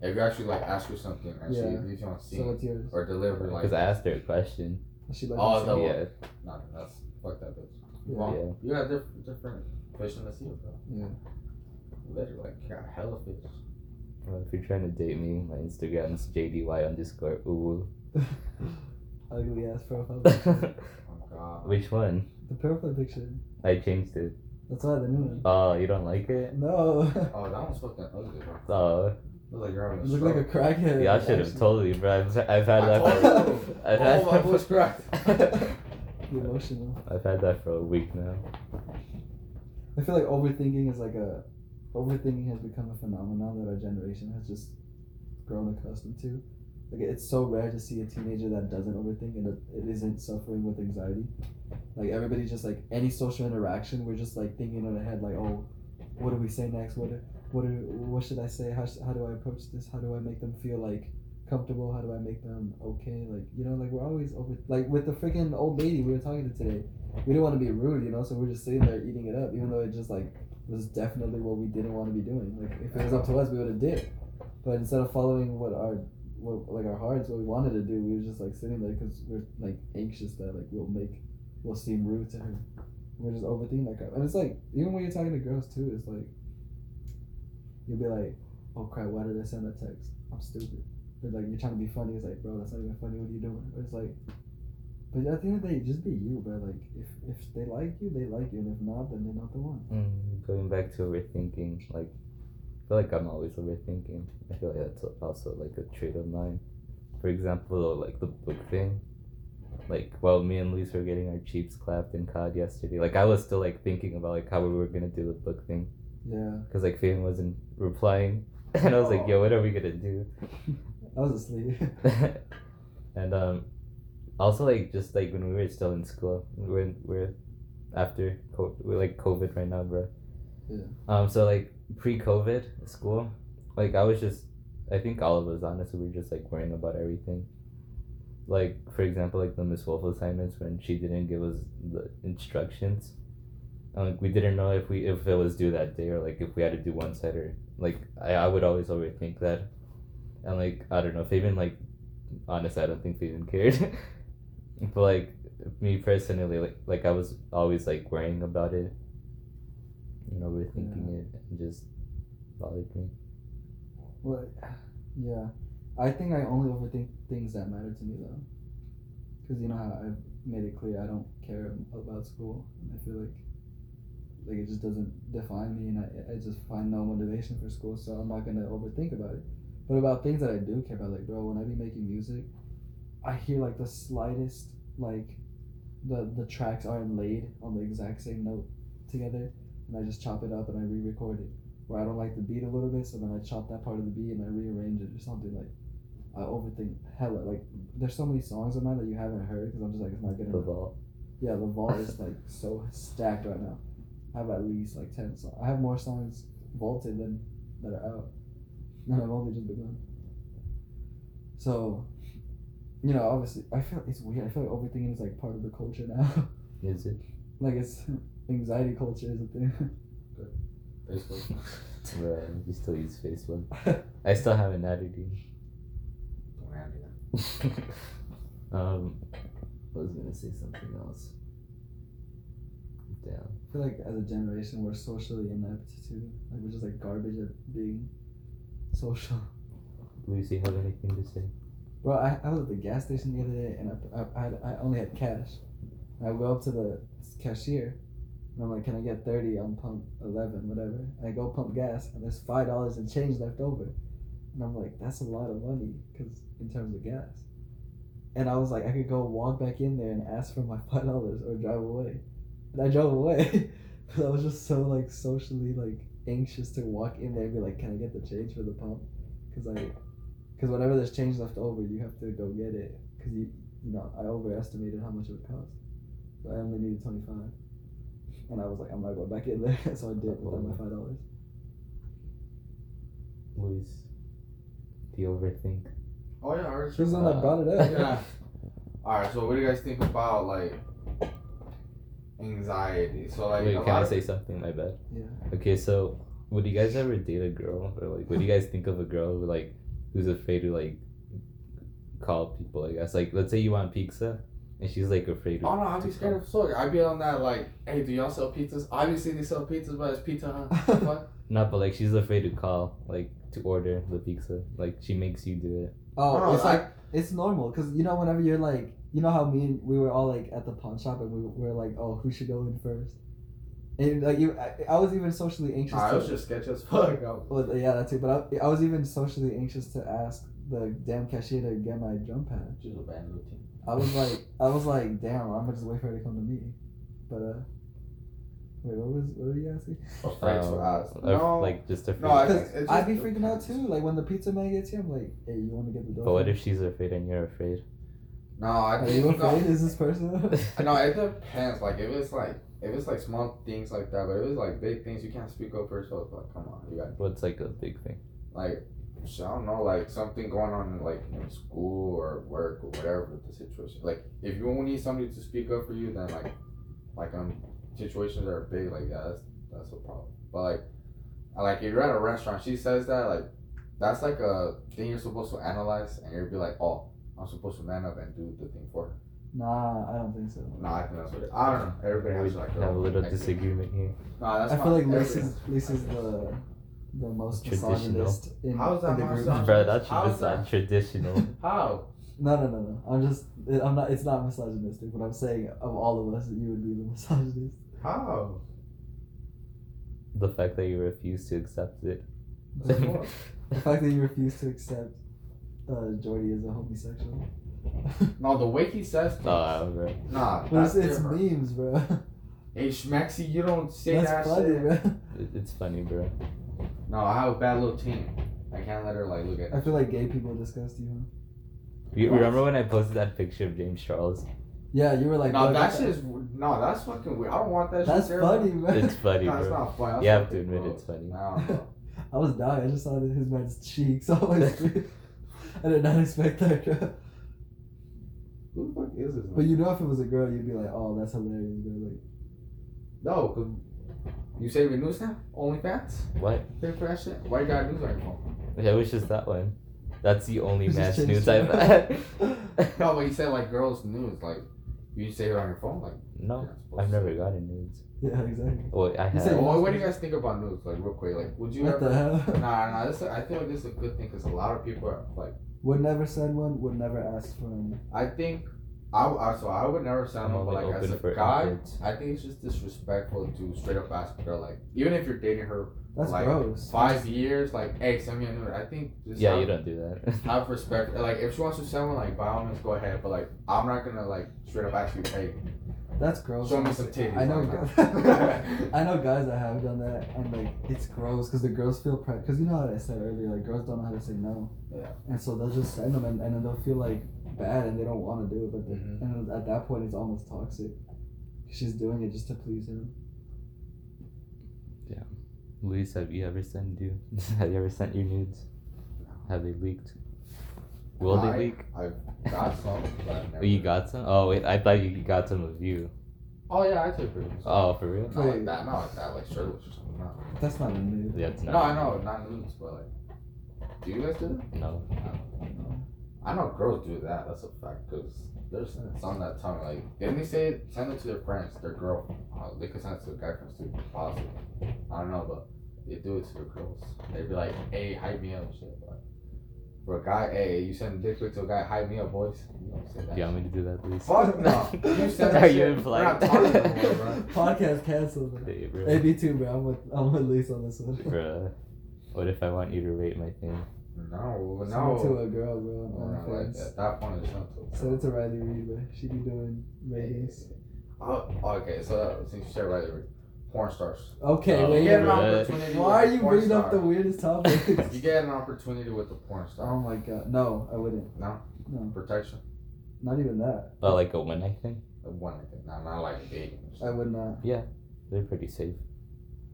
[SPEAKER 3] if you actually like ask her something and
[SPEAKER 2] Yeah.
[SPEAKER 3] she leaves you on
[SPEAKER 2] so.
[SPEAKER 3] scene
[SPEAKER 2] What's yours?
[SPEAKER 3] or deliver like,
[SPEAKER 1] Because I asked her a question.
[SPEAKER 2] She like
[SPEAKER 3] Oh, the-
[SPEAKER 1] yeah,
[SPEAKER 3] nah, that's fuck that bitch.
[SPEAKER 2] Yeah.
[SPEAKER 3] Wrong.
[SPEAKER 1] Yeah.
[SPEAKER 3] You got different different fish in the sea, bro.
[SPEAKER 2] Yeah.
[SPEAKER 3] Literally, like you got hella fish.
[SPEAKER 1] well, if you're trying to date me, my Instagram's JDY underscore uwu.
[SPEAKER 2] ugly ass profile. picture.
[SPEAKER 3] Oh god.
[SPEAKER 1] Which one?
[SPEAKER 2] the profile picture.
[SPEAKER 1] I changed it.
[SPEAKER 2] That's why the new one.
[SPEAKER 1] Oh, you don't like it?
[SPEAKER 2] No,
[SPEAKER 3] Oh, that one's fucking ugly, bro.
[SPEAKER 1] Oh,
[SPEAKER 3] Look like you're having a
[SPEAKER 2] you look like a
[SPEAKER 3] stroke.
[SPEAKER 2] crackhead.
[SPEAKER 1] yeah, I should have
[SPEAKER 2] actually.
[SPEAKER 1] told you, bro. I've, I've had
[SPEAKER 3] I
[SPEAKER 1] that.
[SPEAKER 3] told
[SPEAKER 1] For,
[SPEAKER 3] you.
[SPEAKER 1] I've
[SPEAKER 3] Oh,
[SPEAKER 1] had
[SPEAKER 3] my voice cracked.
[SPEAKER 2] You Emotional.
[SPEAKER 1] I've had that for a week now.
[SPEAKER 2] I feel like overthinking is like a, overthinking has become a phenomenon that our generation has just grown accustomed to, Like it's so rare to see a teenager that doesn't overthink and that it isn't suffering with anxiety. Like everybody's just like any social interaction, we're just like thinking in our head like, oh, what do we say next? What do, what do, what should I say? How sh- how do I approach this? How do I make them feel like comfortable? How do I make them okay? Like you know, like we're always over. Like with the freaking old lady we were talking to today, we didn't want to be rude, you know, so we're just sitting there eating it up, even though it just like was definitely what we didn't want to be doing. Like if it was up to us, we would have did. it. But instead of following what our what like our hearts, what we wanted to do, we were just like sitting there because we're like anxious that like we'll make we'll seem rude to her. We're just overthinking that crap, and it's like even when you're talking to girls too, it's like you'll be like, "Oh crap, why did I send that text? I'm stupid." Or like you're trying to be funny, it's like, "Bro, that's not even funny. What are you doing?" Or it's like, but at the end of the day, just be you, bro. Like if if they like you, they like you, and if not, then they're not the one.
[SPEAKER 1] Mm, going back to overthinking, like I feel like I'm always overthinking. I feel like that's also like a trait of mine. For example, like the book thing. Like while me and Lisa were getting our cheeks clapped in COD yesterday, like I was still like thinking about like how we were gonna do the book thing
[SPEAKER 2] Yeah,
[SPEAKER 1] because like Faye wasn't replying, and I was like, "Yo, what are we gonna do?"
[SPEAKER 2] I was asleep.
[SPEAKER 1] and um, also like just like when we were still in school, we're we're after co- we're like COVID right now, bro.
[SPEAKER 2] Yeah.
[SPEAKER 1] Um. So like pre-COVID school, like I was just, I think all of us honestly were just like worrying about everything. Like for example, like the Miss Wolf assignments when she didn't give us the instructions. And, like we didn't know if we if it was due that day or like if we had to do one side or like I, I would always overthink that, and like I don't know if even like honestly, I don't think they even cared. but like me personally, like like I was always like worrying about it, you know, overthinking it, and just bothered me.
[SPEAKER 2] Well, yeah, I think I only overthink things that matter to me though, because you know how I've made it clear I don't care about school. And I feel like like it just doesn't define me, and I, I just find no motivation for school, so I'm not gonna overthink about it. But about things that I do care about, like bro, when I be making music, I hear like the slightest like the the tracks aren't laid on the exact same note together, and I just chop it up and I re-record it where I don't like the beat a little bit, so then I chop that part of the beat and I rearrange it or something. Like, I overthink hella. Like, there's so many songs of mine that you haven't heard because I'm just like, it's not good
[SPEAKER 1] The
[SPEAKER 2] enough.
[SPEAKER 1] vault.
[SPEAKER 2] Yeah, the vault is like so stacked right now. I have at least like 10 songs. I have more songs vaulted than that are out. And I've only just begun. So, you know, obviously, I feel it's weird. I feel like overthinking is like part of the culture now.
[SPEAKER 1] Is it?
[SPEAKER 2] like, it's anxiety culture is a thing.
[SPEAKER 3] Basically.
[SPEAKER 1] Bro, um, you still use Facebook. I still haven't added you.
[SPEAKER 3] Don't have it.
[SPEAKER 1] um, I was gonna say something else. Damn.
[SPEAKER 2] I feel like as a generation we're socially inept too. Like we're just like garbage at being social.
[SPEAKER 1] Lucy, have anything to say?
[SPEAKER 2] Bro, I, I was at the gas station the other day and I, I, I, had- I only had cash. And I go up to the cashier and I'm like, can I get 30 on pump 11, whatever. And I go pump gas and there's $5 and change left over. And I'm like, that's a lot of money because in terms of gas. And I was like, I could go walk back in there and ask for my $5 or drive away. And I drove away because I was just so like socially like anxious to walk in there and be like, can I get the change for the pump? Because I because whenever there's change left over, you have to go get it. Because you, you know, I overestimated how much it would cost. But I only needed twenty five, and I was like, I'm not going back in there. so I did without my five dollars.
[SPEAKER 1] Luis, do you overthink?
[SPEAKER 3] Oh yeah, alright.
[SPEAKER 2] She was the one that brought it up.
[SPEAKER 3] yeah. All right. So, what do you guys think about like anxiety? So, like,
[SPEAKER 1] Wait,
[SPEAKER 3] a
[SPEAKER 1] can
[SPEAKER 3] lot
[SPEAKER 1] I
[SPEAKER 3] of-
[SPEAKER 1] say something? My bad.
[SPEAKER 2] Yeah.
[SPEAKER 1] Okay, so would you guys ever date a girl, or like, what do you guys think of a girl who like who's afraid to like call people? I guess like, let's say you want pizza, and she's like afraid.
[SPEAKER 3] Oh no, I'd
[SPEAKER 1] to
[SPEAKER 3] be scared
[SPEAKER 1] call.
[SPEAKER 3] of fuck. I'd be on that like, hey, do y'all sell pizzas? Obviously, they sell pizzas, but it's pizza. Huh? fuck.
[SPEAKER 1] Not, but like she's afraid to call, like to order the pizza. Like she makes you do it.
[SPEAKER 2] Oh,
[SPEAKER 3] Oh,
[SPEAKER 2] it's
[SPEAKER 3] I-
[SPEAKER 2] like it's normal because you know whenever you're like you know how me and we were all like at the pawn shop and we were like oh who should go in first, and like you I, I was even socially anxious.
[SPEAKER 3] I
[SPEAKER 2] to-
[SPEAKER 3] was just sketch as fuck. I was-
[SPEAKER 2] Well, yeah, that too. But I, I was even socially anxious to ask the damn cashier to get my drum pad.
[SPEAKER 3] She's a bad routine.
[SPEAKER 2] I was like, I was like, damn, I'm gonna just wait for her to come to me. But uh, Wait, what was what were you asking?
[SPEAKER 3] Afraid to
[SPEAKER 1] Um,
[SPEAKER 3] ask.
[SPEAKER 1] of,
[SPEAKER 3] No,
[SPEAKER 1] like just afraid.
[SPEAKER 3] no, I
[SPEAKER 1] to
[SPEAKER 3] think
[SPEAKER 1] ask.
[SPEAKER 3] it's
[SPEAKER 2] I'd
[SPEAKER 3] just
[SPEAKER 2] be freaking out too. Like when the pizza man gets here, I'm like, hey, you want to get the door?
[SPEAKER 1] but what
[SPEAKER 2] for me?"
[SPEAKER 1] if she's afraid and you're afraid?
[SPEAKER 3] No, I
[SPEAKER 2] Are
[SPEAKER 3] think
[SPEAKER 2] you afraid?
[SPEAKER 3] no,
[SPEAKER 2] Is this personal?
[SPEAKER 3] no, it depends. Like if it's like if it's like small things like that, but if it's like big things, you can't speak up for yourself. Like come on, you got
[SPEAKER 1] What's like a big thing?
[SPEAKER 3] like so I don't know, like something going on in like in school or work or whatever the situation. Like if you need somebody to speak up for you, then like like um situations that are big like that, that's that's a problem. But like I- like if you're at a restaurant, she says that like that's like a thing you're supposed to analyze and you'll be like, oh, I'm supposed to man up and do the thing for her.
[SPEAKER 2] nah, I don't think so.
[SPEAKER 3] No, I think that's what it. I don't know. Everybody
[SPEAKER 1] we
[SPEAKER 3] has like their
[SPEAKER 1] have a
[SPEAKER 3] own
[SPEAKER 1] little
[SPEAKER 3] idea.
[SPEAKER 1] disagreement here.
[SPEAKER 3] No, that's
[SPEAKER 2] I feel like
[SPEAKER 3] fine.
[SPEAKER 2] Lisa's Lisa's the the most
[SPEAKER 1] Traditional.
[SPEAKER 2] misogynist in,
[SPEAKER 3] How is that
[SPEAKER 2] in the group.
[SPEAKER 3] misogyny?
[SPEAKER 1] Bro, that's
[SPEAKER 3] How's
[SPEAKER 1] just not
[SPEAKER 3] that?
[SPEAKER 1] traditional.
[SPEAKER 3] How?
[SPEAKER 2] No, no, no, no. I'm just I'm not. It's not misogynistic. But I'm saying of all of us, you would be the misogynist.
[SPEAKER 3] How?
[SPEAKER 1] the fact that you refuse to accept it.
[SPEAKER 3] What?
[SPEAKER 2] The fact that you refuse to accept uh, Jordy as a homosexual.
[SPEAKER 3] No, the way he says things.
[SPEAKER 1] Nah, bro.
[SPEAKER 3] Nah,
[SPEAKER 2] But it's,
[SPEAKER 3] that's
[SPEAKER 2] it's
[SPEAKER 3] different.
[SPEAKER 2] memes, bro.
[SPEAKER 3] Hey, Schmexy, you don't say that
[SPEAKER 2] That's funny,
[SPEAKER 3] shit.
[SPEAKER 2] bro.
[SPEAKER 1] It, it's funny, bro.
[SPEAKER 3] No, I have a bad little team. I can't let her like look at.
[SPEAKER 2] I feel like gay people disgust you, huh?
[SPEAKER 1] You
[SPEAKER 3] What?
[SPEAKER 1] remember when I posted that picture of James Charles?
[SPEAKER 2] Yeah, you were like,
[SPEAKER 3] no,
[SPEAKER 2] bro,
[SPEAKER 3] that shit is no, that's fucking weird. I don't want that.
[SPEAKER 2] That's
[SPEAKER 3] shit there.
[SPEAKER 2] funny, bro.
[SPEAKER 1] It's funny,
[SPEAKER 3] No, it's
[SPEAKER 1] bro.
[SPEAKER 3] not funny. That's
[SPEAKER 1] You have to
[SPEAKER 3] fucking
[SPEAKER 1] admit
[SPEAKER 3] gross.
[SPEAKER 1] it's funny.
[SPEAKER 3] I don't know.
[SPEAKER 2] I was dying. I just saw his man's cheeks. Oh my God. I did not expect that, bro.
[SPEAKER 3] Who the fuck is this?
[SPEAKER 2] But
[SPEAKER 3] Man?
[SPEAKER 2] you know, if it was a girl, you'd be like, "Oh, that's hilarious." Bro. Like,
[SPEAKER 3] No, 'cause you say your news now? OnlyFans?
[SPEAKER 1] What?
[SPEAKER 3] Pay for that shit? Why you got news on your phone?
[SPEAKER 1] I wish it's that one. That's the only
[SPEAKER 2] This has
[SPEAKER 1] mass
[SPEAKER 2] changed.
[SPEAKER 1] news I've had.
[SPEAKER 3] No, but you said like girls' news. Like you say it on your phone. Like
[SPEAKER 1] no,
[SPEAKER 3] you're not supposed
[SPEAKER 1] I've
[SPEAKER 3] to.
[SPEAKER 1] never gotten nudes.
[SPEAKER 2] yeah, exactly.
[SPEAKER 1] Well, I
[SPEAKER 2] You said-
[SPEAKER 1] have.
[SPEAKER 3] Well, what do you guys think about news? Like real quick. Like would you
[SPEAKER 2] What
[SPEAKER 3] ever?
[SPEAKER 2] the hell?
[SPEAKER 3] Nah, nah. This I feel like this is a good thing because a lot of people are like.
[SPEAKER 2] Would never send one. Would never ask for one.
[SPEAKER 3] I think I, w- I- so I would never
[SPEAKER 1] I'm
[SPEAKER 3] sound
[SPEAKER 1] only
[SPEAKER 3] like as
[SPEAKER 1] open
[SPEAKER 3] a
[SPEAKER 1] for
[SPEAKER 3] guy.
[SPEAKER 1] inputs.
[SPEAKER 3] I think it's just disrespectful to straight up ask her like even if you're dating her
[SPEAKER 2] That's
[SPEAKER 3] Like,
[SPEAKER 2] gross.
[SPEAKER 3] five years like hey send me a nude. I think just
[SPEAKER 1] Yeah,
[SPEAKER 3] have,
[SPEAKER 1] you don't do that.
[SPEAKER 3] have respect. Like if she wants to send one like by all means go ahead, but like I'm not gonna like straight up ask you hey
[SPEAKER 2] That's gross.
[SPEAKER 3] show me some titties.
[SPEAKER 2] I know.
[SPEAKER 3] Like,
[SPEAKER 2] guys- I know guys that have done that, and like it's gross because the girls feel pre. Because you know how I said earlier, like girls don't know how to say no.
[SPEAKER 3] Yeah.
[SPEAKER 2] And so they'll just send them, and, and then they'll feel like bad, and they don't want to do it. But the,
[SPEAKER 3] Mhm.
[SPEAKER 2] and at that point, it's almost toxic. She's doing it just to please him.
[SPEAKER 1] Luis, have you ever sent you? have you ever sent your nudes? Have they leaked? Will
[SPEAKER 3] I-
[SPEAKER 1] they leak?
[SPEAKER 3] I've got some. But I've never-
[SPEAKER 1] Oh, you got some? Oh wait, I thought you got some of you.
[SPEAKER 3] Oh yeah, I took her.
[SPEAKER 1] Oh, for real?
[SPEAKER 3] Not
[SPEAKER 2] Wait.
[SPEAKER 3] like that. Not like that. Like shirtless or something. No.
[SPEAKER 2] That's not a nude.
[SPEAKER 1] Yeah, it's
[SPEAKER 3] No,
[SPEAKER 1] not.
[SPEAKER 3] I know, not nudes, but like, do you guys do that?
[SPEAKER 1] No.
[SPEAKER 3] I know girls do that. That's a fact. Cause there's some that tell me like, didn't they say send it to their friends, their girl? Uh, they could send it to their guy friends too, possibly. I don't know, but they do it to their girls. They'd be like, hey, hype me up, and shit. But for a guy, hey, you send dick pic to a guy, hype me up, boys. You don't say
[SPEAKER 1] Do
[SPEAKER 3] that.
[SPEAKER 1] you want me to do that, Luis?
[SPEAKER 3] Fuck no. You said that
[SPEAKER 1] Are
[SPEAKER 3] shit.
[SPEAKER 1] you
[SPEAKER 3] We're not
[SPEAKER 1] implied?
[SPEAKER 3] talking no more, bro.
[SPEAKER 2] Podcast canceled. bro.
[SPEAKER 1] Hey, bro.
[SPEAKER 2] Hey, me too, bro. I'm with I'm with Lisa on this one.
[SPEAKER 1] Bruh. What if I want you to rate my thing?
[SPEAKER 3] No,
[SPEAKER 2] Send it to
[SPEAKER 3] no.
[SPEAKER 2] a girl, bro.
[SPEAKER 3] No, no,
[SPEAKER 2] On
[SPEAKER 3] like,
[SPEAKER 2] OnlyFans.
[SPEAKER 3] at that point, it's not. to a
[SPEAKER 2] Send it
[SPEAKER 3] girl.
[SPEAKER 2] to Riley Reid, bro. She be doing ratings.
[SPEAKER 3] Oh, okay, so since you said right there, porn stars.
[SPEAKER 2] Okay,
[SPEAKER 1] Oh,
[SPEAKER 2] wait.
[SPEAKER 1] yeah,
[SPEAKER 2] wait.
[SPEAKER 1] bro.
[SPEAKER 2] Why are you
[SPEAKER 3] porn
[SPEAKER 2] bringing up the
[SPEAKER 3] star.
[SPEAKER 2] weirdest topics?
[SPEAKER 3] You get an opportunity with a porn
[SPEAKER 2] oh
[SPEAKER 3] star.
[SPEAKER 2] my god. No, I wouldn't.
[SPEAKER 3] Protection.
[SPEAKER 2] Not even that.
[SPEAKER 1] Oh, like a one night thing?
[SPEAKER 3] The One, I think. Not, not like dating. or
[SPEAKER 2] I
[SPEAKER 3] something.
[SPEAKER 2] would not.
[SPEAKER 1] They're pretty safe.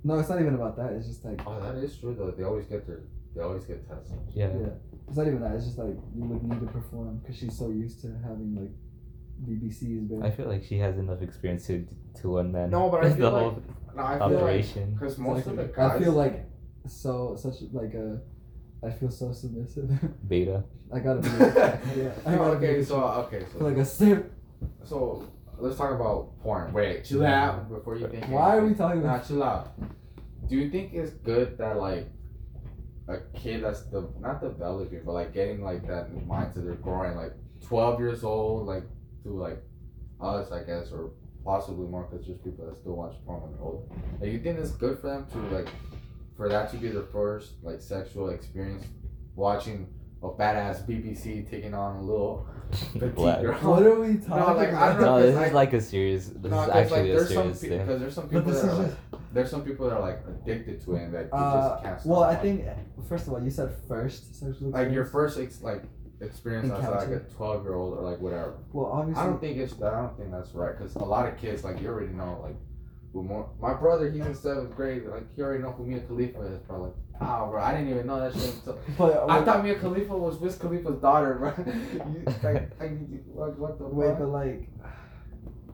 [SPEAKER 2] No, it's not even about that. It's just like
[SPEAKER 3] Oh, that is true though. They always get their. They always get tested.
[SPEAKER 1] Yeah.
[SPEAKER 2] Yeah. it's not even that. It's just like you would need to perform because she's so used to having like BBCs, bro.
[SPEAKER 1] I feel like she has enough experience to to one man.
[SPEAKER 3] No, but I
[SPEAKER 1] the
[SPEAKER 3] feel like-
[SPEAKER 1] whole
[SPEAKER 3] No, I feel like
[SPEAKER 1] operation.
[SPEAKER 3] because
[SPEAKER 2] It's like-
[SPEAKER 3] most of the guys.
[SPEAKER 2] I feel like so such like a. I feel so submissive.
[SPEAKER 1] Beta.
[SPEAKER 2] I gotta be. yeah. I
[SPEAKER 3] No,
[SPEAKER 2] gotta
[SPEAKER 3] okay,
[SPEAKER 2] be
[SPEAKER 3] so okay,
[SPEAKER 2] I feel
[SPEAKER 3] so
[SPEAKER 2] like a simp.
[SPEAKER 3] so let's talk about porn. Wait, chill out before you think.
[SPEAKER 2] Why are we
[SPEAKER 3] anything.
[SPEAKER 2] talking
[SPEAKER 3] Nah,
[SPEAKER 2] about?
[SPEAKER 3] chill out. Do you think it's good that like a kid that's the not developing but like getting like that mindset they're growing like twelve years old like to like us I guess or possibly more because there's people that still watch porn when they're older. Like you think it's good for them to like for that to be their first like sexual experience watching a badass BBC taking on a little petite
[SPEAKER 1] Black.
[SPEAKER 3] girl.
[SPEAKER 2] What are we talking
[SPEAKER 3] like, I
[SPEAKER 2] about?
[SPEAKER 3] don't know,
[SPEAKER 1] No, this
[SPEAKER 3] I-
[SPEAKER 1] is like a serious. This
[SPEAKER 3] No,
[SPEAKER 1] is
[SPEAKER 3] 'cause,
[SPEAKER 1] actually a
[SPEAKER 3] there's some
[SPEAKER 1] serious
[SPEAKER 3] pe-
[SPEAKER 1] thing.
[SPEAKER 3] Cause there's some
[SPEAKER 2] But
[SPEAKER 3] people
[SPEAKER 2] this
[SPEAKER 3] that
[SPEAKER 2] is
[SPEAKER 3] are like,
[SPEAKER 2] just,
[SPEAKER 3] there's some people that are like addicted to it and that you
[SPEAKER 2] Uh,
[SPEAKER 3] just can't stop.
[SPEAKER 2] well, I
[SPEAKER 3] like-
[SPEAKER 2] think first of all, you said first sexual
[SPEAKER 3] like your
[SPEAKER 2] experience.
[SPEAKER 3] first ex- like experience as like a
[SPEAKER 2] Encounter.
[SPEAKER 3] twelve year old or like whatever.
[SPEAKER 2] Well, obviously,
[SPEAKER 3] I don't think it's that. I don't think that's right because a lot of kids like you already know like. Who more, my brother, he's in seventh grade. Like he already know who Mia Khalifa is, bro. Like, ah, bro, I didn't even know that shit until
[SPEAKER 2] but
[SPEAKER 3] I
[SPEAKER 2] wait-
[SPEAKER 3] thought Mia Khalifa was Wiz Khalifa's daughter, bro. You- like, I, you- like, what the
[SPEAKER 2] Wait,
[SPEAKER 3] fuck?
[SPEAKER 2] but like,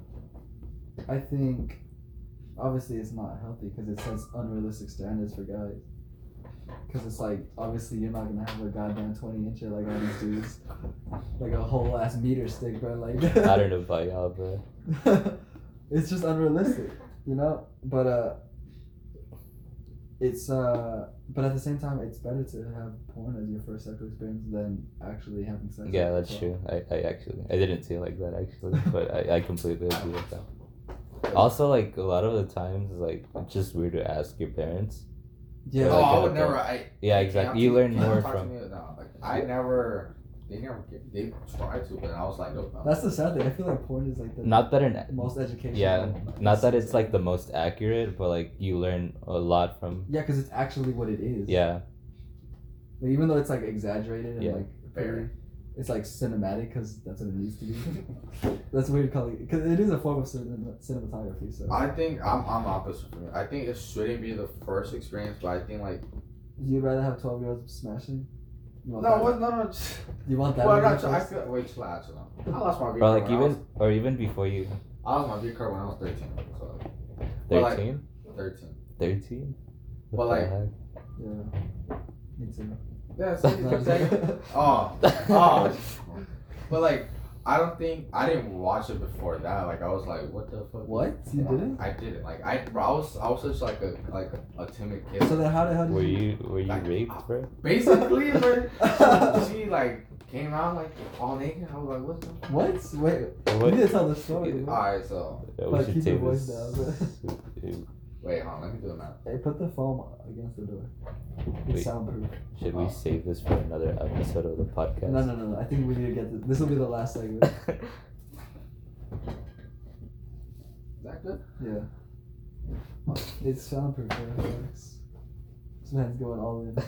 [SPEAKER 2] I think obviously it's not healthy because it sets unrealistic standards for guys. Because it's like obviously you're not gonna have a goddamn twenty incher like all these dudes, like a whole ass meter stick, bro. Like
[SPEAKER 1] I don't know about y'all, but
[SPEAKER 2] it's just unrealistic, you know. But uh, it's uh, but at the same time, it's better to have porn as your first sexual experience than actually having sex.
[SPEAKER 1] yeah, that's
[SPEAKER 2] So-
[SPEAKER 1] true. I, I actually I didn't see it like that actually, but I, I completely agree with that. Also, like a lot of the times, like it's just weird to ask your parents.
[SPEAKER 2] Yeah.
[SPEAKER 1] I
[SPEAKER 3] oh,
[SPEAKER 1] like
[SPEAKER 3] I
[SPEAKER 1] it
[SPEAKER 3] would
[SPEAKER 1] like
[SPEAKER 3] never.
[SPEAKER 1] that.
[SPEAKER 3] I
[SPEAKER 1] Yeah,
[SPEAKER 3] I
[SPEAKER 1] exactly.
[SPEAKER 3] can't-
[SPEAKER 1] You learn
[SPEAKER 3] you can't
[SPEAKER 1] more
[SPEAKER 3] talk to
[SPEAKER 1] from
[SPEAKER 3] me now. Like, I never. They never. Get, they tried to, but I was like, nope.
[SPEAKER 2] That's the sad thing. I feel like porn is like the
[SPEAKER 1] not that an
[SPEAKER 2] most educational.
[SPEAKER 1] yeah, not that it's like the most accurate, but like you learn a lot from
[SPEAKER 2] Yeah, because it's actually what it is.
[SPEAKER 1] yeah.
[SPEAKER 2] Like, even though it's like exaggerated and
[SPEAKER 1] Yeah.
[SPEAKER 2] like
[SPEAKER 3] Fair.
[SPEAKER 2] it's like cinematic because that's what it needs to be. that's weird calling because it is a form of cinema, cinematography. So
[SPEAKER 3] I think I'm I'm opposite from you. I think it shouldn't be the first experience, but I think like
[SPEAKER 2] you'd rather have twelve year olds smashing. You
[SPEAKER 3] no,
[SPEAKER 2] want that-
[SPEAKER 3] what, no, no. just-
[SPEAKER 2] You want that?
[SPEAKER 3] Well,
[SPEAKER 2] video
[SPEAKER 3] not. I
[SPEAKER 2] first?
[SPEAKER 3] feel wait, chill out, chill out. I lost my V
[SPEAKER 1] Or
[SPEAKER 3] card.
[SPEAKER 1] like
[SPEAKER 3] when I was-
[SPEAKER 1] even or even before you
[SPEAKER 3] I lost my V card when I was thirteen. So like, Well, like-
[SPEAKER 1] 13?
[SPEAKER 3] thirteen.
[SPEAKER 1] 13?
[SPEAKER 3] Well, like-
[SPEAKER 2] yeah. Me too.
[SPEAKER 3] Yeah. So you kept saying-
[SPEAKER 1] the
[SPEAKER 3] oh,
[SPEAKER 1] heck?
[SPEAKER 3] oh. But like, I don't think I didn't watch it before that. Like I was like, what the fuck?
[SPEAKER 2] What you didn't?
[SPEAKER 3] I didn't. Like I, bro, I was, I was just like a, like a, timid kid.
[SPEAKER 2] So then how the hell did
[SPEAKER 1] Were you were you
[SPEAKER 3] Like,
[SPEAKER 1] raped, bro?
[SPEAKER 3] Basically, bro, she like came out like all naked. I was like, what? the-
[SPEAKER 2] What? Wait,
[SPEAKER 1] What?
[SPEAKER 2] you need to tell the story. man.
[SPEAKER 3] All right, so
[SPEAKER 1] Yeah,
[SPEAKER 2] But
[SPEAKER 1] we should
[SPEAKER 2] keep your
[SPEAKER 1] take
[SPEAKER 2] voice
[SPEAKER 1] this.
[SPEAKER 2] down,
[SPEAKER 3] wait, hold on, let me do it now.
[SPEAKER 2] Hey, put the foam against the door. It's
[SPEAKER 1] Wait.
[SPEAKER 2] soundproof.
[SPEAKER 1] Should we save this for another episode of the podcast?
[SPEAKER 2] Oh. No, no, no, no. I think we need to get this. This will be the last segment.
[SPEAKER 3] Is that good?
[SPEAKER 2] Yeah. It's soundproof. Yeah, relax. This man's going all in.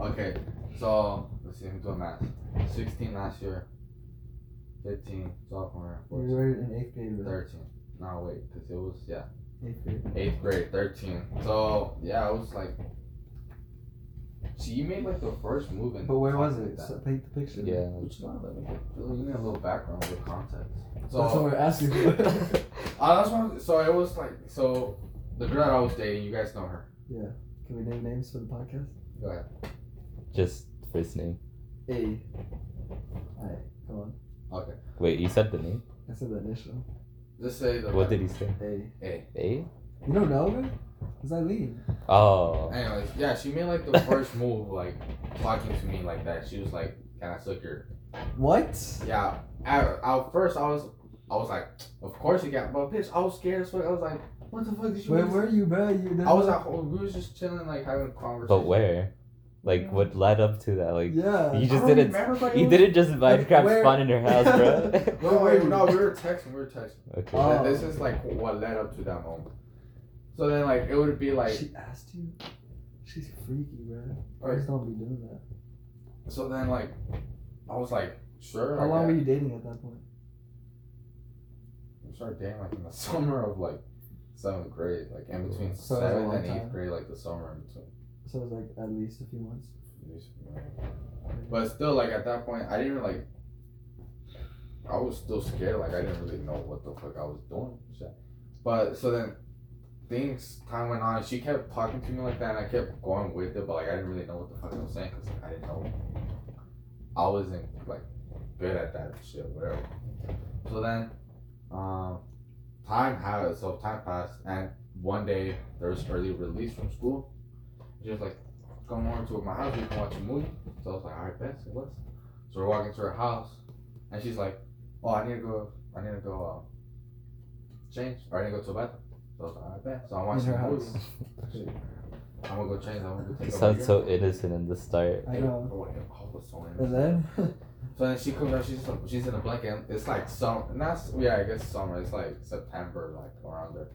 [SPEAKER 3] Okay, so let's see, let me do a math. Sixteen last year. Fifteen sophomore.
[SPEAKER 2] We
[SPEAKER 3] 14,
[SPEAKER 2] were in eighth grade, right?
[SPEAKER 3] Thirteen. No wait, cause it was yeah.
[SPEAKER 2] Eighth grade.
[SPEAKER 3] eighth grade, 13. So, yeah, I was like, she made like the first move. And
[SPEAKER 2] But where was
[SPEAKER 3] something
[SPEAKER 2] it?
[SPEAKER 3] like
[SPEAKER 2] So, paint the picture.
[SPEAKER 1] yeah.
[SPEAKER 3] that. Which one? Let me get- let me get a little background, a little context. So,
[SPEAKER 2] That's what we're asking for.
[SPEAKER 3] I just wanted, so it was like, so the girl that I was dating, you guys know her.
[SPEAKER 2] Can we name names for the podcast?
[SPEAKER 3] Go ahead.
[SPEAKER 1] Just first name.
[SPEAKER 2] A. Alright, come on.
[SPEAKER 3] Okay.
[SPEAKER 1] Wait, you said the name?
[SPEAKER 2] I said the initial.
[SPEAKER 3] Just say the.
[SPEAKER 1] What did he say?
[SPEAKER 2] A.
[SPEAKER 3] Hey.
[SPEAKER 1] A?
[SPEAKER 2] You don't know her? It's Eileen.
[SPEAKER 1] Oh.
[SPEAKER 3] Anyways, yeah, she made like the first move, like talking to me like that. She was like, "Can I suck your?"
[SPEAKER 2] What?
[SPEAKER 3] Yeah. At, at first, I was, I was like, "Of course you got," but bitch, I was scared as fuck. I was like, "What the fuck did you?"
[SPEAKER 2] Where
[SPEAKER 3] do?"
[SPEAKER 2] were you, bro? You
[SPEAKER 3] I was at home. We was just chilling, like having a conversation.
[SPEAKER 1] But where? Like, what led up to that? Like,
[SPEAKER 2] Yeah.
[SPEAKER 1] you
[SPEAKER 3] I
[SPEAKER 1] just
[SPEAKER 3] don't
[SPEAKER 1] didn't.
[SPEAKER 3] remember, but it
[SPEAKER 1] You
[SPEAKER 3] was-
[SPEAKER 1] didn't just Minecraft
[SPEAKER 2] where-
[SPEAKER 1] spawn in your house, bro.
[SPEAKER 3] No,
[SPEAKER 2] Where
[SPEAKER 3] wait,
[SPEAKER 2] were
[SPEAKER 3] no,
[SPEAKER 2] you?
[SPEAKER 3] we were texting. We were texting.
[SPEAKER 1] okay.
[SPEAKER 2] Oh.
[SPEAKER 3] And This is like what led up to that moment. So then, like, it would be like.
[SPEAKER 2] She asked you? She's freaky, bro.
[SPEAKER 3] Alright.
[SPEAKER 2] Please don't be doing that.
[SPEAKER 3] So then, like, I was like, sure.
[SPEAKER 2] How
[SPEAKER 3] like,
[SPEAKER 2] long
[SPEAKER 3] I-
[SPEAKER 2] were you dating at that point?
[SPEAKER 3] I started dating like in the summer of like seventh grade, like in between
[SPEAKER 2] So that's a
[SPEAKER 3] seventh
[SPEAKER 2] long
[SPEAKER 3] and eighth
[SPEAKER 2] time.
[SPEAKER 3] grade, like the summer in between.
[SPEAKER 2] So it was like at least a few months.
[SPEAKER 3] But still, like at that point, I didn't like. I was still scared. Like I didn't really know what the fuck I was doing. Shit. But so then, things time went on. She kept talking to me like that, and I kept going with it. But like I didn't really know what the fuck I was saying because like, I didn't know. I wasn't like good at that shit, whatever. So then, um, time had so time passed, and one day there was early release from school. She was like, "Come over to my house. We can watch a movie." So I was like, all right, best, it was. So we're walking to her house, and she's like, oh, I need to go, I need to go um, uh, change, or I need to go to the bathroom. So I was like, all right, best. So I'm
[SPEAKER 2] In
[SPEAKER 3] watching
[SPEAKER 2] her
[SPEAKER 3] the
[SPEAKER 2] house.
[SPEAKER 3] movie. I'm gonna go change. I'm gonna go
[SPEAKER 1] You
[SPEAKER 3] take a
[SPEAKER 1] sound
[SPEAKER 3] breather.
[SPEAKER 1] so innocent in the start.
[SPEAKER 2] I know.
[SPEAKER 3] Oh, yeah, I was so
[SPEAKER 2] And
[SPEAKER 3] angry.
[SPEAKER 2] then
[SPEAKER 3] So then she comes out. She's she's in a blanket. and It's like summer. Not yeah, I guess summer. It's like September, like around there.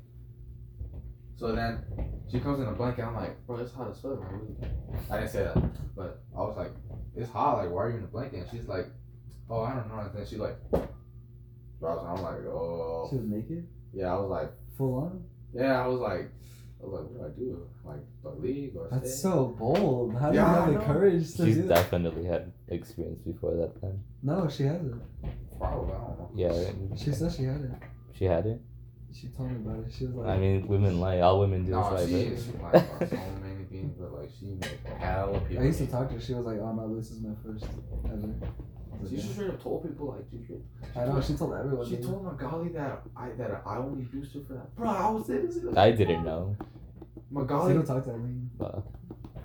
[SPEAKER 3] So then she comes in a blanket. I'm like, bro, it's hot as fuck. Like, what you- I didn't say that, but I was like, it's hot. Like, why are you in a blanket? And she's like, oh, I don't know. And then she like drops. And I'm like,
[SPEAKER 2] she
[SPEAKER 3] oh
[SPEAKER 2] was naked,
[SPEAKER 3] yeah. I was like,
[SPEAKER 2] full on.
[SPEAKER 3] yeah. I was like, I was like, what do I do? Like, but leave or
[SPEAKER 2] That's
[SPEAKER 3] stay?
[SPEAKER 2] so bold. How do
[SPEAKER 3] Yeah, I
[SPEAKER 2] you have
[SPEAKER 3] know.
[SPEAKER 2] the courage to
[SPEAKER 1] She's
[SPEAKER 2] do that?
[SPEAKER 1] definitely had experience before that time.
[SPEAKER 2] No, she hasn't.
[SPEAKER 3] Probably. I don't know.
[SPEAKER 1] Yeah,
[SPEAKER 2] She said she had it.
[SPEAKER 1] she had it.
[SPEAKER 2] She told me about it. She was like,
[SPEAKER 1] I mean, women lie. All women do is
[SPEAKER 3] No,
[SPEAKER 1] lie.
[SPEAKER 3] she
[SPEAKER 1] but-
[SPEAKER 3] is like about so many things, but like she made a hell of people.
[SPEAKER 2] I used to talk to her. She was like, "Oh no, this is my first ever." I was
[SPEAKER 3] She
[SPEAKER 2] like,
[SPEAKER 3] should straight up told people like she,
[SPEAKER 2] "Yeah." I know. She told everyone.
[SPEAKER 3] she
[SPEAKER 2] dude.
[SPEAKER 3] told Magali that I that I only used her for that. Bro, I was innocent.
[SPEAKER 1] I didn't know.
[SPEAKER 2] So you
[SPEAKER 3] Magali,
[SPEAKER 2] don't talk to Eileen.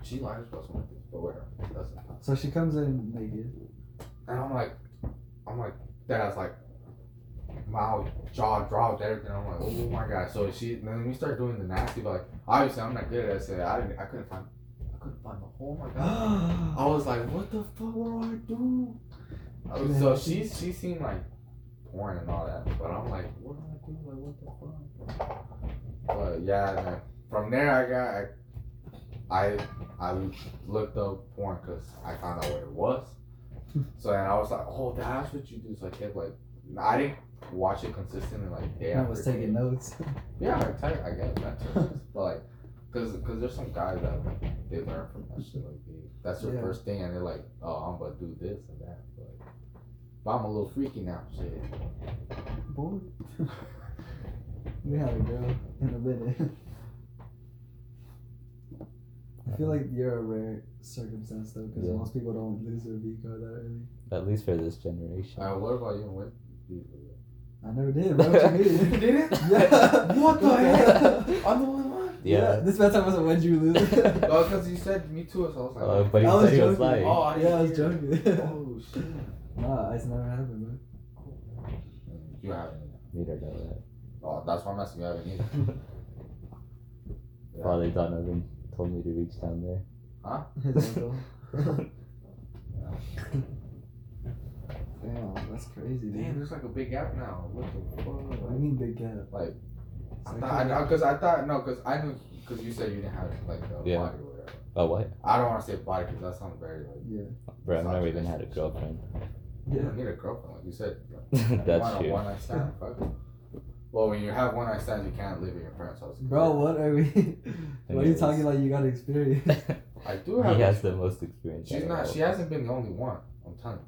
[SPEAKER 3] she lies about some things, but whatever. That's not.
[SPEAKER 2] So she comes in naked.
[SPEAKER 3] And I'm like, I'm like, that's like, my jaw dropped, everything. I'm like, oh my god. So she, then we start doing the nasty, but like, obviously I'm not good at it. So I didn't, I couldn't find, I couldn't find the hole. Oh my god. I was like, what the fuck? What do I do? I was- so she she seemed like porn and all that, but I'm like, what do I do? Like, what the fuck? But yeah, man. From there, I got I I, I looked up porn because I found out what it was. so then I was like, oh, that's what you do. So I kept like, I didn't watch it consistently like day
[SPEAKER 2] I
[SPEAKER 3] after
[SPEAKER 2] was
[SPEAKER 3] day.
[SPEAKER 2] taking notes.
[SPEAKER 3] Yeah, I tell I guess that's what it is. but like, cause, cause there's some guys that like, they learn from that shit. Like, they, that's their
[SPEAKER 2] Yeah.
[SPEAKER 3] first thing, and they're like, oh, I'm about to do this and that. But, like, but I'm a little freaky now. Shit.
[SPEAKER 2] Boy, we had a girl in a minute. I feel like you're a rare circumstance though, because
[SPEAKER 1] Yeah.
[SPEAKER 2] most people don't lose their V card that early.
[SPEAKER 1] At least for this generation.
[SPEAKER 3] Uh, what about you? What?
[SPEAKER 2] I never did. bro, What you mean?
[SPEAKER 3] did it?
[SPEAKER 2] Yeah.
[SPEAKER 3] What the hell?
[SPEAKER 2] Oh,
[SPEAKER 3] I'm the only one.
[SPEAKER 1] yeah.
[SPEAKER 2] This man time was a when you lose. I
[SPEAKER 3] Oh, cause you said me too, so I was like,
[SPEAKER 1] Uh, but he
[SPEAKER 2] was
[SPEAKER 1] said he was
[SPEAKER 2] joking.
[SPEAKER 1] lying.
[SPEAKER 3] Oh, I didn't
[SPEAKER 2] yeah, I was
[SPEAKER 3] hear.
[SPEAKER 2] joking.
[SPEAKER 3] oh shit.
[SPEAKER 2] nah, it's never happened, bro.
[SPEAKER 3] You haven't.
[SPEAKER 1] You don't know that.
[SPEAKER 3] Oh, that's why I'm asking. You haven't either. Yeah.
[SPEAKER 1] Father Donovan told me to reach down there.
[SPEAKER 2] His uncle. Damn, that's crazy, dude.
[SPEAKER 3] Damn, there's like a big gap now. What the fuck?
[SPEAKER 2] What do you mean big gap?
[SPEAKER 3] Like,
[SPEAKER 2] It's
[SPEAKER 3] I
[SPEAKER 2] like,
[SPEAKER 3] thought, I, cause I thought no, cause I knew, cause you said you didn't have like a
[SPEAKER 1] Yeah.
[SPEAKER 3] body or whatever.
[SPEAKER 1] Oh what?
[SPEAKER 3] I don't want to say body, cause that sounds very like.
[SPEAKER 2] yeah.
[SPEAKER 1] Bro, I've never even had a girlfriend.
[SPEAKER 3] You
[SPEAKER 2] Yeah.
[SPEAKER 3] don't need a girlfriend, like you said. Like,
[SPEAKER 1] That's
[SPEAKER 3] one,
[SPEAKER 1] true.
[SPEAKER 3] One night stand, fuck. it. Well, when you have one night stands, you can't live at your parents' house.
[SPEAKER 2] Bro, what are we? what are you
[SPEAKER 1] Anyways.
[SPEAKER 2] talking like? You got experience?
[SPEAKER 3] I do have.
[SPEAKER 1] he has the most experience.
[SPEAKER 3] She's
[SPEAKER 1] out of all
[SPEAKER 3] not. She
[SPEAKER 1] of us.
[SPEAKER 3] hasn't been the only one. I'm telling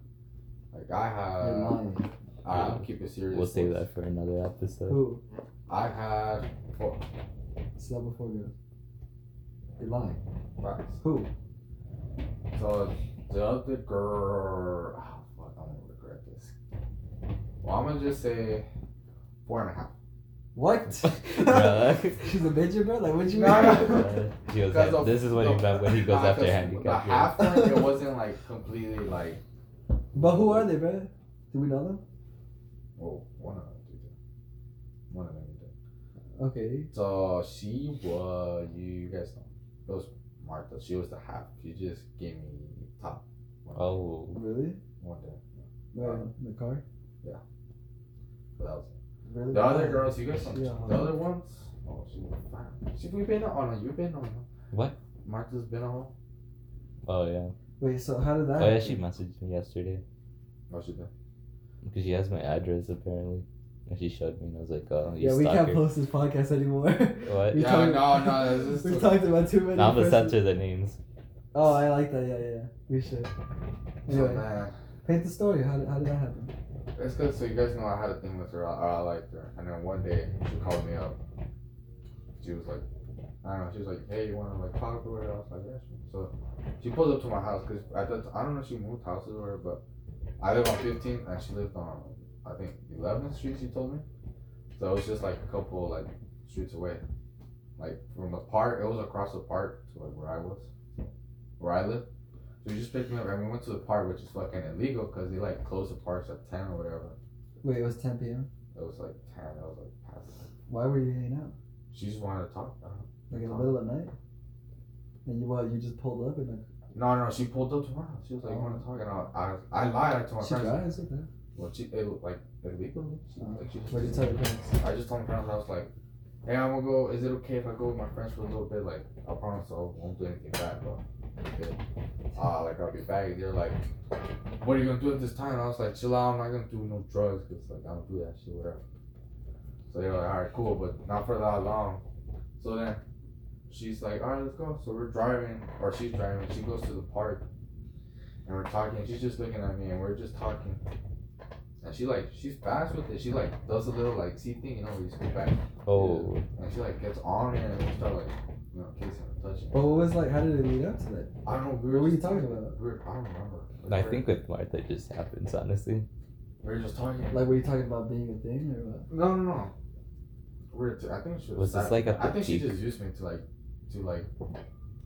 [SPEAKER 3] you. Like I
[SPEAKER 2] You're
[SPEAKER 1] Uh,
[SPEAKER 3] have.
[SPEAKER 2] lying.
[SPEAKER 3] I'll keep it serious.
[SPEAKER 1] We'll save that for another episode.
[SPEAKER 2] Who?
[SPEAKER 3] I have four.
[SPEAKER 2] It's level four girls. You're lying.
[SPEAKER 3] Right.
[SPEAKER 2] Who?
[SPEAKER 3] So the other girl, oh, fuck, I'm gonna regret this. Well, I'm gonna just say four and a half.
[SPEAKER 2] What?
[SPEAKER 1] Bruh.
[SPEAKER 2] She's a bitch, bro. Like, what you mean?
[SPEAKER 3] No,
[SPEAKER 1] Uh, he was
[SPEAKER 3] Because
[SPEAKER 1] like,
[SPEAKER 3] of-
[SPEAKER 1] this is what he
[SPEAKER 3] no,
[SPEAKER 1] meant when he goes
[SPEAKER 3] nah,
[SPEAKER 1] after
[SPEAKER 3] 'cause The
[SPEAKER 1] handicap.
[SPEAKER 3] half one, it wasn't like completely like.
[SPEAKER 2] But who are they, bro? Do we know them?
[SPEAKER 3] Well, one of them did it. One of them did it.
[SPEAKER 2] Okay.
[SPEAKER 3] So she was, you guys know, it was Martha. She was the half. She just gave me top. One,
[SPEAKER 1] Oh,
[SPEAKER 2] Really?
[SPEAKER 3] One day.
[SPEAKER 2] Where?
[SPEAKER 3] Uh,
[SPEAKER 2] in the car?
[SPEAKER 3] But that was it.
[SPEAKER 2] Really?
[SPEAKER 3] The other girls, you guys know.
[SPEAKER 2] Yeah.
[SPEAKER 3] The other ones, oh, she was fine. She, we been on, oh, no, you've been on.
[SPEAKER 1] What?
[SPEAKER 3] Martha's been on.
[SPEAKER 1] oh yeah.
[SPEAKER 2] Wait. So how did that?
[SPEAKER 1] Oh yeah,
[SPEAKER 2] happen?
[SPEAKER 1] she messaged me yesterday
[SPEAKER 3] No, she did.
[SPEAKER 1] because she has my address apparently, and she showed me, and I was like, oh, you
[SPEAKER 2] Yeah, we can't
[SPEAKER 1] stalker.
[SPEAKER 2] post this podcast anymore.
[SPEAKER 1] What?
[SPEAKER 2] We
[SPEAKER 3] Yeah,
[SPEAKER 2] talked-
[SPEAKER 3] no, no, this is
[SPEAKER 2] we
[SPEAKER 3] too-
[SPEAKER 2] talked about too many.
[SPEAKER 1] Now I'm gonna
[SPEAKER 2] persons.
[SPEAKER 1] censor the names.
[SPEAKER 2] Oh, I like that. Yeah, yeah, yeah. We should.
[SPEAKER 3] So,
[SPEAKER 2] Anyway,
[SPEAKER 3] man,
[SPEAKER 2] paint the story. How did, how did that happen?
[SPEAKER 3] it's good. So you guys know I had a thing with her. I, I liked her, and then one day she called me up. She was like, I don't know. She was like, Hey, you wanna like talk or whatever? I was like, Yeah. Sure. So she pulled up to my house because I thought I don't know if she moved houses or whatever, but I live on 15th and she lived on I think 11th Street. She told me. So it was just like a couple like streets away, like from the park. It was across the park to like where I was, where I live. So we just picked me up and we went to the park, which is fucking illegal because they like close the parks at ten or whatever.
[SPEAKER 2] Wait, it was 10 p.m.
[SPEAKER 3] It was like ten. I was like past. it.
[SPEAKER 2] Why were you hanging out?
[SPEAKER 3] She just wanted to talk. I don't know.
[SPEAKER 2] Like in the middle of the night? And you what? You just pulled up and
[SPEAKER 3] No, no, she pulled up to my house. She was like, "You want to talk?" And I, I, I lied. I told my
[SPEAKER 2] Oh. she drives.
[SPEAKER 3] friends.
[SPEAKER 2] Okay.
[SPEAKER 3] Well, she, it, was, like illegally. She,
[SPEAKER 2] Oh.
[SPEAKER 3] like, she
[SPEAKER 2] What did you tell your parents?
[SPEAKER 3] I just told my parents I was like, "Hey, I'm gonna go. Is it okay if I go with my friends for a little bit? Like, I promise I won't do anything bad, bro. Okay. Uh, like I'll be back." And they're like, "What are you gonna do at this time?" And I was like, "Chill out. I'm not gonna do no drugs because like I don't do that shit, whatever." So they're like, "All right, cool, but not for that long." So then she's like, "All right, let's go." So we're driving, or she's driving. She goes to the park, and we're talking. She's just looking at me, and we're just talking. And she like she's fast with it. She like does a little like see thing, you know, where you scoot back.
[SPEAKER 1] Oh,
[SPEAKER 3] And she like gets on it and we start like you know, kissing and touching.
[SPEAKER 2] But what was like? How did it lead up to that?
[SPEAKER 3] I don't know, we
[SPEAKER 2] What were you
[SPEAKER 3] just
[SPEAKER 2] talking about?
[SPEAKER 3] We were, I don't remember.
[SPEAKER 1] I
[SPEAKER 3] We were-
[SPEAKER 1] think with Martha it just happens honestly.
[SPEAKER 3] we were just talking.
[SPEAKER 2] Like, were you talking about being a thing or what?
[SPEAKER 3] No, no, no. We're t- I think she was.
[SPEAKER 1] Was this,
[SPEAKER 3] sad.
[SPEAKER 1] like, at
[SPEAKER 3] I
[SPEAKER 1] the
[SPEAKER 3] think she
[SPEAKER 1] peak?
[SPEAKER 3] just used me to like, to like,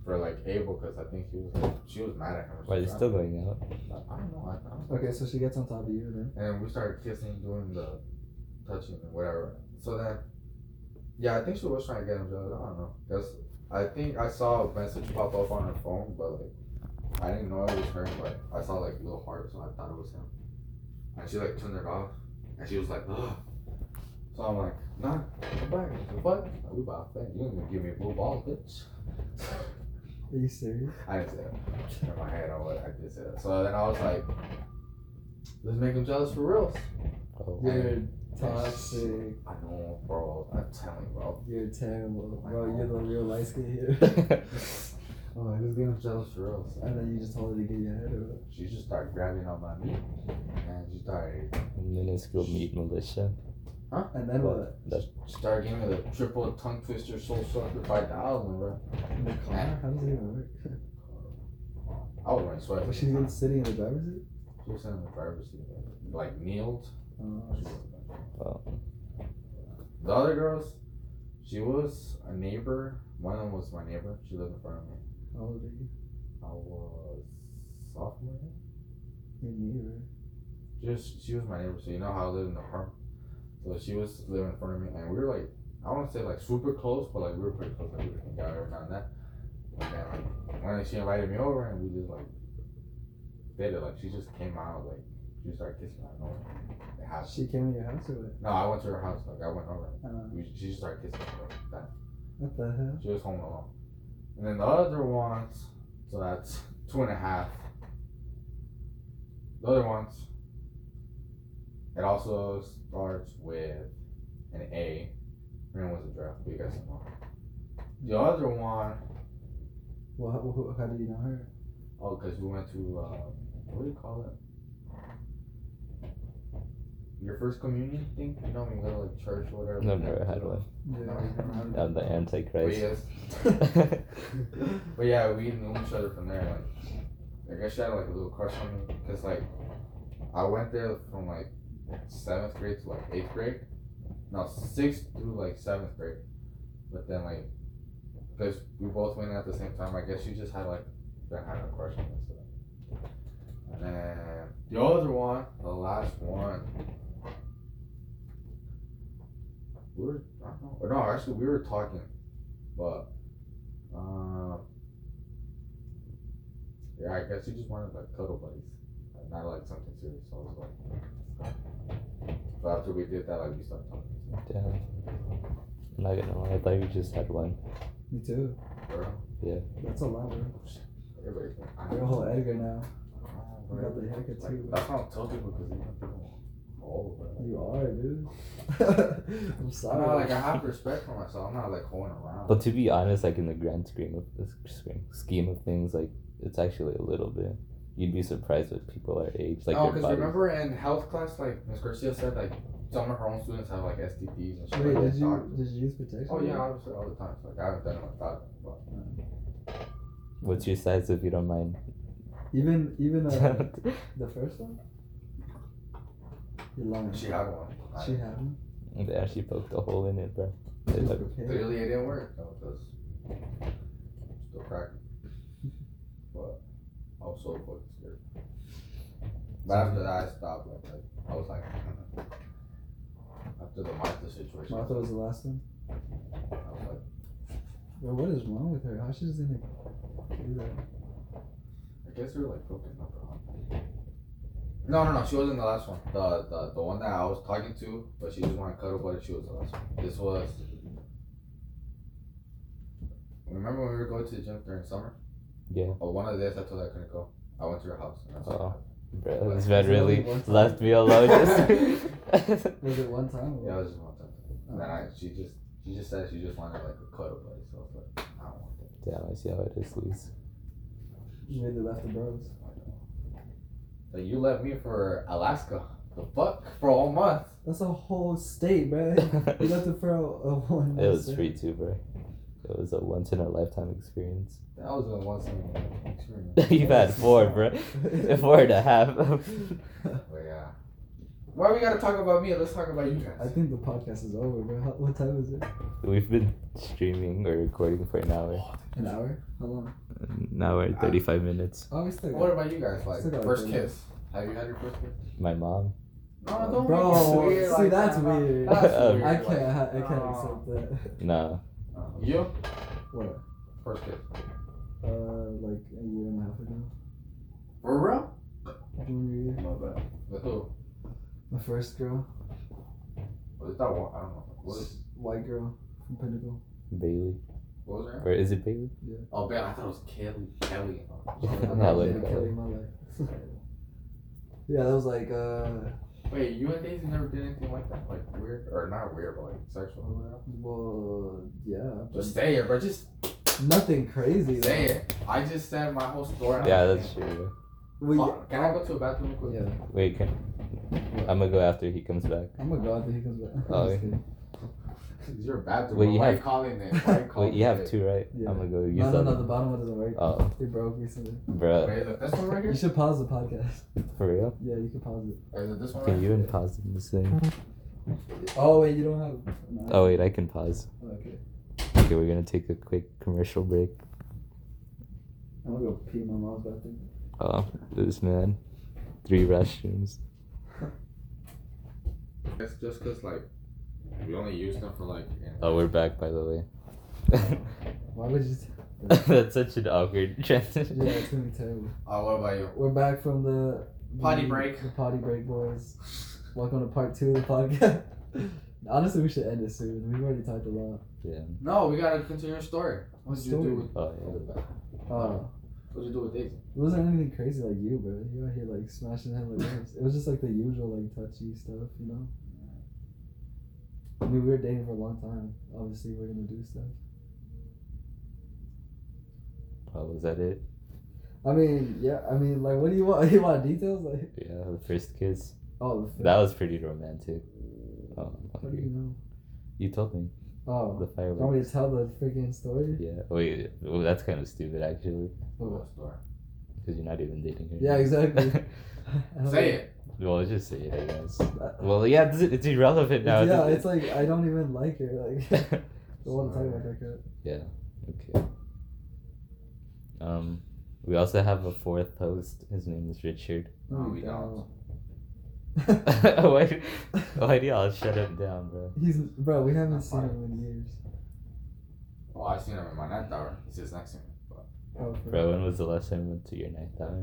[SPEAKER 3] for like Abel because I think he was like, she was mad at him. or
[SPEAKER 1] Are they
[SPEAKER 3] something.
[SPEAKER 1] still going out?
[SPEAKER 3] I I don't know. I, I don't know.
[SPEAKER 2] Okay, so she gets on top of you then.
[SPEAKER 3] and we started kissing, doing the touching and whatever. So then, yeah, I think she was trying to get him drugs. I don't know. That's I think I saw a message pop up on her phone, but like I didn't know it was her. But I saw like little heart, so I thought it was him. And she like turned it off, and she was like, Ugh. So I'm like, nah, come back. The fuck? We about that. You ain't gonna give me a blue ball, bitch.
[SPEAKER 2] Are you serious?
[SPEAKER 3] I didn't say that. In my head, I, was, I did say that. So then I was like, let's make him jealous for reals.
[SPEAKER 1] Oh,
[SPEAKER 2] You're toxic.
[SPEAKER 3] I know, bro. I'm telling you, bro.
[SPEAKER 2] You're terrible, bro. You're the real light skin here.
[SPEAKER 3] Oh, I was getting jealous for real.
[SPEAKER 2] and then you just told her to get your head over.
[SPEAKER 3] She just started grabbing on my meat, and she started,
[SPEAKER 1] minuscule meat militia.
[SPEAKER 2] And then what?
[SPEAKER 3] she started giving me the triple tongue twister soul sucker by thousand, bro.
[SPEAKER 2] In the car? How does it even work?
[SPEAKER 3] I was wearing sweat.
[SPEAKER 2] Oh, she's in, sitting in the driver's seat.
[SPEAKER 3] She was sitting in the driver's seat, like kneeled.
[SPEAKER 2] Oh,
[SPEAKER 1] Oh,
[SPEAKER 3] The other girls, she was a neighbor. One of them was my neighbor. She lived in front of me.
[SPEAKER 2] how old are you?
[SPEAKER 3] I was sophomore. year?
[SPEAKER 2] Your neighbor.
[SPEAKER 3] just she was my neighbor, so you know how I live in the apartment. So she was living in front of me, and we were like, I want to say like super close, but like we were pretty close. Like we were hanging out every now and then. And then like when she invited me over, and we just like did it. Like she just came out, like she started kissing my nose. It happened.
[SPEAKER 2] She came to your house or what?
[SPEAKER 3] No, I went to her house. Like I went over.
[SPEAKER 2] Uh,
[SPEAKER 3] We, she just started kissing me. Like, that.
[SPEAKER 2] what the hell?
[SPEAKER 3] She was home alone. And then the other ones, so that's two and a half. The other ones, it also starts with an A. And it was a draft, but you guys don't know. The other one,
[SPEAKER 2] Well, how, who- how do you know her?
[SPEAKER 3] oh, because we went to, uh, what do you call it? Your first communion thing? You know, when you go to like church or whatever.
[SPEAKER 1] never had one.
[SPEAKER 2] Yeah.
[SPEAKER 1] I'm the
[SPEAKER 3] But
[SPEAKER 1] Antichrist.
[SPEAKER 3] yes, But yeah, we knew each other from there. Like, I guess she had like a little crush on me because like I went there from like seventh grade to like eighth grade. No, sixth through like seventh grade. But then like, because we both went at the same time, I guess she just had like been having a crush on me. So. And then the other one, the last one. We were, I don't know. No, actually, we were talking, but um, yeah, I guess you just wanted like cuddle buddies, like, not like something serious. So I was like, so after we did that, like we stopped talking.
[SPEAKER 1] Damn. I'm not gonna lie, I thought you just had one.
[SPEAKER 2] Me too.
[SPEAKER 3] Girl,
[SPEAKER 2] That's a lot, bro.
[SPEAKER 3] everybody's like, I
[SPEAKER 2] You're a whole Edgar now.
[SPEAKER 3] I
[SPEAKER 2] You
[SPEAKER 3] don't know,
[SPEAKER 2] got Oh, the
[SPEAKER 3] whatever.
[SPEAKER 2] haircut
[SPEAKER 3] Like,
[SPEAKER 2] too, bro.
[SPEAKER 3] That's how I tell people because they don't think I'm old. But, like,
[SPEAKER 2] You are, dude. I'm
[SPEAKER 3] I don't know,
[SPEAKER 2] sorry.
[SPEAKER 3] like I have respect for myself. I'm not like holding around.
[SPEAKER 1] But to be honest, like in the grand scheme of scheme- scheme of things, like it's actually a little bit. You'd be surprised what people our age, like
[SPEAKER 3] oh,
[SPEAKER 1] their
[SPEAKER 3] because
[SPEAKER 1] bodies.
[SPEAKER 3] remember in health class, like Miss Garcia said, like some of her own students have like STDs and shit.
[SPEAKER 2] Wait,
[SPEAKER 3] like
[SPEAKER 2] did
[SPEAKER 3] that.
[SPEAKER 2] you did you use protection? Uh,
[SPEAKER 3] Oh yeah, obviously all the time. Like I haven't done it like that, but
[SPEAKER 1] What's your size, if you don't mind?
[SPEAKER 2] Even even uh, the first one. You're lying.
[SPEAKER 3] she had one. I-
[SPEAKER 2] She had one.
[SPEAKER 1] they actually poked a hole in it, bro. They
[SPEAKER 2] Just
[SPEAKER 1] look-
[SPEAKER 2] prepared.
[SPEAKER 3] Clearly it didn't work though, because still cracking. But I was so fucking scared. But after that, I stopped. Like, like I was like, "Mm." after the Martha situation,
[SPEAKER 2] Martha was the last one.
[SPEAKER 3] I was like,
[SPEAKER 2] Bro, what is wrong with her? How she doesn't
[SPEAKER 3] I guess we were like broken up. or something. No, no, no. She wasn't the last one. The the the one that I was talking to, but she just wanted to cuddle. But she was the last one. This was. Remember when we were going to the gym during summer?
[SPEAKER 1] Yeah.
[SPEAKER 3] Oh, one of the days I told her I couldn't go. I went to her house. And that's what
[SPEAKER 1] Oh.
[SPEAKER 3] happened.
[SPEAKER 1] Bro, this man
[SPEAKER 2] Is it only
[SPEAKER 1] really
[SPEAKER 2] one time?
[SPEAKER 1] left me alone. Just
[SPEAKER 2] Was it one time?
[SPEAKER 3] Yeah, I
[SPEAKER 2] Or
[SPEAKER 3] was just one time.
[SPEAKER 2] Oh.
[SPEAKER 3] And then I, she just she just said she just wanted like a cuddle buddy. So I was like, I don't want that.
[SPEAKER 1] Damn, I see how it is, Luis.
[SPEAKER 2] You really left the bros.
[SPEAKER 3] Like you left me for Alaska. The fuck for a whole month.
[SPEAKER 2] That's a whole state, bro. You left
[SPEAKER 1] it
[SPEAKER 2] the furrow of one.
[SPEAKER 1] was
[SPEAKER 2] state.
[SPEAKER 1] free too, bro. It was a once in a lifetime experience.
[SPEAKER 3] That was the one thing. I experienced.
[SPEAKER 1] You've had four, bro. Four and a half.
[SPEAKER 3] But yeah. Why we gotta talk about me? Let's talk about you
[SPEAKER 2] I
[SPEAKER 3] guys.
[SPEAKER 2] think the podcast is over, bro. How, what time is it?
[SPEAKER 1] We've been streaming or recording for an hour.
[SPEAKER 2] An hour? How long?
[SPEAKER 1] An hour and 35 minutes.
[SPEAKER 2] Oh, we still
[SPEAKER 3] What
[SPEAKER 2] got.
[SPEAKER 3] about you guys? Like
[SPEAKER 2] Still got
[SPEAKER 3] first
[SPEAKER 2] it.
[SPEAKER 3] kiss. Have you had your first kiss?
[SPEAKER 1] My mom.
[SPEAKER 3] No,
[SPEAKER 2] Uh,
[SPEAKER 3] don't
[SPEAKER 2] bro,
[SPEAKER 3] make it
[SPEAKER 2] see,
[SPEAKER 3] weird like
[SPEAKER 2] that's
[SPEAKER 3] that.
[SPEAKER 2] weird.
[SPEAKER 3] That's
[SPEAKER 1] Uh,
[SPEAKER 3] weird,
[SPEAKER 2] I
[SPEAKER 3] like,
[SPEAKER 2] can't. ha- I can't
[SPEAKER 3] uh,
[SPEAKER 2] accept that.
[SPEAKER 1] Nah.
[SPEAKER 3] You
[SPEAKER 2] What?
[SPEAKER 3] first kiss.
[SPEAKER 2] Uh, like a year and a half ago.
[SPEAKER 3] For real?
[SPEAKER 2] Junior year.
[SPEAKER 3] With who?
[SPEAKER 2] My first girl,
[SPEAKER 3] Was it that one? I don't know. What was,
[SPEAKER 2] white girl from Pinnacle.
[SPEAKER 1] Bailey.
[SPEAKER 3] what was her? name?
[SPEAKER 1] Or is it Bailey?
[SPEAKER 3] Oh, man, I thought it was Kelly. Kelly.
[SPEAKER 2] I'm
[SPEAKER 1] Yeah,
[SPEAKER 2] not
[SPEAKER 1] like
[SPEAKER 2] dating
[SPEAKER 1] that.
[SPEAKER 2] Kelly in my life. yeah, that was like uh,
[SPEAKER 3] Wait, you and Daisy never did anything like that? Like weird? Or not weird, but like sexual or whatever?
[SPEAKER 2] well, yeah, but
[SPEAKER 3] Just say it, bro. Just
[SPEAKER 2] nothing crazy. though.
[SPEAKER 3] say it. I just said my whole story.
[SPEAKER 1] Yeah, that's true.
[SPEAKER 2] Well, yeah.
[SPEAKER 3] Fuck, Can I go to a bathroom real quick?
[SPEAKER 2] Yeah,
[SPEAKER 1] Wait, can... I'm gonna go after he comes back.
[SPEAKER 2] I'm gonna go after he comes back.
[SPEAKER 1] Oh,
[SPEAKER 2] Just
[SPEAKER 1] yeah.
[SPEAKER 2] kidding.
[SPEAKER 3] You're a bathroom.
[SPEAKER 1] Wait,
[SPEAKER 3] bro.
[SPEAKER 1] you
[SPEAKER 3] Why
[SPEAKER 1] have-
[SPEAKER 3] you calling it? Why you calling
[SPEAKER 1] Wait, you have
[SPEAKER 3] it?
[SPEAKER 1] two, right?
[SPEAKER 2] Yeah.
[SPEAKER 1] I'm gonna go use
[SPEAKER 2] no, no,
[SPEAKER 1] that.
[SPEAKER 2] no, the bottom one doesn't work.
[SPEAKER 1] Oh,
[SPEAKER 2] It broke recently.
[SPEAKER 3] Wait,
[SPEAKER 1] bro.
[SPEAKER 3] is it this one right here?
[SPEAKER 2] You should pause the podcast.
[SPEAKER 1] For real?
[SPEAKER 2] Yeah, you can pause it.
[SPEAKER 3] Or is it this one right
[SPEAKER 1] Can you
[SPEAKER 3] here?
[SPEAKER 1] and pause in the same?
[SPEAKER 2] Oh wait, you don't have. No.
[SPEAKER 1] Oh, wait, I can pause.
[SPEAKER 2] Okay.
[SPEAKER 1] Okay, we're gonna take a quick commercial break.
[SPEAKER 2] I'm gonna go pee in my mom's bathroom.
[SPEAKER 1] Oh, this man. Three restrooms.
[SPEAKER 3] That's just because, like, we only use them for, like, in-
[SPEAKER 1] Oh, we're back, by the way.
[SPEAKER 2] Why would you?
[SPEAKER 1] That's such an awkward
[SPEAKER 2] yeah,
[SPEAKER 1] transition.
[SPEAKER 2] it's gonna be terrible.
[SPEAKER 3] Oh, what about you?
[SPEAKER 2] We're back from the
[SPEAKER 3] Potty
[SPEAKER 2] the-
[SPEAKER 3] break.
[SPEAKER 2] The potty break, boys. Welcome to part two of the podcast. Honestly, we should end it soon. We've already talked a lot.
[SPEAKER 1] Yeah.
[SPEAKER 3] No, we gotta continue your story. What did you
[SPEAKER 2] Story?
[SPEAKER 3] do with.
[SPEAKER 1] Oh,
[SPEAKER 2] Oh,
[SPEAKER 3] What did you do with Daisy?
[SPEAKER 2] it wasn't anything crazy like you, bro. You out here like smashing him like this. It was just like the usual like touchy stuff, you know. I mean, we were dating for a long time. Obviously, we're gonna do stuff.
[SPEAKER 1] yeah. Oh, was that it?
[SPEAKER 2] I mean, yeah. I mean, like, what do you want? You want details? Like,
[SPEAKER 1] Yeah, the first kiss.
[SPEAKER 2] oh, the
[SPEAKER 1] That was pretty romantic. Oh,
[SPEAKER 2] What do you
[SPEAKER 1] okay.
[SPEAKER 2] know?
[SPEAKER 1] You told me. The
[SPEAKER 2] Oh, you want
[SPEAKER 1] fireworks.
[SPEAKER 2] me to tell the freaking story?
[SPEAKER 1] Yeah. Wait, well, that's kind of stupid, actually.
[SPEAKER 2] Oh,
[SPEAKER 3] story?
[SPEAKER 1] Because you're not even dating her.
[SPEAKER 2] Yeah, exactly. I don't-
[SPEAKER 3] Say it.
[SPEAKER 1] well, let's just say it, I guess.
[SPEAKER 2] Uh,
[SPEAKER 1] Well, yeah, it's, it's irrelevant now.
[SPEAKER 2] yeah, it's
[SPEAKER 1] isn't
[SPEAKER 2] like I don't even like her. Like, I
[SPEAKER 1] it?
[SPEAKER 2] don't want to talk about that girl.
[SPEAKER 1] Okay. Um, we also have a fourth host. His name is Richard.
[SPEAKER 3] No,
[SPEAKER 2] Oh,
[SPEAKER 3] we don't.
[SPEAKER 2] God.
[SPEAKER 1] why, why do y'all shut him down, bro?
[SPEAKER 2] He's bro. We haven't seen him in years.
[SPEAKER 3] Oh, I seen him in my ninth hour. He sits next to me. But
[SPEAKER 2] Oh, for-
[SPEAKER 1] Bro, when was the last time you went to your ninth hour?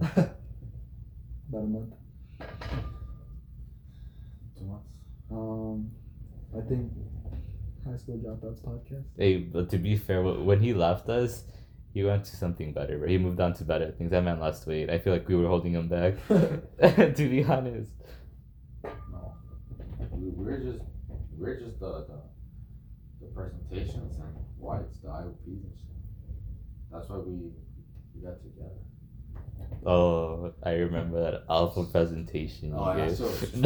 [SPEAKER 2] About a month.
[SPEAKER 3] two months.
[SPEAKER 2] Um, I think high school dropouts podcast.
[SPEAKER 1] Hey, but to be fair, wh- when he left us, he went to something better. Right? He moved on to better things. That man lost weight. I feel like we were holding him back. to be honest,
[SPEAKER 3] No. We, we're just we're just the, the the presentations and why it's the IOPs and shit. That's why we we got together.
[SPEAKER 1] oh, I remember that alpha presentation. you
[SPEAKER 3] Oh, yeah,
[SPEAKER 1] gave.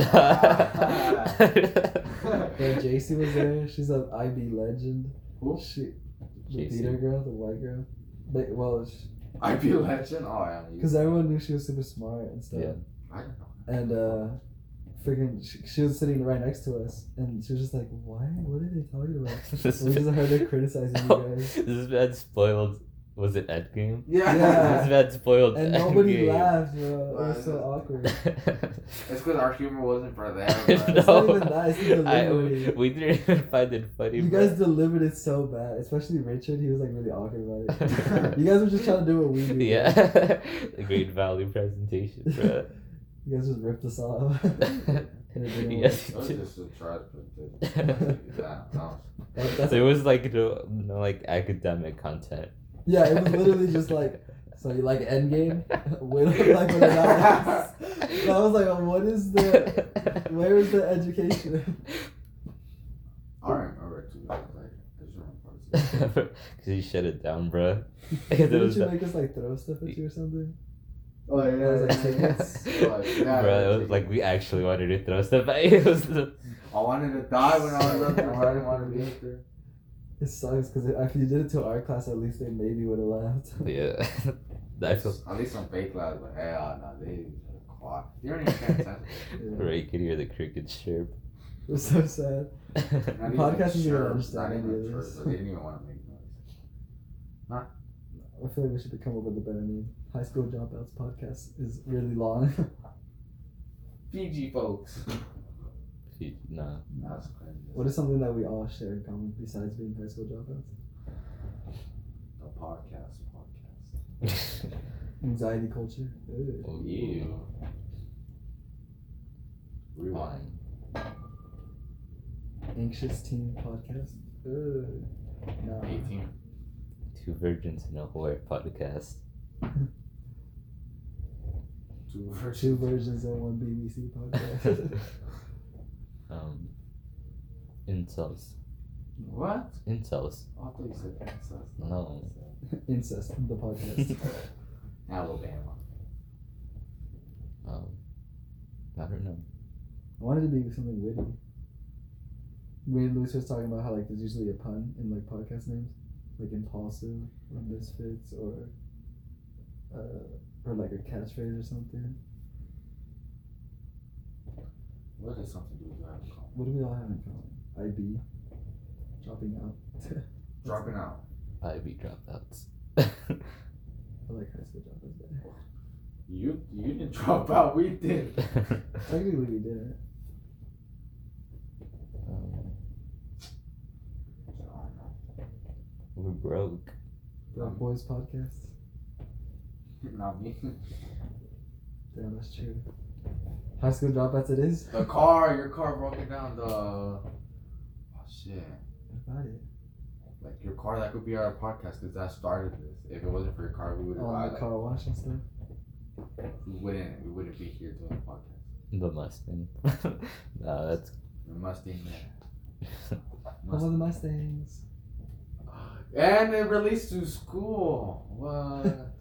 [SPEAKER 2] Yeah, JC was there. She's an IB legend.
[SPEAKER 3] Who?
[SPEAKER 2] She, the
[SPEAKER 1] JC.
[SPEAKER 2] theater girl, the white girl. But, well,
[SPEAKER 3] IP legend? Oh yeah. you-
[SPEAKER 2] because everyone knew she was super smart and stuff.
[SPEAKER 1] Yeah.
[SPEAKER 3] I don't know.
[SPEAKER 2] and uh freaking she, she was sitting right next to us and she was just like what what are they talking about
[SPEAKER 1] This
[SPEAKER 2] we just
[SPEAKER 1] man-
[SPEAKER 2] heard her criticizing you guys
[SPEAKER 1] This man spoiled was it Ed game?
[SPEAKER 2] Yeah.
[SPEAKER 1] this man spoiled
[SPEAKER 2] And
[SPEAKER 1] Ed
[SPEAKER 2] nobody
[SPEAKER 1] game.
[SPEAKER 2] laughed, bro. It was so
[SPEAKER 3] Wow.
[SPEAKER 2] awkward.
[SPEAKER 3] It's because our humor wasn't for that.
[SPEAKER 1] no,
[SPEAKER 3] bro.
[SPEAKER 2] not even that, it's the
[SPEAKER 1] I-
[SPEAKER 2] delivery.
[SPEAKER 1] we didn't even find it funny.
[SPEAKER 2] You
[SPEAKER 1] bro.
[SPEAKER 2] guys delivered it so bad, especially Richard. He was like really awkward about it. You guys were just trying to do what we do.
[SPEAKER 1] yeah, the Great Valley presentation, bro.
[SPEAKER 2] You guys just ripped us off. And it didn't work.
[SPEAKER 1] yes,
[SPEAKER 3] That was just a trash presentation. Yeah, no.
[SPEAKER 2] That- that's-
[SPEAKER 1] it was like no, no like academic content.
[SPEAKER 2] yeah, it was literally just like, so you like Endgame? Wait, like, what it was. So I was like, oh, what is the, where is the education?
[SPEAKER 3] I remember too. I was like, this is wrong person.
[SPEAKER 1] Because you shut it down, bro. It
[SPEAKER 2] Didn't
[SPEAKER 1] was
[SPEAKER 2] you
[SPEAKER 1] the-
[SPEAKER 2] make us like throw stuff at you or something?
[SPEAKER 3] Oh
[SPEAKER 2] yeah,
[SPEAKER 3] yeah,
[SPEAKER 2] yeah, yeah.
[SPEAKER 3] yeah,
[SPEAKER 1] bro, it was like we actually wanted to throw stuff at you. It was the-
[SPEAKER 3] I wanted to die when I was up there. I didn't want to be up there.
[SPEAKER 2] It sucks because if you did it to our class, at least they maybe would have laughed.
[SPEAKER 1] yeah, I feel
[SPEAKER 3] At least some fake lads, but hell no, they clock. You don't even pay attention.
[SPEAKER 2] Yeah.
[SPEAKER 1] Ray could hear the crickets chirp.
[SPEAKER 2] It was so sad.
[SPEAKER 3] Not
[SPEAKER 2] The
[SPEAKER 3] even
[SPEAKER 2] podcast is gonna
[SPEAKER 3] sure,
[SPEAKER 2] understand
[SPEAKER 3] not
[SPEAKER 2] any
[SPEAKER 3] even
[SPEAKER 2] of
[SPEAKER 3] sure,
[SPEAKER 2] this.
[SPEAKER 3] but They didn't even want to make noise.
[SPEAKER 2] I feel like we should come up with a better name. High School Dropouts podcast is really long.
[SPEAKER 3] Fiji folks.
[SPEAKER 1] You- Nah.
[SPEAKER 3] That's crazy.
[SPEAKER 2] what is something that we all share in common besides being high school dropouts?
[SPEAKER 3] a podcast? Podcast.
[SPEAKER 2] Anxiety culture. Ew.
[SPEAKER 1] Oh,
[SPEAKER 3] Ew. Rewind.
[SPEAKER 2] Anxious teen podcast. Ew. Nah.
[SPEAKER 3] 18.
[SPEAKER 1] Two virgins and a whore podcast.
[SPEAKER 3] Two versions.
[SPEAKER 2] Two versions of one BBC podcast.
[SPEAKER 1] um, incels.
[SPEAKER 3] What?
[SPEAKER 1] Incels.
[SPEAKER 3] I thought you said princess.
[SPEAKER 1] No.
[SPEAKER 2] Incest, the podcast.
[SPEAKER 3] Alabama.
[SPEAKER 1] um, I don't know.
[SPEAKER 2] I wanted to be something witty. Me and Luis was talking about how like there's usually a pun in like podcast names, like impulsive or misfits or uh, or like a catchphrase or something.
[SPEAKER 3] What is something you do have in common?
[SPEAKER 2] What do we all have in common? IB, dropping out.
[SPEAKER 3] Dropping out.
[SPEAKER 1] IB dropouts.
[SPEAKER 2] I like high school dropouts better.
[SPEAKER 3] You you didn't drop out. We did.
[SPEAKER 2] Technically, we didn't.
[SPEAKER 1] um, we're broke.
[SPEAKER 2] Black
[SPEAKER 3] Um,
[SPEAKER 2] Boys podcast.
[SPEAKER 3] Not me.
[SPEAKER 2] Damn, that's true. High school dropouts, it is.
[SPEAKER 3] The car. Your car broke it down. The oh shit.
[SPEAKER 2] What about it?
[SPEAKER 3] Like your car. That could be our podcast because that started this. If it wasn't for your car, we would
[SPEAKER 2] Oh,
[SPEAKER 3] have
[SPEAKER 2] the car wash and stuff.
[SPEAKER 3] we wouldn't we wouldn't be here doing the podcast.
[SPEAKER 1] The Mustang. nah, that's.
[SPEAKER 3] The Mustang man.
[SPEAKER 2] How about the Mustangs?
[SPEAKER 3] And it released to school. What?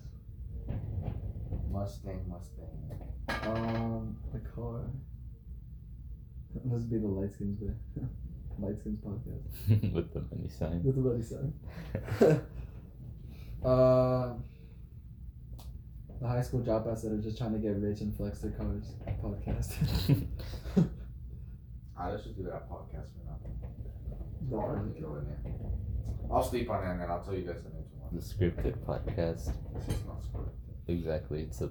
[SPEAKER 3] Mustang, Mustang.
[SPEAKER 2] Um, the car. This would be the light skins bit. light skins podcast.
[SPEAKER 1] with the money sign.
[SPEAKER 2] That's about it, sorry. uh, the high school dropouts that are just trying to get rich and flex their cars podcast.
[SPEAKER 3] I just should do that podcast for now.
[SPEAKER 2] The
[SPEAKER 3] I'll
[SPEAKER 2] pod-
[SPEAKER 3] really throw it in. I'll sleep on it and then I'll tell you guys the name tomorrow.
[SPEAKER 1] the scripted podcast.
[SPEAKER 3] This is not scripted.
[SPEAKER 1] Exactly. It's a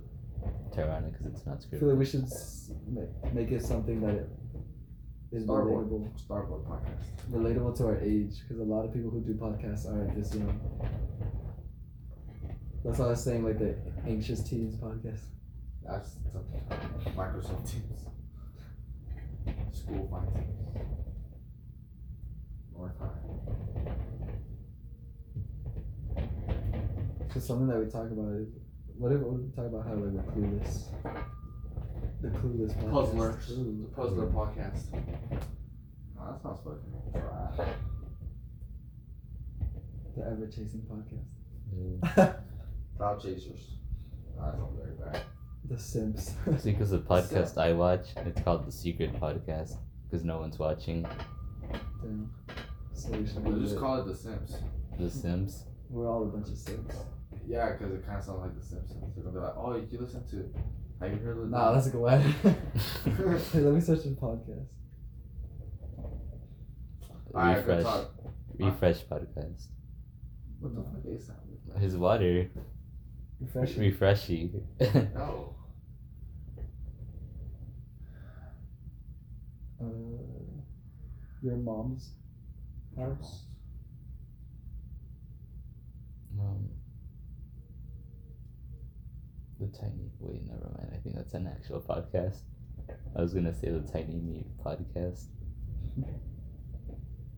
[SPEAKER 1] Tyrone because it's not
[SPEAKER 2] I
[SPEAKER 1] scripted.
[SPEAKER 2] feel like we should s- ma- make it something that it is
[SPEAKER 3] Star Wars.
[SPEAKER 2] relatable,
[SPEAKER 3] Starboard podcast.
[SPEAKER 2] relatable to our age, because a lot of people who do podcasts aren't this young. That's why I was saying, like the anxious teens podcast.
[SPEAKER 3] That's something. Microsoft Teams. School find teams. North High.
[SPEAKER 2] Cause something that we talk about is what if what if we talk about how like we're clueless, the clueless podcast.
[SPEAKER 3] Puzzlers. The
[SPEAKER 2] Ooh.
[SPEAKER 3] Puzzler podcast. No, that sounds fucking trash.
[SPEAKER 2] The ever chasing
[SPEAKER 1] Yeah.
[SPEAKER 2] podcast.
[SPEAKER 3] Cloud Chasers. No, that sounds very bad.
[SPEAKER 2] the Simps.
[SPEAKER 1] See, because the podcast I watch, it's called the Secret Podcast because no one's watching.
[SPEAKER 2] Damn. So we should
[SPEAKER 3] We'll
[SPEAKER 2] do
[SPEAKER 3] just
[SPEAKER 2] it.
[SPEAKER 3] call it The Sims.
[SPEAKER 1] The Sims.
[SPEAKER 2] We're all a bunch of simps.
[SPEAKER 3] Yeah, because it kind of sounds like The Simpsons. They're gonna be like, oh, you listen to. Have you heard of
[SPEAKER 2] Nah, that's a good one. hey, let me search in podcast.
[SPEAKER 3] Alright, good
[SPEAKER 1] refresh,
[SPEAKER 3] talk.
[SPEAKER 1] refresh podcast.
[SPEAKER 3] What the fuck is that?
[SPEAKER 1] his water
[SPEAKER 2] Refreshing.
[SPEAKER 1] refreshing.
[SPEAKER 3] No.
[SPEAKER 2] Uh, your mom's house.
[SPEAKER 1] um, the tiny wait, never mind. I think that's an actual podcast. I was gonna say the tiny meat podcast.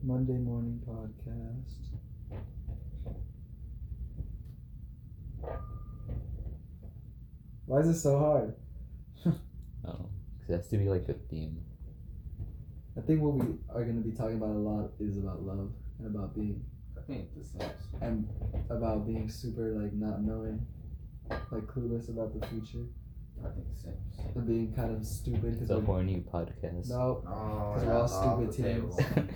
[SPEAKER 2] Monday morning podcast. Why is it so hard?
[SPEAKER 1] Oh, 'cause it has to be like a theme.
[SPEAKER 2] I think what we are going to be talking about a lot is about love and about being
[SPEAKER 3] I think it's the same.
[SPEAKER 2] and about being super like not knowing, like clueless about the future
[SPEAKER 3] I think it's the same.
[SPEAKER 2] and being kind of stupid
[SPEAKER 1] It's
[SPEAKER 2] because
[SPEAKER 1] a
[SPEAKER 2] no,
[SPEAKER 1] horny podcast.
[SPEAKER 3] No,
[SPEAKER 2] 'Cause we're all
[SPEAKER 3] that's off
[SPEAKER 2] stupid
[SPEAKER 3] the
[SPEAKER 2] teens.
[SPEAKER 3] table.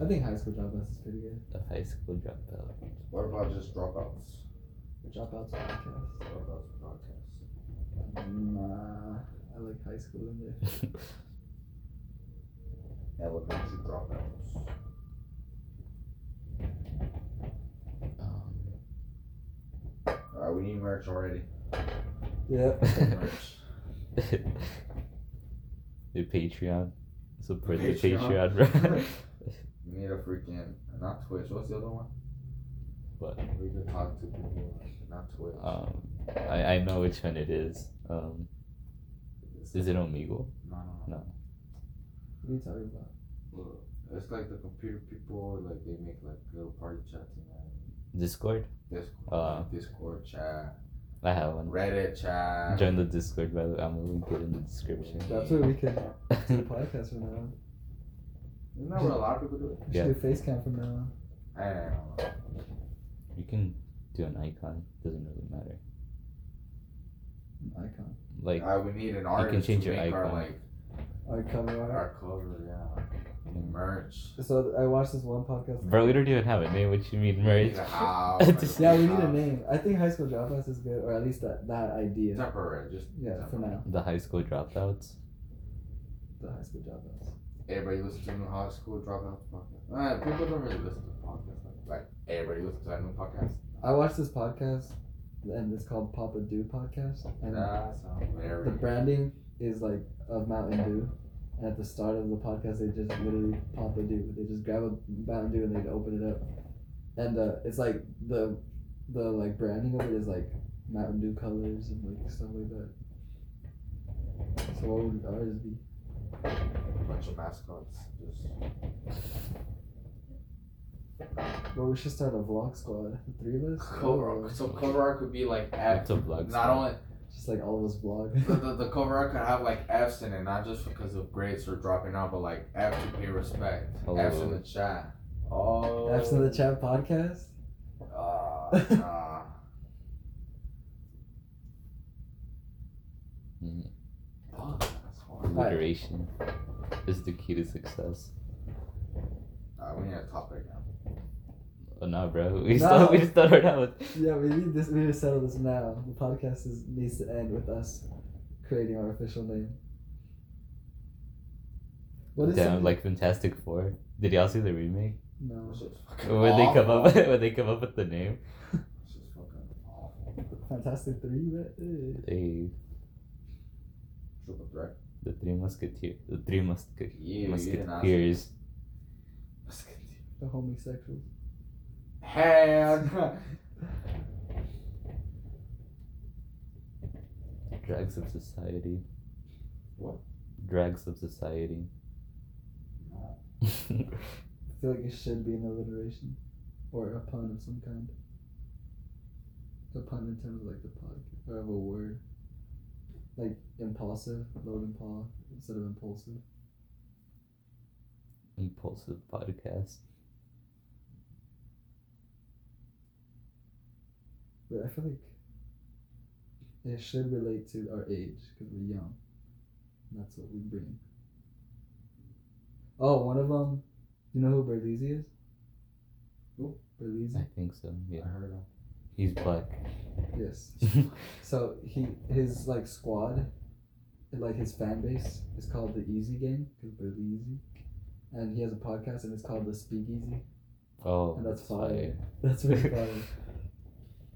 [SPEAKER 2] I think high school dropouts is pretty good.
[SPEAKER 1] a high school dropout.
[SPEAKER 3] What about just dropouts?
[SPEAKER 2] Dropouts podcast.
[SPEAKER 3] Dropouts podcast.
[SPEAKER 2] Nah, I like high school in there.
[SPEAKER 3] Elementary dropouts.
[SPEAKER 1] um,
[SPEAKER 3] Alright, we need merch already.
[SPEAKER 2] Yeah.
[SPEAKER 3] Merch.
[SPEAKER 1] the Patreon. Support the
[SPEAKER 3] Patreon.
[SPEAKER 1] Patreon, bro.
[SPEAKER 3] We need a freaking not Twitch. What's the other one?
[SPEAKER 1] What?
[SPEAKER 3] We could talk to people. Not Twitch.
[SPEAKER 1] um, I, I know which one it is. Um, is it Omegle?
[SPEAKER 3] No, no,
[SPEAKER 2] What are you talking about?
[SPEAKER 3] no. Look, It's like the computer people. Like they make like little party chats and that.
[SPEAKER 1] Discord?
[SPEAKER 3] Discord,
[SPEAKER 1] Uh.
[SPEAKER 3] Discord chat,
[SPEAKER 1] I have one.
[SPEAKER 3] Reddit chat.
[SPEAKER 1] Join the Discord, by the way. I'm gonna link it in the description.
[SPEAKER 2] That's what we can do the podcast from now on.
[SPEAKER 3] Isn't that what a lot of people do?
[SPEAKER 2] We
[SPEAKER 1] Yeah.
[SPEAKER 2] should do face cam from now on.
[SPEAKER 3] I don't know.
[SPEAKER 1] you can do an icon. Doesn't really matter.
[SPEAKER 2] An Icon.
[SPEAKER 1] Like
[SPEAKER 3] uh, we need an artist
[SPEAKER 1] change
[SPEAKER 3] to
[SPEAKER 1] your
[SPEAKER 3] make our
[SPEAKER 1] icon.
[SPEAKER 3] like
[SPEAKER 2] Our cover art.
[SPEAKER 3] our cover, yeah, and merch.
[SPEAKER 2] So I watched this one podcast.
[SPEAKER 1] Bro, we don't even have a name. What you mean, merch?
[SPEAKER 3] Need a house,
[SPEAKER 1] Yeah,
[SPEAKER 3] like,
[SPEAKER 2] Yeah, we need a
[SPEAKER 3] house.
[SPEAKER 2] name. I think High School Dropouts is good, or at least that, that idea.
[SPEAKER 3] Temporary, just
[SPEAKER 2] Yeah, for
[SPEAKER 3] temporary.
[SPEAKER 2] now.
[SPEAKER 1] The high school dropouts.
[SPEAKER 2] The High School Dropouts.
[SPEAKER 3] Everybody listens to new high school dropout podcast. Uh, people don't really listen to podcasts like, like everybody listens to that new podcast.
[SPEAKER 2] I watched this podcast, and it's called Papa Dew Podcast. And
[SPEAKER 3] That sounds very.
[SPEAKER 2] the branding is like of Mountain Dew. And at the start of the podcast, they just literally pop a dew. They just grab a Mountain Dew and they open it up. And uh, it's like the the like branding of it is like Mountain Dew colors and like stuff like that. So what would ours be?
[SPEAKER 3] a bunch of mascots. Just
[SPEAKER 2] Well, we should start a vlog squad, the three of us.
[SPEAKER 3] cover art. So cover art could be like F.
[SPEAKER 1] It's a vlog
[SPEAKER 3] Not
[SPEAKER 1] squad.
[SPEAKER 3] only
[SPEAKER 2] Just like all of us vlog.
[SPEAKER 3] the, the, the cover art could have like F's in it, not just because of grades are dropping out, but like F to pay respect. F's in
[SPEAKER 1] Hello.
[SPEAKER 3] the chat. Oh.
[SPEAKER 2] Apps in the chat podcast.
[SPEAKER 3] Ah, nah.
[SPEAKER 1] Mm,
[SPEAKER 3] Fuck, that's hard.
[SPEAKER 2] Alright.
[SPEAKER 1] Alliteration is the key to success.
[SPEAKER 3] Alright, we need a topic now.
[SPEAKER 1] Oh no, bro. We
[SPEAKER 2] No.
[SPEAKER 1] still we still don't have a
[SPEAKER 2] Yeah, we need this. We need to settle this now. The podcast is, needs to end with us creating our official name. What is
[SPEAKER 1] Damn,
[SPEAKER 2] something-
[SPEAKER 1] like Fantastic Four. Did y'all see the remake?
[SPEAKER 2] no
[SPEAKER 3] This is fucking
[SPEAKER 1] When they come up,
[SPEAKER 3] awful.
[SPEAKER 1] when they come up with the name,
[SPEAKER 3] This is fucking awful.
[SPEAKER 2] Fantastic Three? but, eh.
[SPEAKER 1] they
[SPEAKER 3] Triple threat.
[SPEAKER 1] the three musketeers, the three musketeers,
[SPEAKER 3] You, you didn't ask.
[SPEAKER 1] musketeers.
[SPEAKER 2] the homosexuals.
[SPEAKER 3] Hell.
[SPEAKER 1] Drags of society.
[SPEAKER 3] What?
[SPEAKER 1] Drags of society.
[SPEAKER 2] I feel like it should be an alliteration or a pun of some kind. A pun in terms of like the podcast or of a word, like impulsive, Logan Paul instead of impulsive.
[SPEAKER 1] Impulsive podcast.
[SPEAKER 2] But I feel like it should relate to our age because we're young. And that's what we bring. Oh, one of them. You know who Berlizzi is?
[SPEAKER 3] Who?
[SPEAKER 1] I
[SPEAKER 2] Berlizzi.
[SPEAKER 1] think so.
[SPEAKER 3] I
[SPEAKER 1] Yeah,
[SPEAKER 3] heard him.
[SPEAKER 1] he's black.
[SPEAKER 2] Yes. So he his like squad, like his fan base is called the Easy Gang because Berlizzi, and he has a podcast and it's called the Speakeasy.
[SPEAKER 1] oh,
[SPEAKER 2] And that's
[SPEAKER 1] fire.
[SPEAKER 2] That's really funny.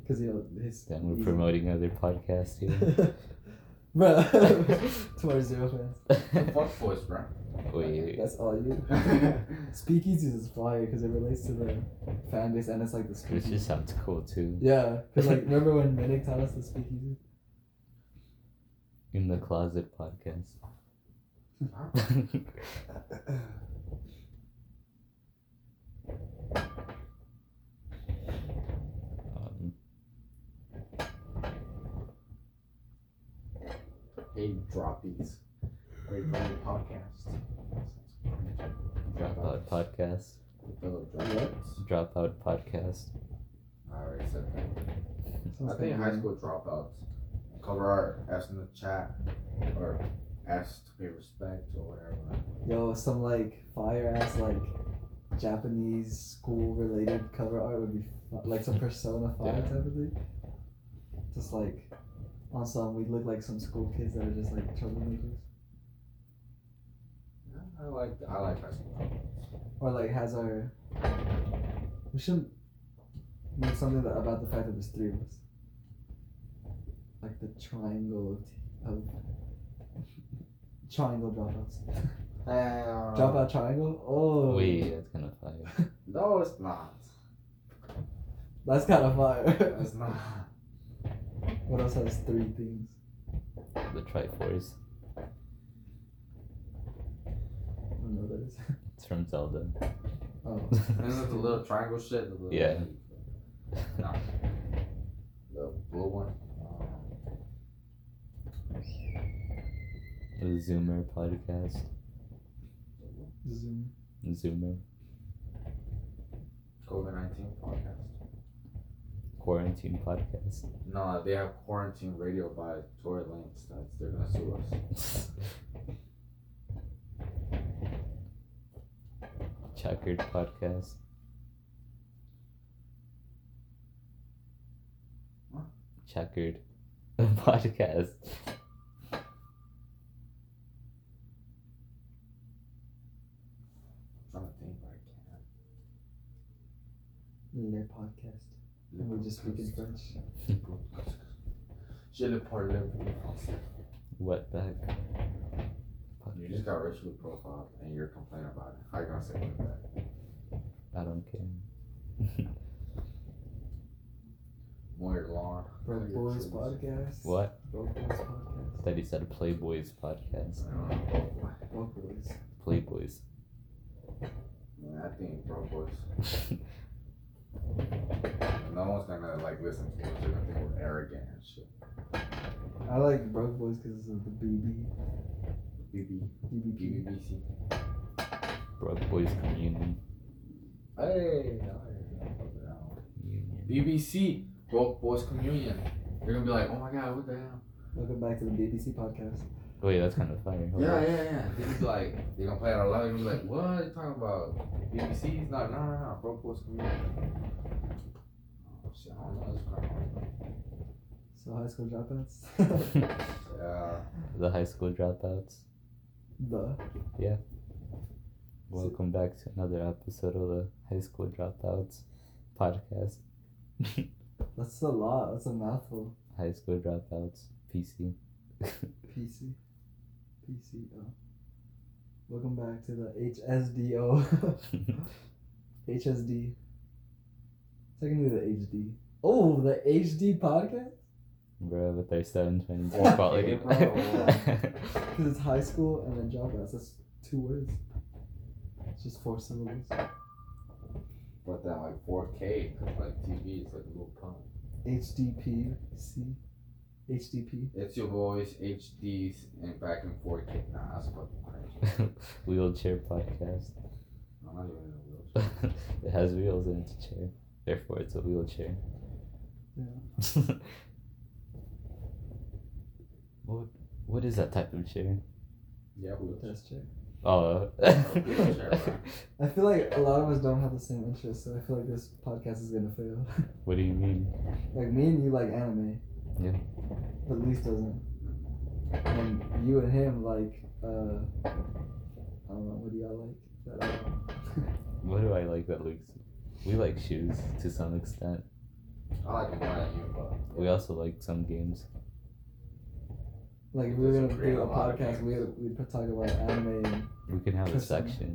[SPEAKER 2] Because you know, his.
[SPEAKER 1] Then we're
[SPEAKER 2] he's-
[SPEAKER 1] promoting other podcasts here.
[SPEAKER 2] Bruh. Towards zero fans.
[SPEAKER 3] Fuck voice, bro.
[SPEAKER 1] Wait,
[SPEAKER 2] That's all you. Speakeasies is fire because it relates to the fan base and it's like the
[SPEAKER 1] this
[SPEAKER 2] speakeasy.
[SPEAKER 1] just sounds cool too.
[SPEAKER 2] Yeah, because like remember when Minnick taught us the speakeasy?
[SPEAKER 1] In the closet podcast. um,
[SPEAKER 3] hey, droppies. Great for the podcast.
[SPEAKER 1] dropout podcast.
[SPEAKER 3] Fellow dropouts.
[SPEAKER 1] Dropout podcast.
[SPEAKER 3] I already said that.
[SPEAKER 2] Sounds
[SPEAKER 3] I think
[SPEAKER 2] kinda
[SPEAKER 3] high
[SPEAKER 2] weird.
[SPEAKER 3] school dropouts cover art, ask in the chat, or ask to pay respect or whatever.
[SPEAKER 2] Yo, some like fire ass like Japanese school related cover art would be fu- like some Persona Five
[SPEAKER 1] Yeah.
[SPEAKER 2] type of thing. Just like on some, we look like some school kids that are just like troublemakers,
[SPEAKER 3] Yeah, I like I like high school.
[SPEAKER 2] or like has our. We should make something that, about the fact that there's three of us. Like the triangle of, of triangle dropouts.
[SPEAKER 3] Uh,
[SPEAKER 2] Dropout triangle. Oh,
[SPEAKER 1] Wait, that's kind of fire.
[SPEAKER 3] No, it's not.
[SPEAKER 2] that's kind of fire.
[SPEAKER 3] It's not.
[SPEAKER 2] what else has three things?
[SPEAKER 1] The Triforce.
[SPEAKER 2] I don't know what that is.
[SPEAKER 1] It's from Zelda.
[SPEAKER 2] Oh.
[SPEAKER 3] And then the little triangle shit. The little
[SPEAKER 1] Yeah.
[SPEAKER 3] No. The blue one.
[SPEAKER 1] the Zoomer podcast.
[SPEAKER 2] Zoom.
[SPEAKER 1] Zoomer.
[SPEAKER 3] COVID nineteen podcast.
[SPEAKER 1] Quarantine podcast.
[SPEAKER 3] No, they have quarantine radio by Tory Lanez. That's they're gonna sue us.
[SPEAKER 1] Checkered podcast.
[SPEAKER 3] What?
[SPEAKER 1] Checkered podcast.
[SPEAKER 3] I'm trying to think, but I can't.
[SPEAKER 2] Le podcast. And we just speak in French.
[SPEAKER 3] Je le parle en français.
[SPEAKER 1] Wetback.
[SPEAKER 3] You just got racially profiled and you're complaining about it. How you gonna say that?
[SPEAKER 1] I don't care.
[SPEAKER 3] More lawn.
[SPEAKER 2] Broke Boys podcast.
[SPEAKER 1] what?
[SPEAKER 2] Broke Boys podcast.
[SPEAKER 1] That he said Playboys podcast.
[SPEAKER 3] I don't know.
[SPEAKER 2] Broke Boys.
[SPEAKER 1] Playboys.
[SPEAKER 3] Man, I think bro boys. No one's gonna like listen to us. They're gonna think we're arrogant and shit.
[SPEAKER 2] I like Broke Boys because of the BB.
[SPEAKER 3] BB,
[SPEAKER 2] BBP.
[SPEAKER 3] BBBC.
[SPEAKER 1] Broke Boys Communion.
[SPEAKER 3] Hey,
[SPEAKER 1] Union.
[SPEAKER 3] BBC, bro boys communion. They're gonna be like, oh my god, what the hell?
[SPEAKER 2] Welcome back to the BBC podcast.
[SPEAKER 1] Wait, that's kind of funny.
[SPEAKER 3] Yeah, yeah, yeah. They just like they're gonna play it out loud. You're gonna be like, what are you talking about? BBC? He's like, no, no, no, bro, boys community. Oh, shit, I don't know. That's kind
[SPEAKER 2] So, high school dropouts.
[SPEAKER 3] of yeah.
[SPEAKER 1] the high school dropouts.
[SPEAKER 2] the.
[SPEAKER 1] Welcome back to another episode of the High School Dropouts podcast.
[SPEAKER 2] That's a lot. That's a mouthful.
[SPEAKER 1] High School Dropouts PC.
[SPEAKER 2] PC. PCO. Welcome back to the HSDO. HSD. Technically the HD. Oh, the HD podcast?
[SPEAKER 1] Bro, with our 724
[SPEAKER 3] Okay,
[SPEAKER 1] quality.
[SPEAKER 3] bro.
[SPEAKER 2] Because it's high school and then dropouts. That's two words. It's just four syllables.
[SPEAKER 3] But then like 4K, 'cause, like TV is like a little punk.
[SPEAKER 2] HDPC. HDP.
[SPEAKER 3] It's your boys, HDs, and back in 4K. Nah, that's fucking crazy.
[SPEAKER 1] Wheelchair podcast.
[SPEAKER 3] I'm not even in a wheelchair.
[SPEAKER 1] it has wheels and it's a chair. Therefore, it's a wheelchair. what, what is that type of chair?
[SPEAKER 3] Yeah, wheelchair.
[SPEAKER 2] Test check.
[SPEAKER 1] Oh.
[SPEAKER 3] wheelchair, bro.
[SPEAKER 2] I feel like a lot of us don't have the same interests, so I feel like this podcast is gonna fail.
[SPEAKER 1] what do you mean?
[SPEAKER 2] like me and you like anime.
[SPEAKER 1] Yeah.
[SPEAKER 2] But Luis doesn't. And you and him like uh I don't know, what do y'all like? That uh, I don't know.
[SPEAKER 1] What do I like that looks? We like shoes to some extent.
[SPEAKER 3] I like to point at you, but
[SPEAKER 1] We also like some games.
[SPEAKER 2] Like if we were
[SPEAKER 3] Doesn't
[SPEAKER 2] gonna
[SPEAKER 3] create
[SPEAKER 2] do
[SPEAKER 3] a
[SPEAKER 2] a
[SPEAKER 3] lot of
[SPEAKER 2] podcast, we
[SPEAKER 3] games.
[SPEAKER 2] we'd talk about anime. And,
[SPEAKER 1] We can have a
[SPEAKER 2] Custom.
[SPEAKER 1] section.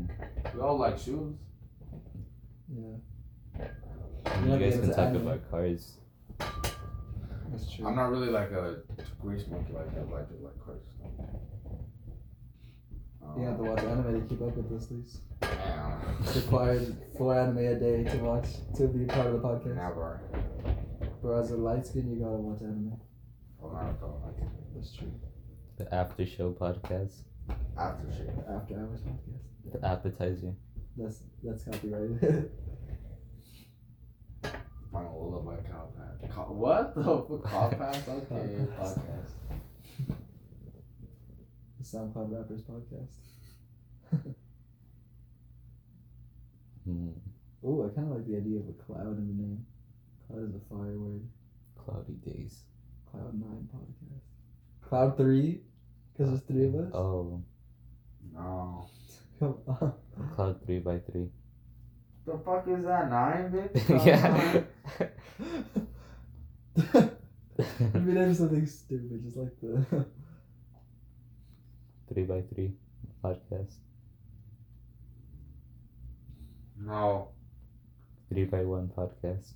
[SPEAKER 3] we all like shoes.
[SPEAKER 2] yeah,
[SPEAKER 1] And
[SPEAKER 2] Yeah,
[SPEAKER 1] you guys
[SPEAKER 2] games
[SPEAKER 1] can
[SPEAKER 2] are
[SPEAKER 1] talk
[SPEAKER 2] anime.
[SPEAKER 1] about cars.
[SPEAKER 2] that's true.
[SPEAKER 3] I'm not really like a grease monkey like that, like just like cars. Um,
[SPEAKER 2] you have to watch anime to keep up with this, please.
[SPEAKER 3] damn.
[SPEAKER 2] It's required four anime a day to watch to be part of the podcast.
[SPEAKER 3] Never.
[SPEAKER 2] But as a light skin, you gotta watch anime.
[SPEAKER 3] Oh, no, I don't like it.
[SPEAKER 2] That's true.
[SPEAKER 1] The after show podcast.
[SPEAKER 3] After shit.
[SPEAKER 2] After hours podcast.
[SPEAKER 1] The appetizer.
[SPEAKER 2] That's that's copyrighted.
[SPEAKER 3] Final little by cow pass. Cow- what the fuck? Cow pass? Okay,
[SPEAKER 2] Cow pass.
[SPEAKER 3] podcast.
[SPEAKER 2] the SoundCloud Rappers podcast.
[SPEAKER 1] Hmm,
[SPEAKER 2] Ooh, I kind of like the idea of a cloud in the name. Cloud is a fire word.
[SPEAKER 1] cloudy days.
[SPEAKER 2] Cloud Nine podcast. Cloud Three, because there's three of us.
[SPEAKER 1] Oh,
[SPEAKER 3] No.
[SPEAKER 2] Come on.
[SPEAKER 1] cloud three by three.
[SPEAKER 3] The fuck is that? Nine, bitch?
[SPEAKER 1] yeah.
[SPEAKER 2] I mean, there's something stupid, just like the
[SPEAKER 1] three by three podcast.
[SPEAKER 3] No.
[SPEAKER 1] Three by one podcast.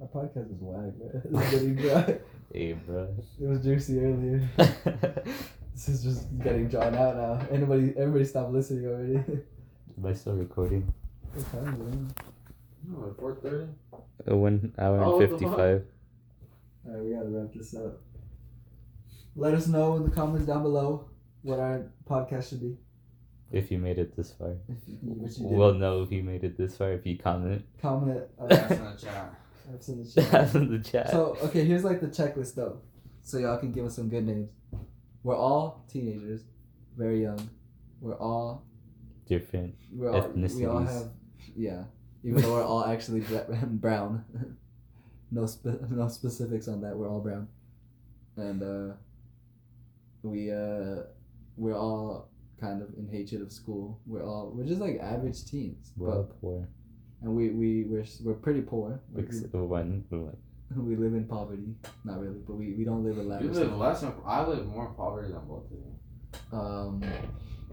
[SPEAKER 2] our podcast is wag, man. It's getting dry.
[SPEAKER 1] Hey, bro.
[SPEAKER 2] It was juicy earlier.
[SPEAKER 1] Am
[SPEAKER 2] This is just getting drawn out now. Anybody, everybody, stop listening already.
[SPEAKER 1] I still recording?
[SPEAKER 2] what time is it?
[SPEAKER 3] No, at 4.30?
[SPEAKER 1] Uh, One hour
[SPEAKER 3] Oh,
[SPEAKER 1] and
[SPEAKER 3] what the
[SPEAKER 1] fifty-five.
[SPEAKER 2] All right, we gotta wrap this up. Let us know in the comments down below what our podcast should be.
[SPEAKER 1] If you made it this far,
[SPEAKER 2] If you, what you did.
[SPEAKER 1] we'll know if you made it this far if you comment.
[SPEAKER 2] comment. Uh,
[SPEAKER 3] That's in the chat.
[SPEAKER 2] apps in the chat.
[SPEAKER 1] That's in the chat.
[SPEAKER 2] So okay, here's like the checklist though, so y'all can give us some good names. We're all teenagers, very young. We're all
[SPEAKER 1] Different.
[SPEAKER 2] we're all, we all
[SPEAKER 1] Ethnicities.
[SPEAKER 2] have yeah. Even though we're all actually bla- brown, no spe- no specifics on that. We're all brown, and uh, we uh, we're all kind of in hatred of school. We're all we're just like average teens,
[SPEAKER 1] We're all
[SPEAKER 2] but
[SPEAKER 1] poor.
[SPEAKER 2] and we we we're s- we're pretty poor. We,
[SPEAKER 1] Except for one. who, like,
[SPEAKER 2] we live in poverty, not really, but we, we don't live a lavish.
[SPEAKER 3] You live
[SPEAKER 2] life.
[SPEAKER 3] less than... I live more in poverty than both of you.
[SPEAKER 2] um,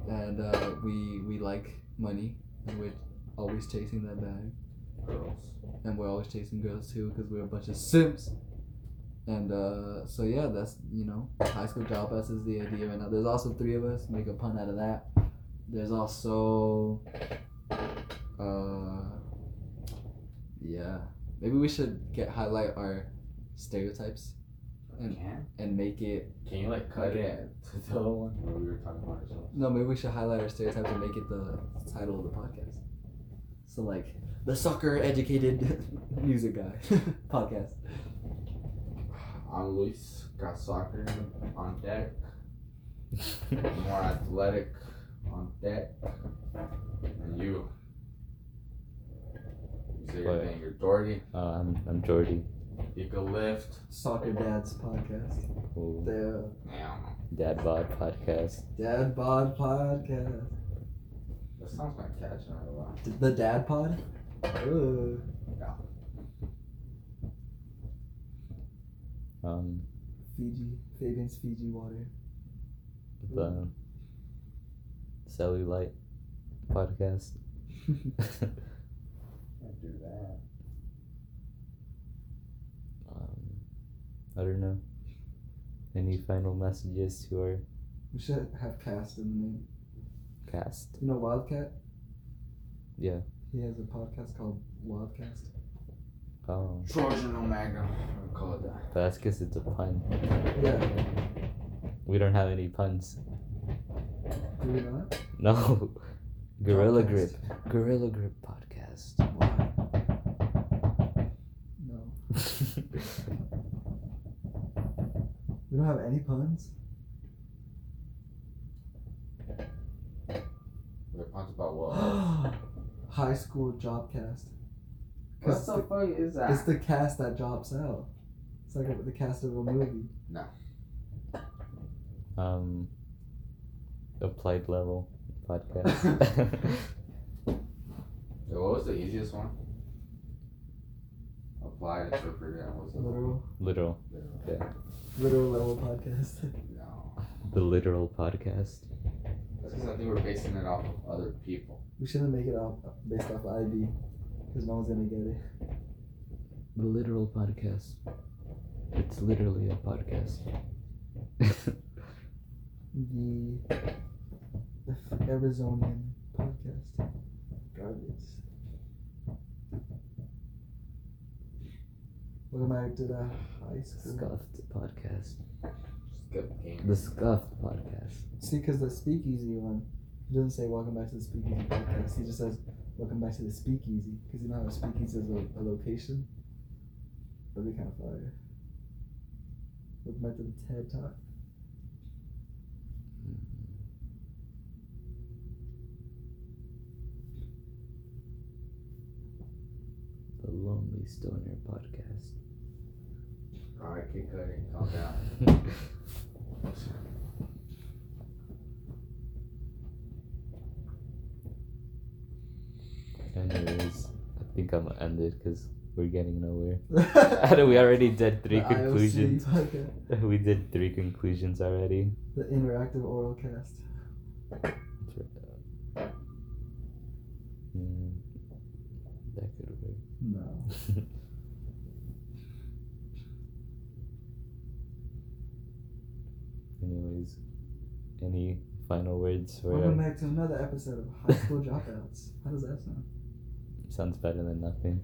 [SPEAKER 2] and uh, we we like money, and we're always chasing that bag,
[SPEAKER 3] Girls.
[SPEAKER 2] and we're always chasing girls too, because we're a bunch of simps. And uh, so yeah, that's you know, high school dropouts is the idea right now. There's also three of us. Make a pun out of that. There's also, uh, yeah, maybe we should get highlight our stereotypes
[SPEAKER 3] You
[SPEAKER 2] And-
[SPEAKER 3] can?
[SPEAKER 2] and make it.
[SPEAKER 3] Can you, like, cut it to the other one? Or we were talking about ourselves.
[SPEAKER 2] No, maybe we should highlight our stereotypes and make it the title of the podcast. So like the soccer educated music guy podcast.
[SPEAKER 3] I'm Luis. Got soccer on deck. More athletic on deck. And you. You say your
[SPEAKER 1] But-
[SPEAKER 3] thing. You're dirty.
[SPEAKER 1] uh, I'm I'm Jordy.
[SPEAKER 3] You can lift.
[SPEAKER 2] Soccer dads podcast.
[SPEAKER 1] Oh,
[SPEAKER 2] The
[SPEAKER 3] Damn.
[SPEAKER 1] Dad bod podcast.
[SPEAKER 2] dad bod podcast.
[SPEAKER 3] That sounds like catching a lot.
[SPEAKER 2] The dad pod. Ooh.
[SPEAKER 1] Um,
[SPEAKER 2] Fiji. Fabian's Fiji water.
[SPEAKER 1] the cellulite podcast.
[SPEAKER 3] Can't do that.
[SPEAKER 1] um, I don't know. Any final messages to our
[SPEAKER 2] we should have cast in the name.
[SPEAKER 1] cast?
[SPEAKER 2] You know Wildcat?
[SPEAKER 1] Yeah.
[SPEAKER 2] He has a podcast called Wildcast.
[SPEAKER 1] Oh,
[SPEAKER 3] Trojan Omega. I'm gonna call it that.
[SPEAKER 1] but that's because it's a pun.
[SPEAKER 2] Yeah.
[SPEAKER 1] We don't have any puns.
[SPEAKER 2] Do we not?
[SPEAKER 1] No. Gorilla
[SPEAKER 2] Podcast.
[SPEAKER 1] Grip. Gorilla Grip podcast.
[SPEAKER 2] Why? No. We don't have any puns.
[SPEAKER 3] We're puns about what?
[SPEAKER 2] High school job cast.
[SPEAKER 3] what the fuck is that?
[SPEAKER 2] It's the cast that drops out. It's like the cast of a movie.
[SPEAKER 1] um, applied level podcast.
[SPEAKER 3] Yeah, What was the easiest one? Apply interpreter and what's the
[SPEAKER 2] Literal,
[SPEAKER 1] Literal.
[SPEAKER 2] literal level podcast.
[SPEAKER 3] No.
[SPEAKER 1] The literal podcast.
[SPEAKER 3] That's because I think we're basing it off of other people.
[SPEAKER 2] We shouldn't make it off based off IB, because no one's gonna get it.
[SPEAKER 1] The literal podcast. It's literally a podcast.
[SPEAKER 2] The, the Arizonian podcast. Garbage. Welcome back to the high school.
[SPEAKER 1] Scuffed podcast.
[SPEAKER 3] Skip game.
[SPEAKER 1] The Scuffed podcast.
[SPEAKER 2] See, because the speakeasy one, he doesn't say welcome back to the speakeasy podcast. He just says welcome back to the speakeasy because you know how a speakeasy is a, a location. That'd be kind of fire. Welcome back to the TED Talk.
[SPEAKER 1] The Lonely Stoner podcast.
[SPEAKER 3] Alright, keep cutting. Calm down.
[SPEAKER 1] Anyways, I think I'm gonna end it because we're getting nowhere. we already did three
[SPEAKER 2] The IOC
[SPEAKER 1] conclusions.
[SPEAKER 2] podcast.
[SPEAKER 1] we did three conclusions already.
[SPEAKER 2] The interactive oral cast.
[SPEAKER 1] Hmm, that could work.
[SPEAKER 2] No.
[SPEAKER 1] Oh, Anyways, any final words for
[SPEAKER 2] Welcome back to another episode of High School Dropouts. How does that sound?
[SPEAKER 1] sounds better than nothing.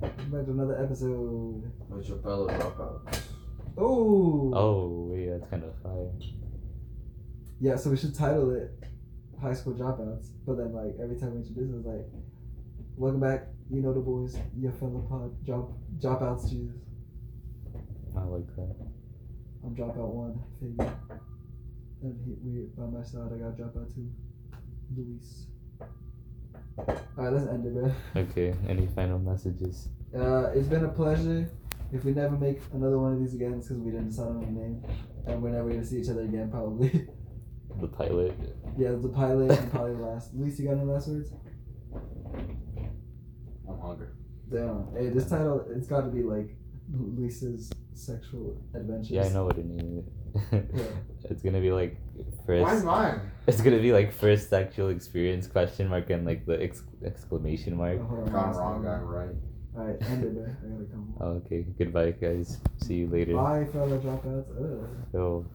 [SPEAKER 2] Welcome back to another episode.
[SPEAKER 3] What's your fellow dropout?
[SPEAKER 2] Oh.
[SPEAKER 1] Oh, wait, that's kind of fire.
[SPEAKER 2] Yeah, so we should title it High School Dropouts, but then like every time we introduce it, it's like, welcome back, you know the boys, your fellow pod drop dropouts Jesus.
[SPEAKER 1] I like that.
[SPEAKER 2] I'm dropout one, figure. And he, we by my side I got dropout two, Luis. Alright, let's end it, bro.
[SPEAKER 1] Okay, any final messages?
[SPEAKER 2] Uh, it's been a pleasure. If we never make another one of these again, it's because we didn't decide on a name, and we're never gonna see each other again, probably.
[SPEAKER 1] The pilot.
[SPEAKER 2] yeah, the pilot and probably the last. Luis, you got any last words?
[SPEAKER 3] I'm hungry.
[SPEAKER 2] Damn. Hey, this title, it's got to be like Lisa's sexual adventures.
[SPEAKER 1] Yeah, I know what it is.
[SPEAKER 2] Yeah.
[SPEAKER 1] it's gonna be like
[SPEAKER 3] Why
[SPEAKER 1] first.
[SPEAKER 3] mine?
[SPEAKER 1] It's gonna be like first sexual experience question mark and like the ex- exclamation mark.
[SPEAKER 2] Oh, hold on,
[SPEAKER 3] Gone wrong, gone right.
[SPEAKER 2] All right, end it, bro. I gotta come home.
[SPEAKER 1] Okay, goodbye, guys. See you later. Oh.
[SPEAKER 2] Bye, fellow dropouts. Ugh.
[SPEAKER 1] So,